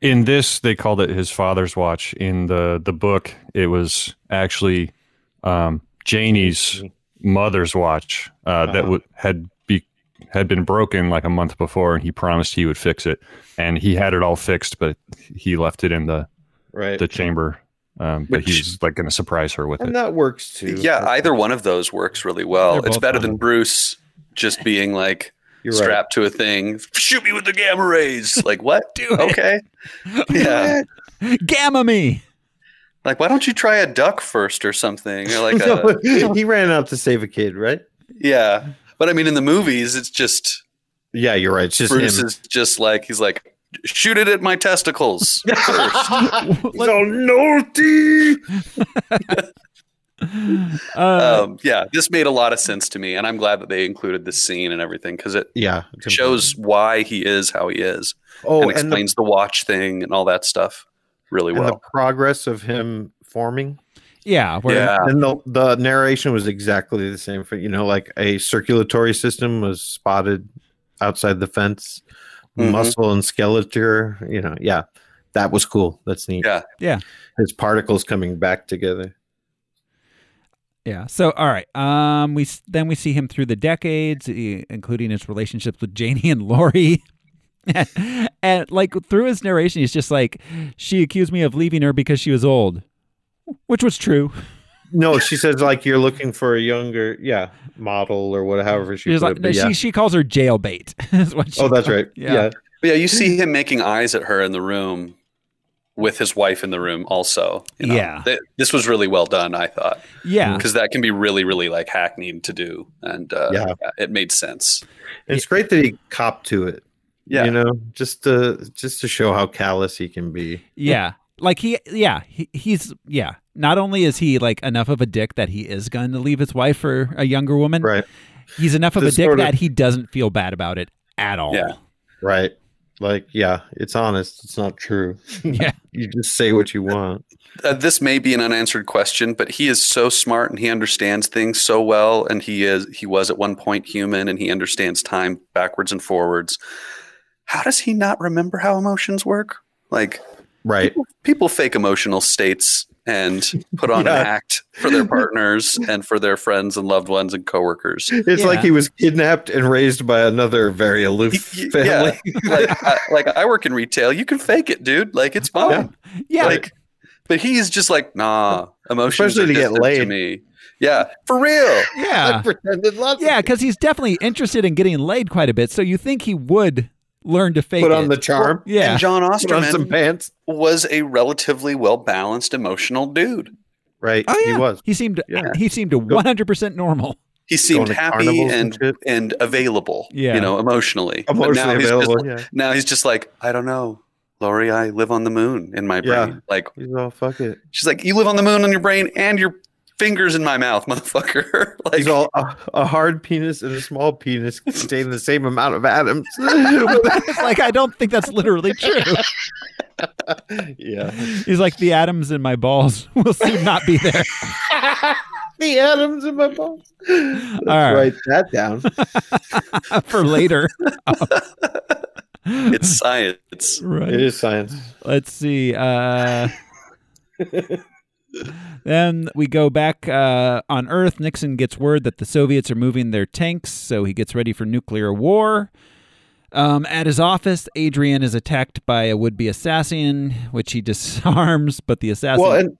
D: in this, they called it his father's watch. In the the book, it was actually um, Janie's mother's watch uh, that w- had be had been broken like a month before, and he promised he would fix it, and he had it all fixed, but he left it in the
B: right.
D: the chamber um, but
C: Which-
D: he's like going to surprise her with it.
B: and that works too.
C: Yeah, either one of those works really well.
A: They're
C: It's
A: both
C: better
A: fun.
C: than Bruce just being like
B: You're right.
C: strapped to a thing. Shoot me with the gamma rays. Like what? okay. Yeah.
A: Gamma me.
C: Like why don't you try a duck first or something? Or like a,
B: No, he ran out to save a kid, right?
C: yeah. But I mean, in the movies, it's just
B: Yeah, you're right. It's just
C: Bruce
B: him.
C: is just like he's like shoot it at my testicles.
B: He's all naughty.
A: Uh,
C: um, yeah, this made a lot of sense to me, and I'm glad that they included this scene and everything because it
B: Yeah,
C: shows why he is how he is
B: Oh,
C: and
B: and the,
C: explains the, watch thing and all that stuff really
B: and
C: well.
B: the progress of him forming.
A: yeah, where
C: yeah,
B: And the the narration was exactly the same for you know, like a circulatory system was spotted outside the fence,
C: Mhm.
B: muscle and skeletor. You know, yeah, that was cool. That's neat.
C: Yeah.
A: Yeah.
B: his particles coming back together.
A: Yeah. So, all right. Um, we s- then we see him through the decades, i- including his relationships with Janie and Laurie. and like through his narration, he's just like, she accused me of leaving her because she was old, which was true.
B: No, she says like you're looking for a younger, yeah, model or whatever she
A: She was
B: put
A: like,
B: it, but yeah.
A: she she calls her jailbait. is what she
B: Oh, that's
A: calls-
B: right.
A: Yeah.
B: Yeah.
C: But yeah, you see him making eyes at her in the room with his wife in the room also. you know.
A: Yeah.
C: Th- this was really well done, I thought,
A: Yeah.
C: because that can be really, really like hackneyed to do. And uh,
B: Yeah.
C: yeah, it made sense.
B: It's great that he copped to it.
C: Yeah.
B: You know, just to just to show how callous he can be.
A: Yeah. Like he yeah, he, he's yeah. Not only is he like enough of a dick that he is going to leave his wife for a younger woman,
B: Right.
A: he's enough of a
B: This
A: dick
B: sort of-
A: that he doesn't feel bad about it at all.
C: Yeah.
B: Right. Like, yeah, it's honest. It's not true.
A: Yeah.
B: you just say what you want.
C: Uh, this may be an unanswered question, but he is so smart and he understands things so well. And he is, he was at one point human and he understands time backwards and forwards. How does he not remember how emotions work? Like,
B: Right.
C: people, people fake emotional states and put on
B: Yeah.
C: an act for their partners and for their friends and loved ones and coworkers.
B: It's like
A: Yeah.
B: he was kidnapped and raised by another very aloof
C: Y- y-
B: family.
C: Like I, like I work in retail, you can fake it, dude. Like it's fine.
B: Yeah.
A: Yeah.
C: Like, but he's just like, nah, emotions
B: Especially
C: are
B: to get
C: distant to
B: laid.
C: me. Yeah, for real.
A: yeah.
B: I pretended lots of
A: Yeah, because he's definitely interested in getting laid quite a bit. So you think he would learn to fake
B: Put
A: it.
B: on the charm.
A: yeah.
C: And John
B: Put on some
C: Osterman
B: pants.
C: was a relatively well balanced emotional dude.
B: Right.
A: Oh, yeah.
B: He was.
A: He seemed
B: Yeah.
A: he seemed 100% normal.
C: He seemed
B: to
C: happy
B: carnivals and
C: and
B: shit.
C: and available.
A: Yeah.
C: you know, emotionally. But now
B: Emotionally
C: he's just
B: available. yeah.
C: now he's just like, I don't know, Lori, I live on the moon in my brain.
B: Yeah.
C: Like
B: He's all fuck it.
C: she's like, you live on the moon on your brain and your fingers in my mouth, motherfucker. like
B: He's all a, a hard penis and a small penis contain the same amount of atoms. yeah.
A: It's like I don't think that's literally true. He's like the atoms in my balls will soon not be there.
B: The atoms in my balls. Let's
A: right.
B: write that down.
A: for later.
C: it's science.
A: Right.
B: It is science.
A: Let's see. Uh, then we go back uh, on Earth. Nixon gets word that the Soviets are moving their tanks, so he gets ready for nuclear war. Um, at his office, Adrian is attacked by a would be assassin, which he disarms, but the assassin.
B: well, and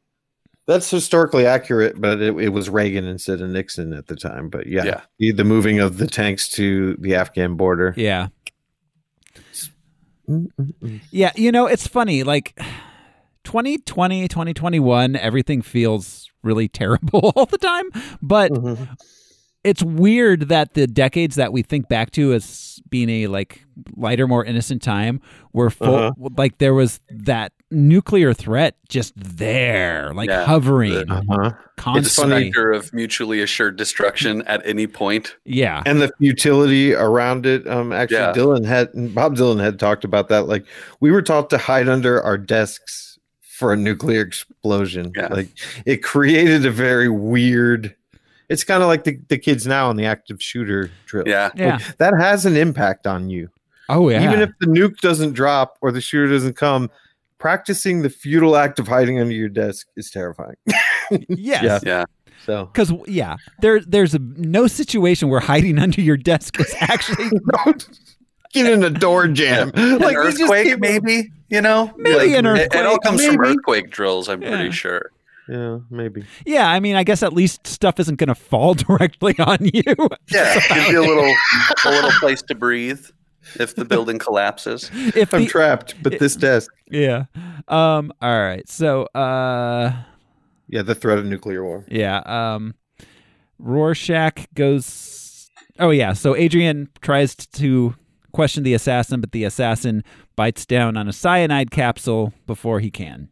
B: that's historically accurate, but it, it was Reagan instead of Nixon at the time. But yeah,
C: Yeah.
B: The, the moving of the tanks to the Afghan border.
A: yeah. Yeah, you know, it's funny. Like 2020, 2021, everything feels really terrible all the time, but
B: Mhm.
A: it's weird that the decades that we think back to as being a like lighter, more innocent time were full. Like there was that nuclear threat just there, like
C: Yeah.
A: hovering
B: Uh-huh.
C: It's the
A: constantly.
C: specter of mutually assured destruction at any point.
A: yeah,
B: And the futility around it. Um, actually,
C: Yeah.
B: Dylan had Bob Dylan had talked about that. Like we were taught to hide under our desks for a nuclear explosion.
C: Yeah.
B: Like it created a very weird. It's kind of like the, the kids now on the active shooter drill.
C: Yeah.
A: yeah.
B: That has an impact on you.
A: Oh yeah.
B: Even if the nuke doesn't drop or the shooter doesn't come, practicing the futile act of hiding under your desk is terrifying.
A: yes.
B: Yeah.
C: Yeah.
B: So
A: Because yeah, there there's no situation where hiding under your desk is actually
B: get in a door jam.
C: Like
B: Like
C: an
B: we just
C: earthquake,
B: keep-
C: maybe you know,
A: Maybe an
C: it- It all
A: earthquake,
C: comes from
A: maybe.
C: earthquake drills. I'm
A: Yeah.
C: pretty sure.
B: Yeah, maybe.
A: Yeah, I mean, I guess at least stuff isn't going to fall directly on you.
C: Yeah, gives you a little a little place to breathe if the building collapses.
A: If
B: I'm
A: the-
B: trapped, but this desk.
A: yeah. Um. All right. So. Uh.
B: Yeah, the threat of nuclear war.
A: Yeah. Um. Rorschach goes. Oh yeah. So Adrian tries to question the assassin, but the assassin bites down on a cyanide capsule before he can.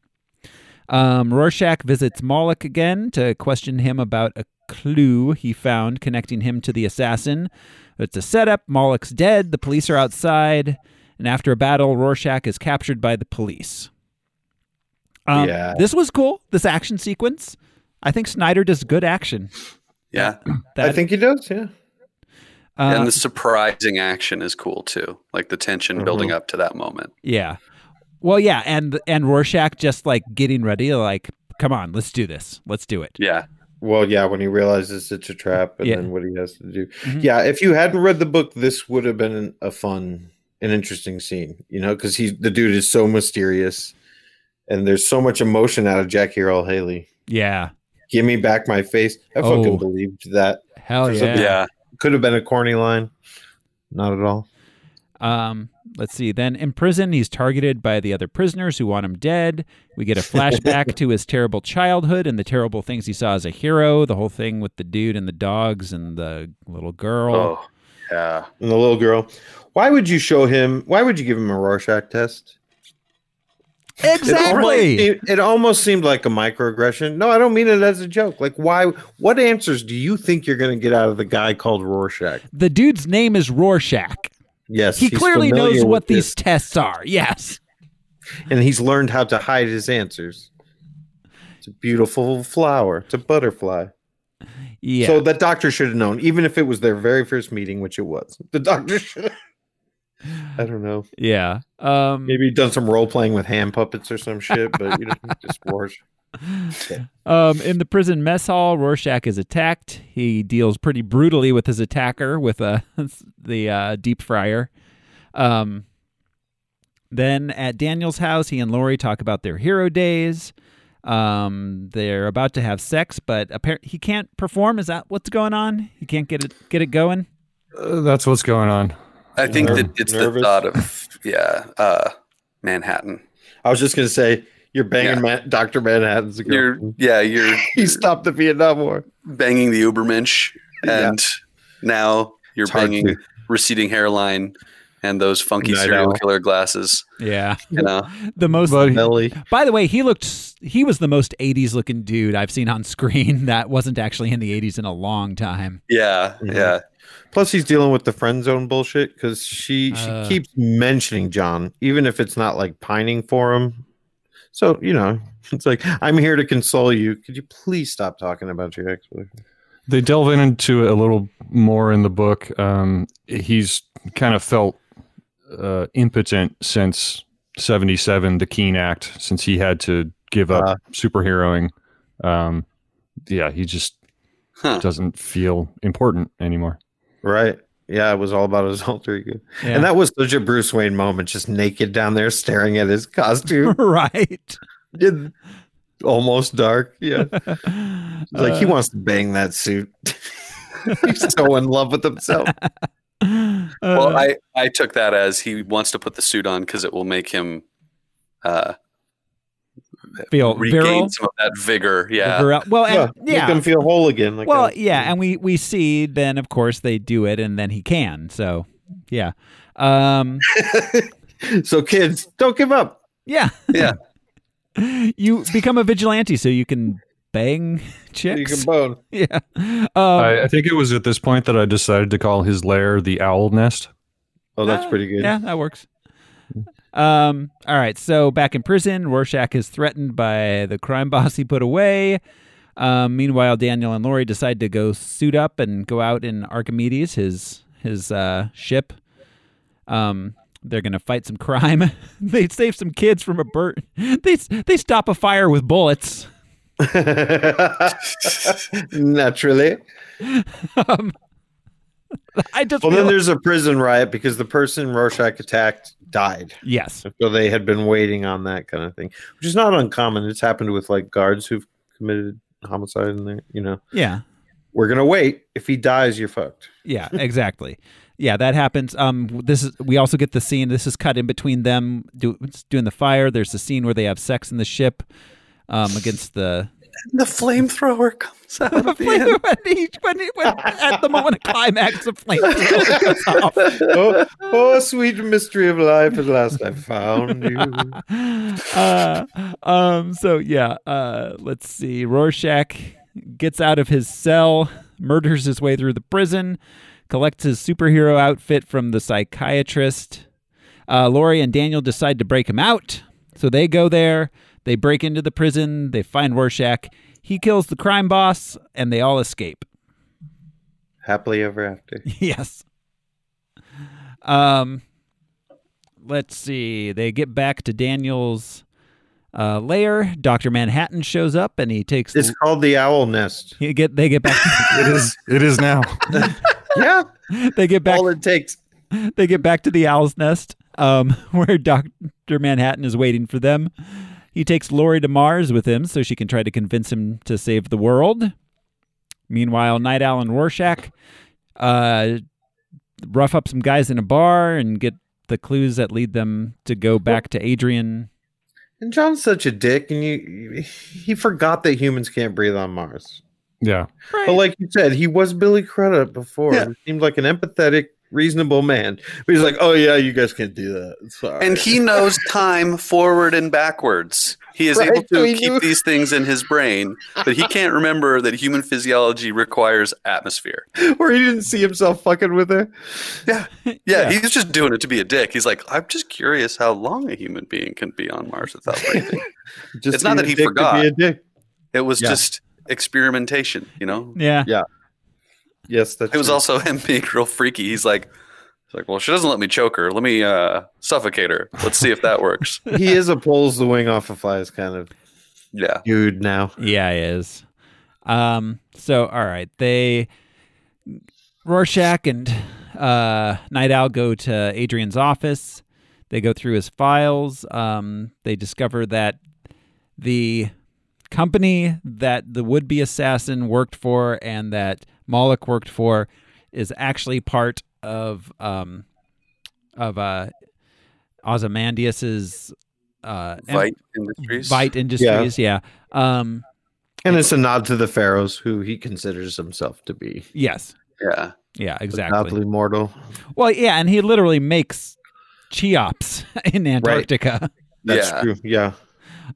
A: Um, Rorschach visits Moloch again to question him about a clue he found connecting him to the assassin. It's a setup. Moloch's dead. The police are outside. And after a battle, Rorschach is captured by the police. Um,
B: Yeah.
A: This was cool, this action sequence. I think Snyder does good action.
C: Yeah,
B: I think he does. Yeah.
A: Uh,
C: and the surprising action is cool too. Like the tension building up to that moment.
A: Yeah. Well, yeah, and and Rorschach just like getting ready, like, come on, let's do this, let's do it.
C: Yeah,
B: Well, yeah, when he realizes it's a trap and
A: Yeah.
B: then what he has to do. Yeah, if you hadn't read the book, this would have been a fun an interesting scene, you know, because he the dude is so mysterious and there's so much emotion out of Jackie Earl Haley.
A: Yeah,
B: Give me back my face. I
A: Oh.
B: fucking believed that.
A: hell
B: For some-
A: yeah.
C: yeah.
B: Could have been a corny line. Not at all.
A: Um, let's see. Then in prison, he's targeted by the other prisoners who want him dead. We get a flashback to his terrible childhood and the terrible things he saw as a hero. The whole thing with the dude and the dogs and the little girl.
C: Oh, yeah.
B: And the little girl. Why would you show him why would you give him a Rorschach test? It almost
A: Exactly.
B: seemed- It almost seemed like a microaggression. No, I don't mean it as a joke. Like, why? What answers do you think you're going to get out of the guy called Rorschach?
A: The dude's name is Rorschach.
B: Yes,
A: He
B: he's
A: clearly
B: familiar
A: knows
B: with
A: what these
B: this,
A: tests are. Yes.
B: and he's learned how to hide his answers. It's a beautiful flower. It's a butterfly.
A: Yeah.
B: So the doctor should have known, even if it was their very first meeting, which it was. The doctor should. I don't know.
A: yeah. Um,
B: Maybe he'd done some role playing with hand puppets or some shit, but you know, just Rorschach.
A: Um, in the prison mess hall, Rorschach is attacked. He deals pretty brutally with his attacker with uh, the uh, deep fryer. Um, then at Daniel's house, he and Lori talk about their hero days. Um, they're about to have sex, but appar- he can't perform. Is that what's going on? He can't get it get it going.
D: Uh, that's what's going on.
C: I think
B: Nerv-
C: that it's
B: nervous?
C: the thought of yeah, uh, Manhattan.
B: I was just going to say, you're banging Ma- Dr. Manhattan's girl.
C: You're yeah, you're
B: he stopped the Vietnam War.
C: banging the Ubermensch,
B: Yeah.
C: and now you're
B: It's hard
C: banging
B: to-
C: receding hairline and those funky
B: Night
C: serial
B: owl.
C: killer glasses.
A: Yeah,
C: You know,
A: the most.
D: But
B: Belly.
A: by the way, he looked. s- He was the most '80s looking dude I've seen on screen. That wasn't actually in the '80s in a long time.
C: yeah, yeah,
B: Plus, he's dealing with the friend zone bullshit because she she
A: Uh.
B: keeps mentioning John, even if it's not like pining for him. So you know, it's like I'm here to console you. Could you please stop talking about your ex?
D: they delve into it a little more in the book. Um, he's kind of felt uh, impotent since 77, the Keene Act, since he had to give up
B: Uh.
D: superheroing. Um, yeah, he just
C: Huh.
D: doesn't feel important anymore.
B: Right? Yeah, it was all about his alter ego,
A: Yeah.
B: and that was such a Bruce Wayne moment, just naked down there staring at his costume,
A: right.
B: It- almost dark. Yeah, like
A: Uh.
B: he wants to bang that suit. he's so in love with himself.
A: Uh,
C: Well, I I took that as he wants to put the suit on because it will make him uh,
A: feel
C: regain
A: virile.
C: some of that vigor. Yeah,
A: virile- Well, and,
B: yeah,
A: yeah.
B: make him feel whole again. Like uh,
A: well,
B: a-
A: yeah, and we we see then of course they do it, and then he can. So, yeah, um,
B: so kids, don't give up.
A: yeah,
C: Yeah.
A: you become a vigilante, so you can bang
B: You can
A: chicks.
B: bone.
A: yeah. Um,
D: I, I think it was at this point that I decided to call his lair the owl nest.
B: Oh, that's
A: Ah,
B: pretty good.
A: Yeah, that works. Um, all right, so back in prison, Rorschach is threatened by the crime boss he put away. Um, meanwhile, Daniel and Lori decide to go suit up and go out in Archimedes, his his uh, ship. Um, they're gonna fight some crime. they save some kids from a bird. They s- they stop a fire with bullets.
B: Naturally.
A: I just
B: Well, then
A: realized-
B: there's a prison riot because the person Rorschach attacked died.
A: yes.
B: So they had been waiting on that kind of thing, which is not uncommon. It's happened with like guards who've committed homicide in there. You know,
A: Yeah.
B: we're gonna wait. If he dies, you're fucked.
A: Yeah, exactly. Yeah, that happens. Um, this is we also get the scene. This is cut in between them do, doing the fire. There's the scene where they have sex in the ship um, against the
C: The flamethrower comes out of the end.
A: when he, when he, when, at the moment of climax of flamethrower goes off.
B: oh, oh, sweet mystery of life! At last, I found you.
A: uh, um, so yeah, uh, let's see. Rorschach gets out of his cell, murders his way through the prison, collects his superhero outfit from the psychiatrist. Uh, Lori and Daniel decide to break him out, so they go there. They break into the prison. They find Rorschach. He kills the crime boss, and they all escape.
B: Happily ever after.
A: Yes. Um, let's see. They get back to Daniel's uh, lair. Doctor Manhattan shows up, and he takes.
B: It's called the Owl Nest.
A: he get they get back.
D: It is. It is now.
B: Yeah,
A: they get back.
B: all it takes.
A: They get back to the owl's nest, um, where Doctor Manhattan is waiting for them. He takes Lori to Mars with him, so she can try to convince him to save the world. Meanwhile, Night Owl and Rorschach uh, rough up some guys in a bar and get the clues that lead them to go back to Adrian.
B: And John's such a dick, and you, he forgot that humans can't breathe on Mars.
D: Yeah.
B: But like you said, he was Billy Crudup before. He seemed like an empathetic, reasonable man. But he's like, oh yeah, you guys can't do that. Sorry.
C: And he knows time forward and backwards. He is
B: Right,
C: able
B: so
C: to
B: he
C: keep
B: knew-
C: these things in his brain, but he can't remember that human physiology requires atmosphere.
B: or he didn't see himself fucking with her.
C: Yeah. Yeah,
A: Yeah.
C: he's just doing it to be a dick. He's like, I'm just curious how long a human being can be on Mars without breathing.
B: Just
C: It's not
B: being
C: that he
B: a dick to
C: forgot.
B: Be a dick.
C: It was
B: Yeah.
C: just experimentation, you know?
A: Yeah.
B: Yes, that's
C: It was
B: right.
C: also him being real freaky. He's like, he's like, well, she doesn't let me choke her. Let me uh, suffocate her. Let's see if that works.
B: he is a pulls the wing off a flies kind of
C: Yeah.
B: dude now.
A: Yeah, it is. Um, so all right, they Rorschach and uh, Night Owl go to Adrian's office. They go through his files. Um, they discover that the company that the would-be assassin worked for and that Moloch worked for is actually part of um, of uh, Ozymandias's uh, em-
C: Vite Industries.
A: Vite Industries. Yeah. Um,
B: And it's a nod to the pharaohs, who he considers himself to be
A: yes.
C: Yeah.
A: Yeah,
B: exactly.
A: exactly.
B: godly mortal.
A: Well, yeah, and he literally makes cheops in Antarctica.
B: That's
C: yeah.
B: true. Yeah,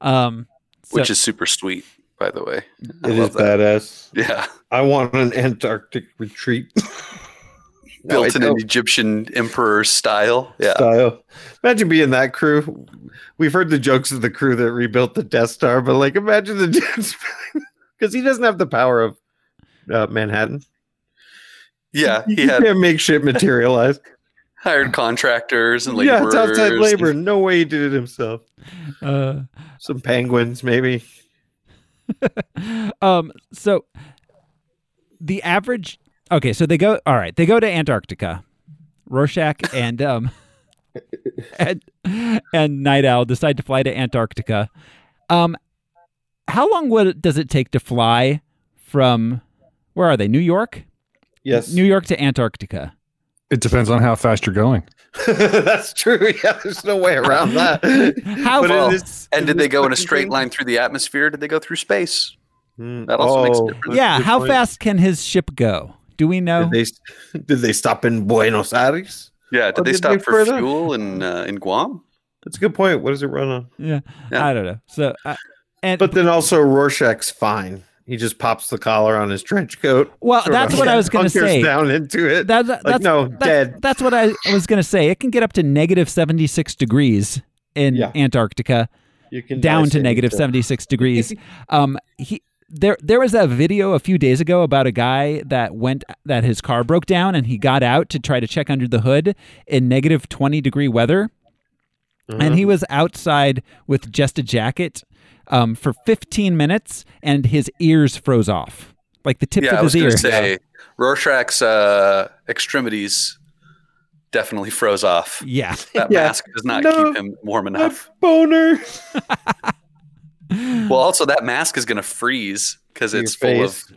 A: Um, so-
C: Which is super sweet, by the way. I
B: it is
C: love that.
B: badass.
C: Yeah.
B: I want an Antarctic retreat. No, I
C: Built in an
B: don't.
C: Egyptian emperor style. Yeah.
B: style. Imagine being that crew. We've heard the jokes of the crew that rebuilt the Death Star, but like, imagine the dudes because he doesn't have the power of uh, Manhattan.
C: Yeah. He
B: He
C: had
B: can't make shit materialize.
C: hired contractors and
B: yeah,
C: laborers.
B: it's outside labor. No way he did it himself.
A: uh,
B: Some penguins, maybe.
A: um, so the average. Okay, so they go. All right, they go to Antarctica. Rorschach and um, and and Night Owl decide to fly to Antarctica. Um, how long would it, does it take to fly from? Where are they? New York.
B: Yes,
A: New York to Antarctica.
D: It depends on how fast you're going.
B: that's true. Yeah, there's no way around that.
A: How
B: But in
A: well-
B: this-
C: And
B: in
C: did they
B: this
C: go in a
B: fucking
C: straight
B: thing-
C: line through the atmosphere? Did they go through space?
B: Hmm.
C: That also makes a difference.
B: that's a
A: yeah,
B: good
A: how
B: point.
A: fast can his ship go? Do we know?
B: Did they, did they stop in Buenos Aires?
C: Yeah.
B: Oh,
C: Did they
B: did
C: stop
B: they
C: for
B: further?
C: fuel in uh, in Guam?
B: That's a good point. What does it run on?
A: Yeah,
C: Yeah.
A: I don't know. So, uh, and
B: But then also Rorschach's fine. He just pops the collar on his trench coat.
A: well,
B: sort
A: Uh, that's
B: of
A: what I was going to
B: hunkers
A: say.
B: Down into it.
A: That's, that's
B: no,
A: that's,
B: dead.
A: That's what I was going to say. It can get up to negative seventy six degrees in
B: Yeah.
A: Antarctica,
B: you can
A: down to
B: dissect
A: negative
B: it.
A: seventy six degrees. Um, he there there was a video a few days ago about a guy that went that his car broke down and he got out to try to check under the hood in negative twenty degree weather. and
C: Uh-huh.
A: he was outside with just a jacket um, for 15 minutes, and his ears froze off, like the tips
C: Yeah.
A: of
C: I was
A: his
C: going to
A: ears.
C: say Rorschach's uh, extremities definitely froze off.
A: Yeah.
C: That
B: Yeah.
C: mask does not
B: No.
C: keep him warm enough.
B: boner.
C: Well, also that mask is going to freeze because
B: Your
C: it's full of
B: face,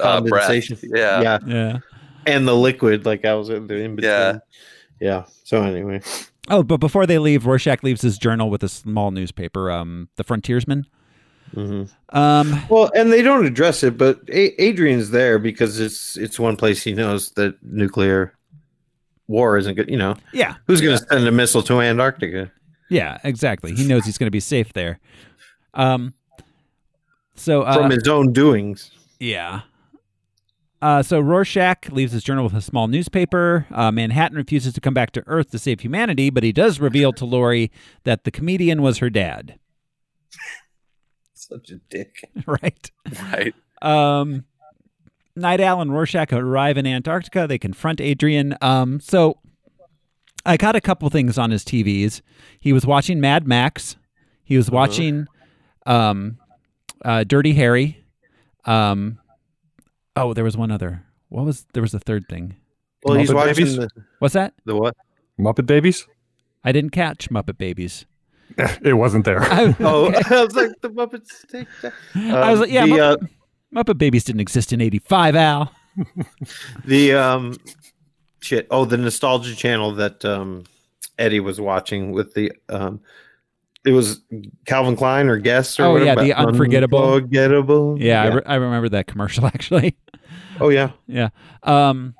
C: uh, breath.
B: condensation.
C: Yeah.
B: yeah,
A: Yeah.
B: and the liquid, like I was in the in between.
C: Yeah.
B: yeah. So anyway,
A: Oh, but before they leave, Rorschach leaves his journal with a small newspaper, um, The Frontiersman.
B: Mhm.
C: Mm-hmm.
A: Um,
B: well, and they don't address it, but A- Adrian's there because it's it's one place he knows that nuclear war isn't good. You know,
A: yeah.
B: who's going to send a missile to Antarctica?
A: Yeah, exactly. He knows he's going to be safe there. Um, so uh,
B: From his own doings.
A: Yeah. Uh, so Rorschach leaves his journal with a small newspaper. Uh, Manhattan refuses to come back to Earth to save humanity, but he does reveal to Lori that the comedian was her dad.
B: Such a dick.
A: right.
C: Right.
A: Um, Night Owl and Rorschach arrive in Antarctica. They confront Adrian. Um, so I caught a couple things on his TVs. He was watching Mad Max. He was watching um, uh, Dirty Harry. Um, oh, there was one other. What was there was a third thing?
B: Well, he's
D: Muppet
B: watching
D: Babies?
B: the,
A: What's that?
B: the what?
D: Muppet Babies?
A: I didn't catch Muppet Babies.
D: It wasn't there.
A: I,
B: Oh, I was like the Muppets. Take that.
A: I was
B: Um,
A: like, yeah,
B: the,
A: Mupp-
B: uh,
A: Muppet Babies didn't exist in '85. Al,
B: the um shit oh the nostalgia channel that um eddie was watching with the um it was calvin klein or guess or
A: Oh, yeah,
B: whatever
A: the
B: but
A: Unforgettable.
B: unforgettable
A: yeah, I, re- I remember that commercial actually.
B: oh yeah
A: Yeah. Um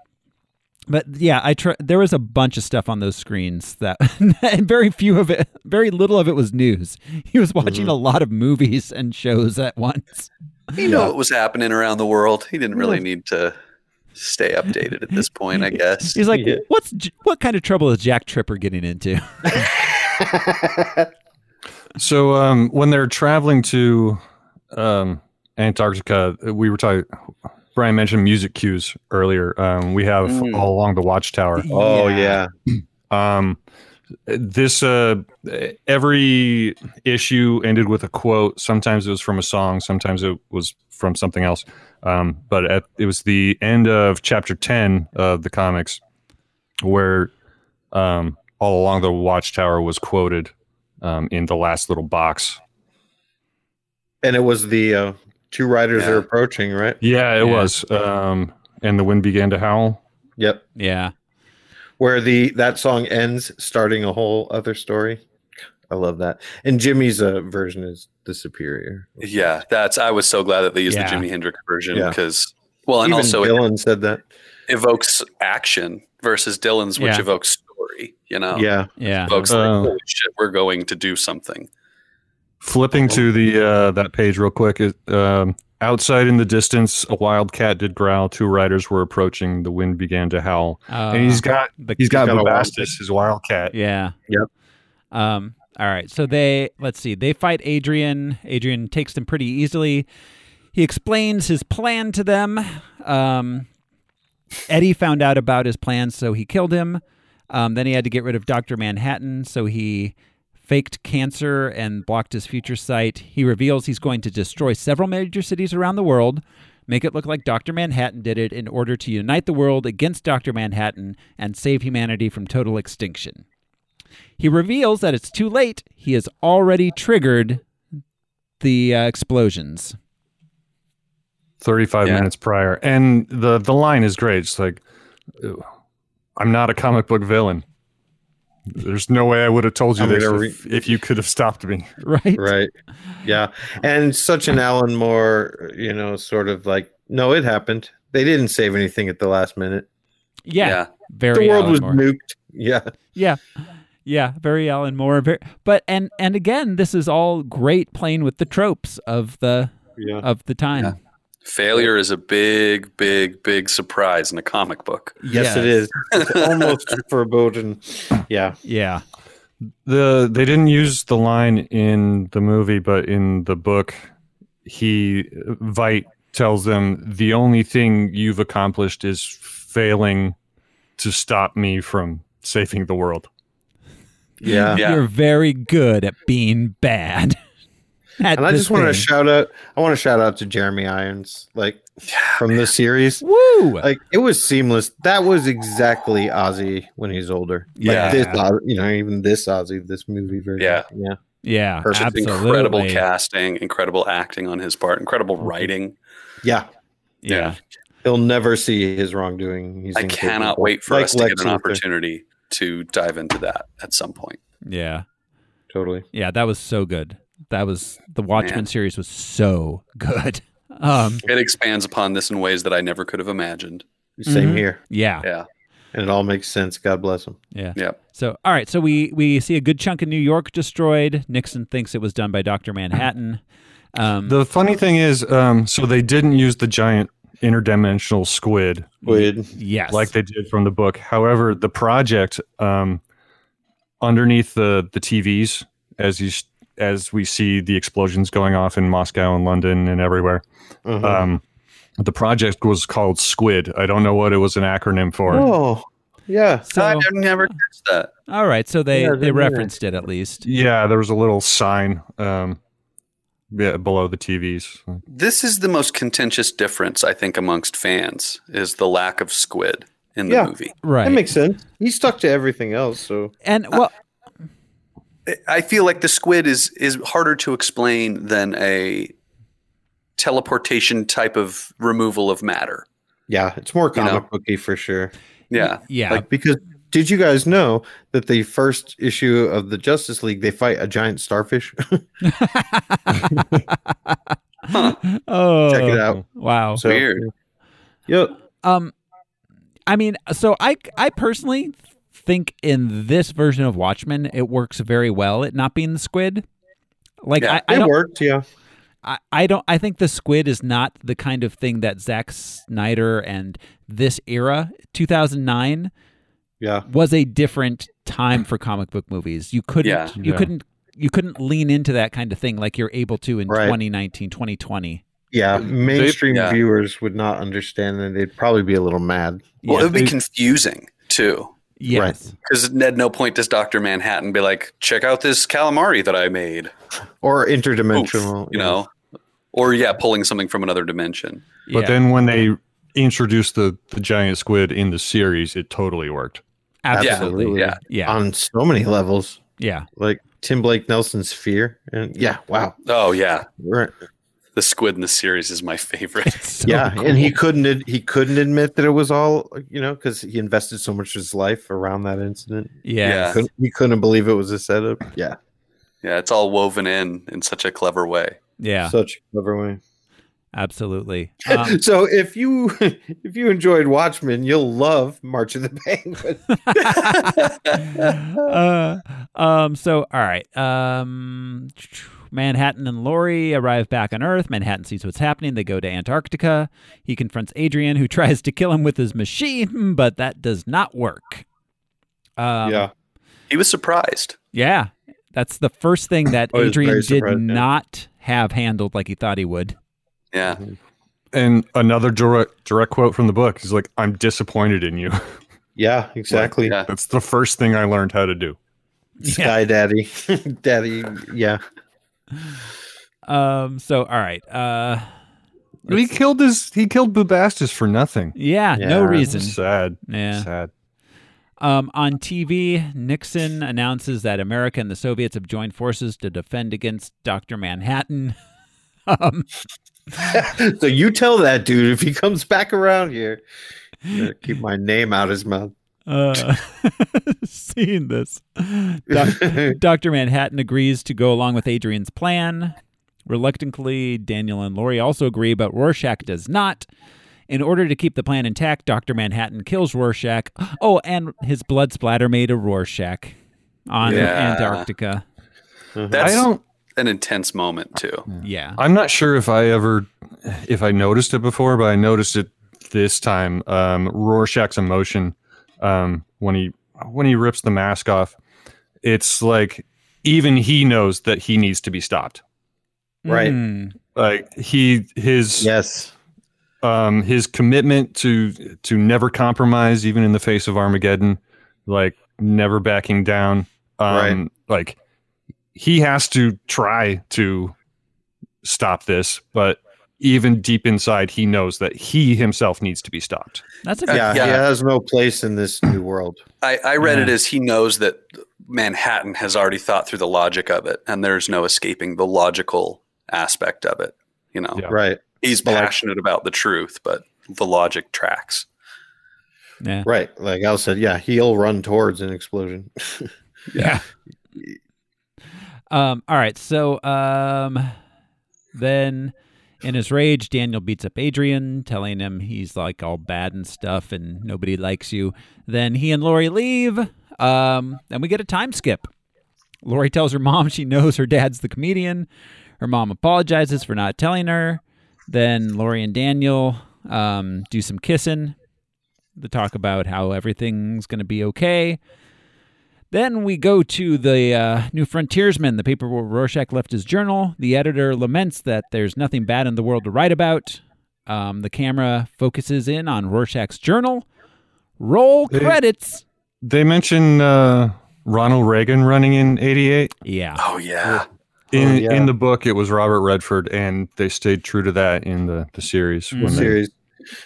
A: but yeah, I tr- there was a bunch of stuff on those screens that and very few of it very little of it was news. He was watching
D: Mm-hmm.
A: a lot of movies and shows at once.
C: He knew what was happening around the world. He didn't really need to stay updated at this point, I guess.
A: He's like,
B: Yeah.
A: "What's J- what kind of trouble is Jack Tripper getting into?"
D: So um, when they're traveling to um, Antarctica, we were talking. Brian mentioned music cues earlier. Um, we have
C: Mm.
D: all along the watchtower.
B: oh yeah
D: Um, this uh, every issue ended with a quote. Sometimes it was from a song. Sometimes it was from something else. Um, but at, it was the end of chapter ten of the comics, where um, all along the watchtower was quoted um, in the last little box
B: and it was the uh two riders
C: Yeah.
B: are approaching right
D: Yeah, it
A: Yeah.
D: was. Um, and the wind began to howl.
B: yep
A: Yeah.
B: where the that song ends starting a whole other story i love that and jimmy's uh, version is the superior
C: Yeah, that's. I was so glad that they used
A: Yeah.
C: the Jimi Hendrix version
B: Yeah.
C: because, well, and
B: Even
C: also it
B: dylan said that
C: evokes action versus Dylan's, which
A: Yeah.
C: evokes story. You know,
B: yeah Uh.
A: Yeah.
C: evokes like,
D: Oh.
C: holy shit, we're going to do something.
D: Flipping to the uh, that page real quick. It, um, outside in the distance, a wild cat did growl. Two riders were approaching. The wind began to howl.
A: Uh,
D: and he's got
A: the-
D: he's got,
B: he's got a
D: Bubastis, his wild cat.
A: Yeah.
B: Yep.
A: Um, all right. So they let's see. They fight Adrian. Adrian takes them pretty easily. He explains his plan to them. Um, Eddie found out about his plan, so he killed him. Um, then he had to get rid of Doctor Manhattan, so he faked cancer and blocked his future sight. He reveals he's going to destroy several major cities around the world, make it look like Dr. Manhattan did it in order to unite the world against Dr. Manhattan and save humanity from total extinction. He reveals that it's too late. He has already triggered the uh, explosions.
D: Thirty five
C: Yeah.
D: minutes prior, and the the line is great. It's like, "Ew, I'm not a comic book villain. There's no way I would have told you
B: I'm
D: this
B: gonna
D: if, if you could have stopped me.
A: Right?
B: right yeah and such an alan moore you know sort of like no it happened they didn't save anything at the last minute
A: Yeah.
C: Yeah.
A: Very
B: the world
A: Alan
B: was
A: Moore.
B: nuked yeah
A: Yeah. Yeah, very Alan Moore. Very, but and and again, this is all great playing with the tropes of the
B: yeah
A: of the time.
C: Failure is a big, big, big surprise in a comic book.
B: yes it is it's almost verboten yeah
A: Yeah.
D: the they didn't use the line in the movie but in the book he vite tells them the only thing you've accomplished is failing to stop me from saving the world
B: yeah
C: Yeah.
A: You're very good at being bad. At
B: And I
A: this
B: just want to
A: thing.
B: shout out. I want to shout out to Jeremy Irons, like from this series.
A: Woo!
B: Like it was seamless. That was exactly Ozzy when he's older. Like
C: Yeah.
B: this, Oz- you know, even this Ozzy, this movie version.
C: Yeah.
B: yeah.
A: yeah,
C: Perfect.
A: absolutely.
C: Incredible casting, incredible acting on his part, incredible writing.
B: Yeah.
A: Yeah.
B: He'll never see his wrongdoing. He's
C: I cannot
B: incapable.
C: wait for
B: Like
C: us to
B: Lex
C: get an
B: Luthor.
C: opportunity to dive into that at some point.
A: Yeah.
B: Totally.
A: Yeah, that was so good. That was the Watchmen
C: Man.
A: series was so good. Um
C: It expands upon this in ways that I never could have imagined.
B: Same
A: Mhm.
B: here,
A: yeah.
C: Yeah.
B: and it all makes sense. God bless him.
A: Yeah.
C: Yeah.
A: So, all right. So we we see a good chunk of New York destroyed. Nixon thinks it was done by Doctor Manhattan. Um,
D: The funny thing is, um, so they didn't use the giant interdimensional squid
C: Mm-hmm.
B: Would
A: yes.
D: like they did from the book. However, the project um, underneath the the TVs, as you s- as we see the explosions going off in Moscow and London and everywhere,
A: Mm-hmm.
B: Mhm.
D: um, the project was called Squid. I don't know what it was an acronym for.
B: oh yeah.
C: I
A: so,
C: didn't ever catch that.
A: all right. So they
B: Yeah,
A: they
B: they're
A: referenced it at least.
D: Yeah, there was a little sign um, yeah, below the TVs.
C: This is the most contentious difference I think amongst fans is the lack of squid in the
B: Yeah.
C: movie.
A: Right.
B: That makes sense. He stuck to everything else, so
A: and well,
C: I- I feel like the squid is is harder to explain than a teleportation type of removal of matter.
B: yeah, it's more
C: You know.
B: comic booky for sure.
C: Yeah.
A: yeah.
B: Like because did you guys know that the first issue of the Justice League they fight a giant starfish?
A: oh,
B: Check it out.
A: Wow.
B: So,
C: Weird.
B: Yep.
A: Um, I mean, so I I personally think in this version of Watchmen it works very well. It not being the squid. Like
C: Yeah,
A: I, I
B: it
A: don't,
B: worked, yeah.
A: I, I don't I think the squid is not the kind of thing that Zack Snyder and this era 2009
B: Yeah.
A: was a different time for comic book movies. You couldn't
C: Yeah.
A: you
D: Yeah.
A: couldn't you couldn't lean into that kind of thing like you're able to in
B: Right.
A: 2019 2020.
B: Yeah. Mainstream
C: yeah.
B: viewers would not understand and they'd probably be a little mad.
C: Well, it would be
A: Yes.
C: confusing too.
A: yes.
C: Because at no point does Dr. Manhattan be like, check out this calamari that I made.
B: Or
C: Oof,
B: interdimensional.
C: you know? Or yeah, pulling something from another dimension.
D: But
A: Yeah.
D: then when they introduced the, the giant squid in the series, it totally worked.
A: absolutely.
B: absolutely.
C: Yeah.
A: Yeah.
B: On so many levels.
A: Yeah.
B: Like Tim Blake Nelson's fear. And yeah, wow.
C: Oh yeah.
B: Right.
C: The squid in the series is my favorite.
A: So
B: yeah.
A: cool.
B: And he couldn't ad- he couldn't admit that it was all you know, because he invested so much of his life around that incident.
A: Yes.
B: Couldn't, he couldn't believe it was a setup. Yeah.
C: yeah, it's all woven in in such a clever way.
A: Yeah.
B: Such a clever way.
A: absolutely. Um,
B: so if you if you enjoyed Watchmen, you'll love March of the Penguins.
A: uh, um, so, all right. Um, Manhattan and Laurie arrive back on Earth. Manhattan sees what's happening. They go to Antarctica. He confronts Adrian, who tries to kill him with his machine, but that does not work. Um,
B: yeah.
C: He was surprised.
A: Yeah. That's the first thing that
B: I was very
A: Adrian did
B: surprised, yeah.
A: not have handled like he thought he would.
C: Yeah.
D: And another direct direct quote from the book is like, "I'm disappointed in you."
B: Yeah, exactly.
C: Yeah.
D: That's the first thing I learned how to do.
B: Sky Daddy. Daddy, yeah.
A: Um, so, all right. Uh,
D: He killed his. He killed Bubastis for nothing.
A: yeah, no
B: Yeah.
A: reason.
D: Sad.
A: Yeah.
D: Sad.
A: Um, on TV, Nixon announces that America and the Soviets have joined forces to defend against Dr. Manhattan. um,
B: So you tell that dude if he comes back around here, you better keep my name out his mouth.
A: uh, seeing this, Doc- Dr. Manhattan agrees to go along with Adrian's plan. Reluctantly, Daniel and Laurie also agree, but Rorschach does not. In order to keep the plan intact, Dr. Manhattan kills Rorschach. Oh, and his blood splatter made a Rorschach on
C: Yeah.
A: Antarctica.
C: That's
D: I don't.
C: an intense moment too.
A: Yeah.
D: I'm not sure if I ever, if I noticed it before, but I noticed it this time. Um, Rorschach's emotion um, when he when he rips the mask off, it's like even he knows that he needs to be stopped.
B: Right.
A: Mm.
D: Like he his
B: Yes.
D: um, his commitment to to never compromise, even in the face of Armageddon, like never backing down. Um, Like he has to try to stop this, but even deep inside, he knows that he himself needs to be stopped.
A: That's a good
B: Yeah,
C: Yeah.
B: he has no place in this new world.
C: I, I read it as he knows that Manhattan has already thought through the logic of it, and there's no escaping the logical aspect of it. You know,
D: Yeah.
B: Right,
C: he's
B: But like-
C: passionate about the truth, but the logic tracks.
A: yeah.
B: right. Like Al said, yeah, he'll run towards an explosion.
A: Yeah. Um, all right. So um, then in his rage, Daniel beats up Adrian, telling him he's like all bad and stuff and nobody likes you. Then he and Lori leave, um, and we get a time skip. Lori tells her mom she knows her dad's the comedian. Her mom apologizes for not telling her. Then Lori and Daniel um, do some kissing. They talk about how everything's going to be okay. Then we go to the uh, New Frontiersman, the paper where Rorschach left his journal. The editor laments that there's nothing bad in the world to write about. Um, the camera focuses in on Rorschach's journal. Roll credits.
D: They mention uh, Ronald Reagan running in '88.
A: Yeah.
C: Oh yeah,
D: In,
B: Oh, yeah.
D: in the book, it was Robert Redford, and they stayed true to that in the the series.
A: Mhm.
D: they-
B: Serious,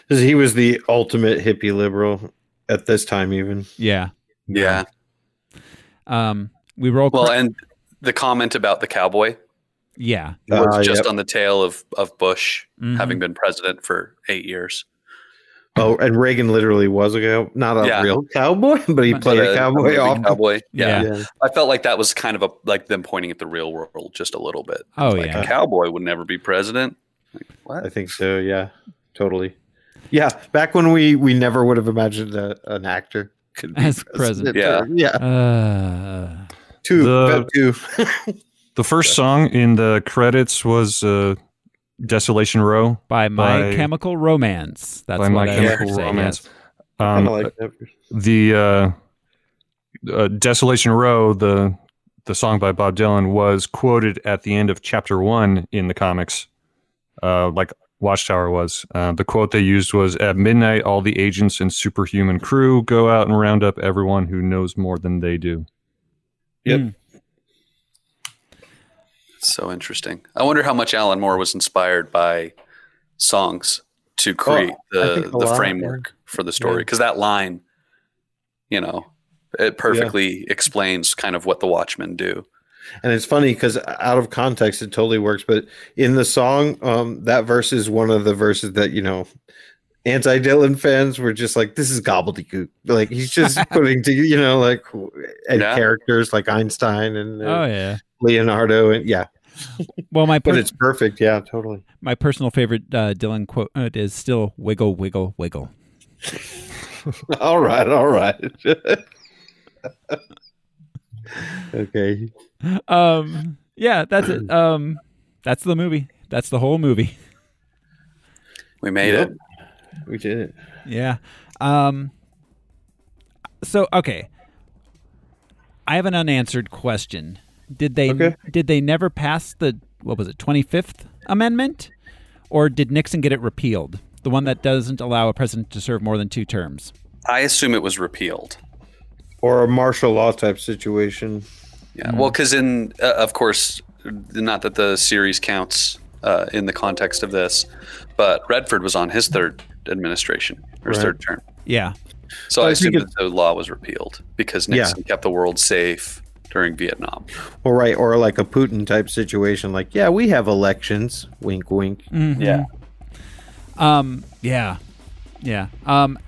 B: 'Cause he was the ultimate hippie liberal at this time, even.
A: Yeah.
C: yeah.
A: Um, we roll.
C: Well,
A: cre-
C: and the comment about the cowboy
A: yeah.
C: was
B: Uh,
C: just
B: yep.
C: on the tail of of Bush
A: Mhm.
C: having been president for eight years.
B: Oh, and Reagan literally was a cow- not a
C: Yeah.
B: real cowboy, but he played a
C: The-
B: cowboy
C: the
B: off.
C: uh, cowboy. Yeah.
A: Yeah.
C: I felt like that was kind of a like them pointing at the real world just a little bit.
A: Oh,
C: like
A: yeah.
C: a cowboy would never be president.
B: I think so. Yeah, totally. Yeah, back when we we never would have imagined a, an actor could be
A: As president.
B: Yeah, yeah.
A: Uh,
B: Two,
D: The-
B: two.
D: The first song in the credits was uh, "Desolation Row"
A: by My
D: By-
A: Chemical Romance. That's
D: by
A: what
D: My
A: I
D: Chemical
A: would say,
D: Romance.
A: yes.
D: Um,
B: Kinda like that.
D: the uh, uh, "Desolation Row," the the song by Bob Dylan, was quoted at the end of chapter one in the comics, uh, like Watchtower was. Uh, the quote they used was, "At midnight, all the agents and superhuman crew go out and round up everyone who knows more than they do."
C: So interesting. I wonder how much Alan Moore was inspired by songs to create
B: Oh, I
C: the,
B: think a
C: the
B: lot,
C: framework for the story. Because that line, you know, it perfectly explains kind of what the Watchmen do.
B: And it's funny because out of context, it totally works. But in the song, um, that verse is one of the verses that you know, anti Dylan fans were just like, "This is gobbledygook." Like he's just putting to you know, like and
C: Yeah.
B: characters like Einstein and uh,
A: Oh, yeah.
B: Leonardo, and yeah,
A: Well, my
B: but
A: per-
B: it's perfect. Yeah, totally.
A: my personal favorite uh, Dylan quote is still "Wiggle, wiggle, wiggle."
B: All right, all right. okay.
A: um yeah that's it um that's the movie that's the whole movie
C: We made
B: Yep.
C: it.
B: We did it.
A: yeah um so okay i have an unanswered question did they
B: Okay.
A: did they never pass the what was it 25th amendment or did nixon get it repealed the one that doesn't allow a president to serve more than two terms
C: I assume it was repealed.
B: Or a martial law type situation.
C: Yeah.
B: Mm-hmm.
C: Well, because in, uh, of course, not that the series counts uh, in the context of this, but Redford was on his third administration or his
B: Right.
C: third term.
A: yeah
C: So I,
B: I
C: assume
B: think
C: that the law was repealed because
B: Yeah.
C: Nixon kept the world safe during Vietnam.
B: Or right, or like a Putin type situation, like, yeah, we have elections. Wink wink.
C: Yeah.
A: Um, yeah, yeah. Um,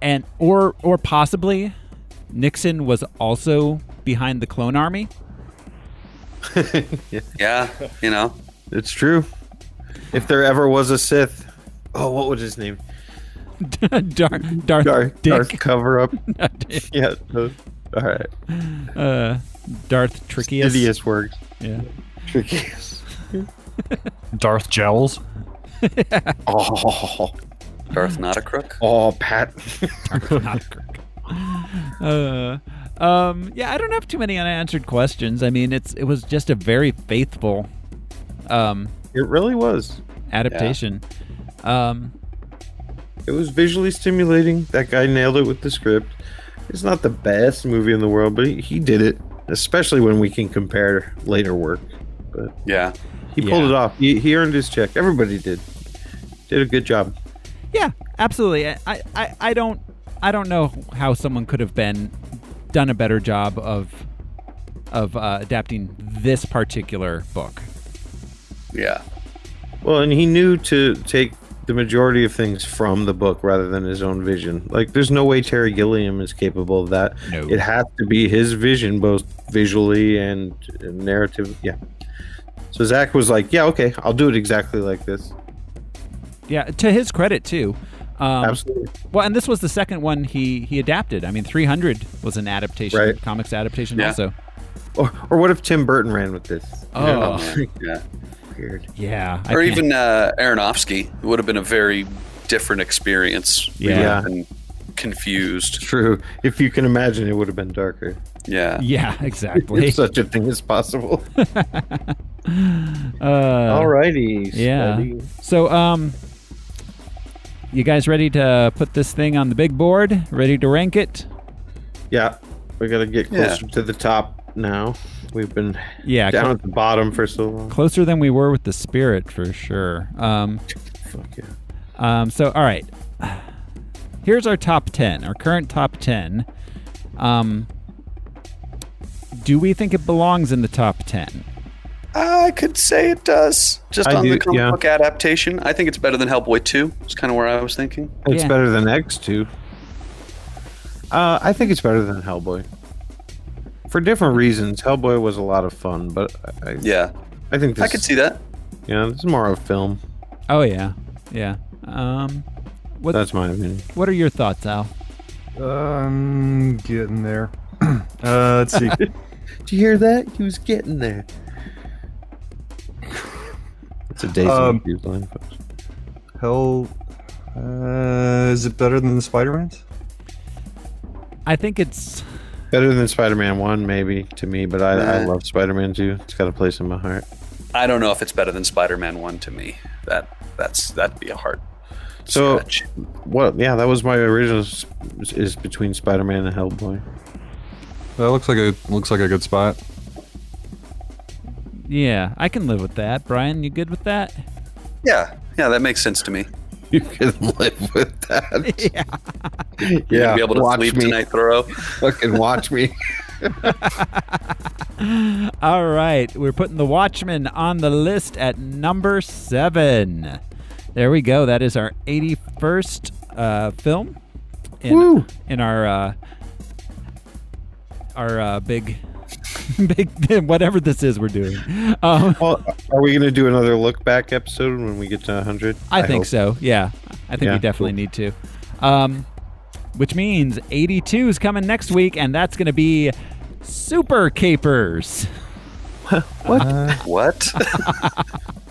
A: and or or possibly Nixon was also behind the clone army.
C: Yeah. You know,
B: It's true. If there ever was a Sith, oh what was his name?
A: Darth Darth
B: Darth
A: Dick.
B: Darth cover up. yeah. no. all right.
A: Uh, Darth Trickius.
B: Idious works.
A: Yeah.
B: Trickiest.
D: Darth Jowls.
B: Oh,
C: Darth not a crook.
B: oh Pat.
A: Not Kirk. Uh, um, yeah, I don't have too many unanswered questions. I mean, it's it was just a very faithful um,
B: it really was.
A: adaptation. Um,
B: It was visually stimulating. That guy nailed it with the script. It's not the best movie in the world, but he, he did it. Especially when we can compare later work. But
C: Yeah.
B: He pulled
A: Yeah.
B: it off. He, he earned his check. Everybody did. Did a good job.
A: Yeah, absolutely. I, I, I don't I don't know how someone could have been done a better job of of uh, adapting this particular book.
C: Yeah.
B: Well, and he knew to take the majority of things from the book rather than his own vision. Like, there's no way Terry Gilliam is capable of that.
A: No.
B: It has to be his vision, both visually and narrative. Yeah. So Zach was like, "Yeah, okay, I'll do it exactly like this."
A: Yeah, to his credit too. Um,
B: Absolutely.
A: Well, and this was the second one he he adapted. I mean, 300 was an adaptation,
B: Right.
A: comics adaptation
C: Yeah.
A: also.
B: Or, or what if Tim Burton ran with this? You know?
A: Oh.
C: Yeah.
B: Weird.
A: Yeah, I
C: or
A: can't-
C: even uh, Aronofsky It would have been a very different experience. We would
A: Yeah.
C: have been confused.
B: True. If you can imagine, it would have been darker.
C: Yeah.
A: yeah, exactly.
B: If such a thing is possible.
A: uh,
B: Alrighty.
A: yeah.
B: Steady.
A: So, um, you guys ready to put this thing on the big board? Ready to rank it?
B: Yeah. We gotta get
C: Yeah.
B: closer to the top now. We've been
A: Yeah,
B: down
A: cl-
B: at the bottom for so long.
A: closer than we were with the spirit for sure. Um,
B: Fuck yeah.
A: Um, so, all right. Here's our top 10, our current top 10. Um, do we think it belongs in the top 10?
C: I could say it does. Just
B: I
C: on
B: do,
C: the comic
B: yeah.
C: book adaptation, I think it's better than Hellboy 2. It's kind of where I was thinking.
B: It's
A: Yeah.
B: better than X two. Uh, I think it's better than Hellboy. For different reasons, Hellboy was a lot of fun, but I,
C: Yeah.
B: I think this,
C: I could see that.
B: Yeah, this is more of a film.
A: Oh, yeah. Yeah. Um, what,
B: That's my opinion.
A: what are your thoughts, Al?
J: I'm getting there. uh, let's see.
B: Did you hear that? He was getting there. It's a Daisy
J: Um,
B: Confused line, folks.
J: Hell, uh, is it better than the Spider-Man's?
A: I think it's.
B: Better than Spider-Man One, maybe to me, but I, I
C: Nah.
B: love Spider-Man Two. It's got a place in my heart.
C: I don't know if it's better than Spider-Man 1 to me. That that's that'd be a hard
B: So,
C: scratch.
B: what? Yeah, that was my original. s- Is between Spider-Man and Hellboy.
D: That looks like a looks like a good spot.
A: Yeah, I can live with that. Brian, you good with that?
C: Yeah. Yeah, that makes sense to me.
B: You can live with that. Yeah.
C: You're gonna be able to
B: watch
C: sleep
B: me.
C: tonight, Thoreau.
B: Fucking watch me.
A: All right, we're putting The Watchmen on the list at number seven. There we go. That is our 81st uh, film in, in our uh, our uh, big big whatever this is we're doing. Um,
B: Well, are we gonna do another look back episode when we get to 100?
A: I, think so. Yeah, I think
B: Yeah,
A: we definitely need to. Um, which means 82 is coming next week, and that's going to be Super Capers.
C: What?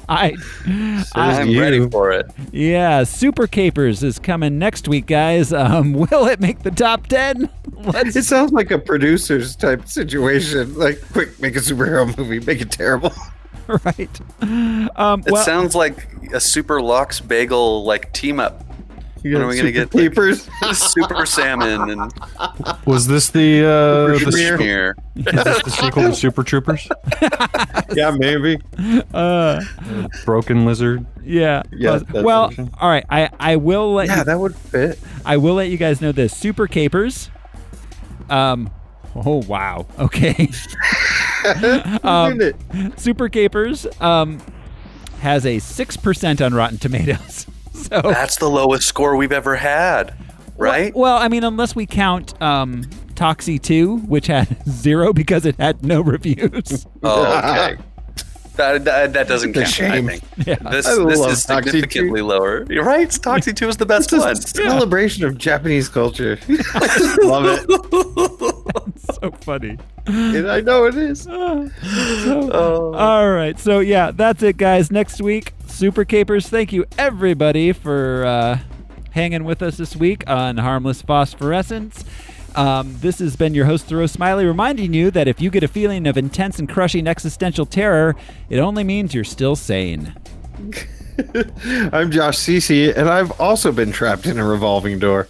A: I
B: There's
C: I'm
B: you.
C: ready for it.
A: Yeah, Super Capers is coming next week, guys. Um, will it make the top ten? Let's.
B: It sounds like a producers type situation. Like, quick, make a superhero movie, make it terrible.
A: right. Um,
C: It
A: well,
C: sounds like a super lox bagel like team up. When are we gonna get like,
B: papers?
C: super salmon and
D: Was this the uh,
B: Premiere.
D: the, sequel-
C: here?
D: is this the sequel to Super Troopers?
B: yeah, maybe.
A: uh,
D: Broken Lizard.
A: yeah.
B: Yeah,
A: Plus-
B: that's
A: well,
B: interesting.
A: all right. I I will let
B: Yeah,
A: you,
B: that would fit.
A: I will let you guys know this. Super Capers. Um. Oh wow. Okay. um,
B: Isn't it?
A: Super Capers um has a six percent on Rotten Tomatoes. So
C: That's the lowest score we've ever had, right?
A: Well, well, I mean, unless we count um, Toxie 2, which had zero because it had no reviews.
C: Oh, okay. That, that, that doesn't
B: It's a
C: count.
B: shame.
C: I think.
A: yeah.
C: This,
B: I
C: this
B: love
C: is
B: Toxic two.
C: significantly lower. You're right. Toxic 2 is the best
B: It's
C: one.
B: a celebration of Japanese culture. I just love it.
A: so funny.
B: And I know it is.
A: All right. So, yeah, that's it, guys. Next week, Super Capers. Thank you, everybody, for uh, hanging with us this week on Harmless Phosphorescence. Um, this has been your host, Thoreau Smiley, reminding you that if you get a feeling of intense and crushing existential terror, it only means you're still sane.
B: I'm Josh Cece, and I've also been trapped in a revolving door.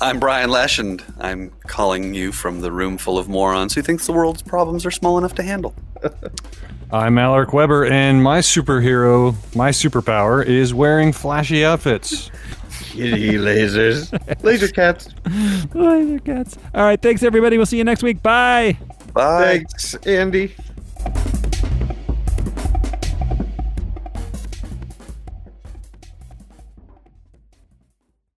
C: I'm Brian Lesh, and I'm calling you from the room full of morons who thinks the world's problems are small enough to handle.
D: I'm Alaric Weber, and my superhero, my superpower, is wearing flashy outfits.
B: Kitty lasers. Laser cats.
A: Laser cats. All right. Thanks, everybody. We'll see you next week. Bye.
C: Bye.
B: Thanks, Andy.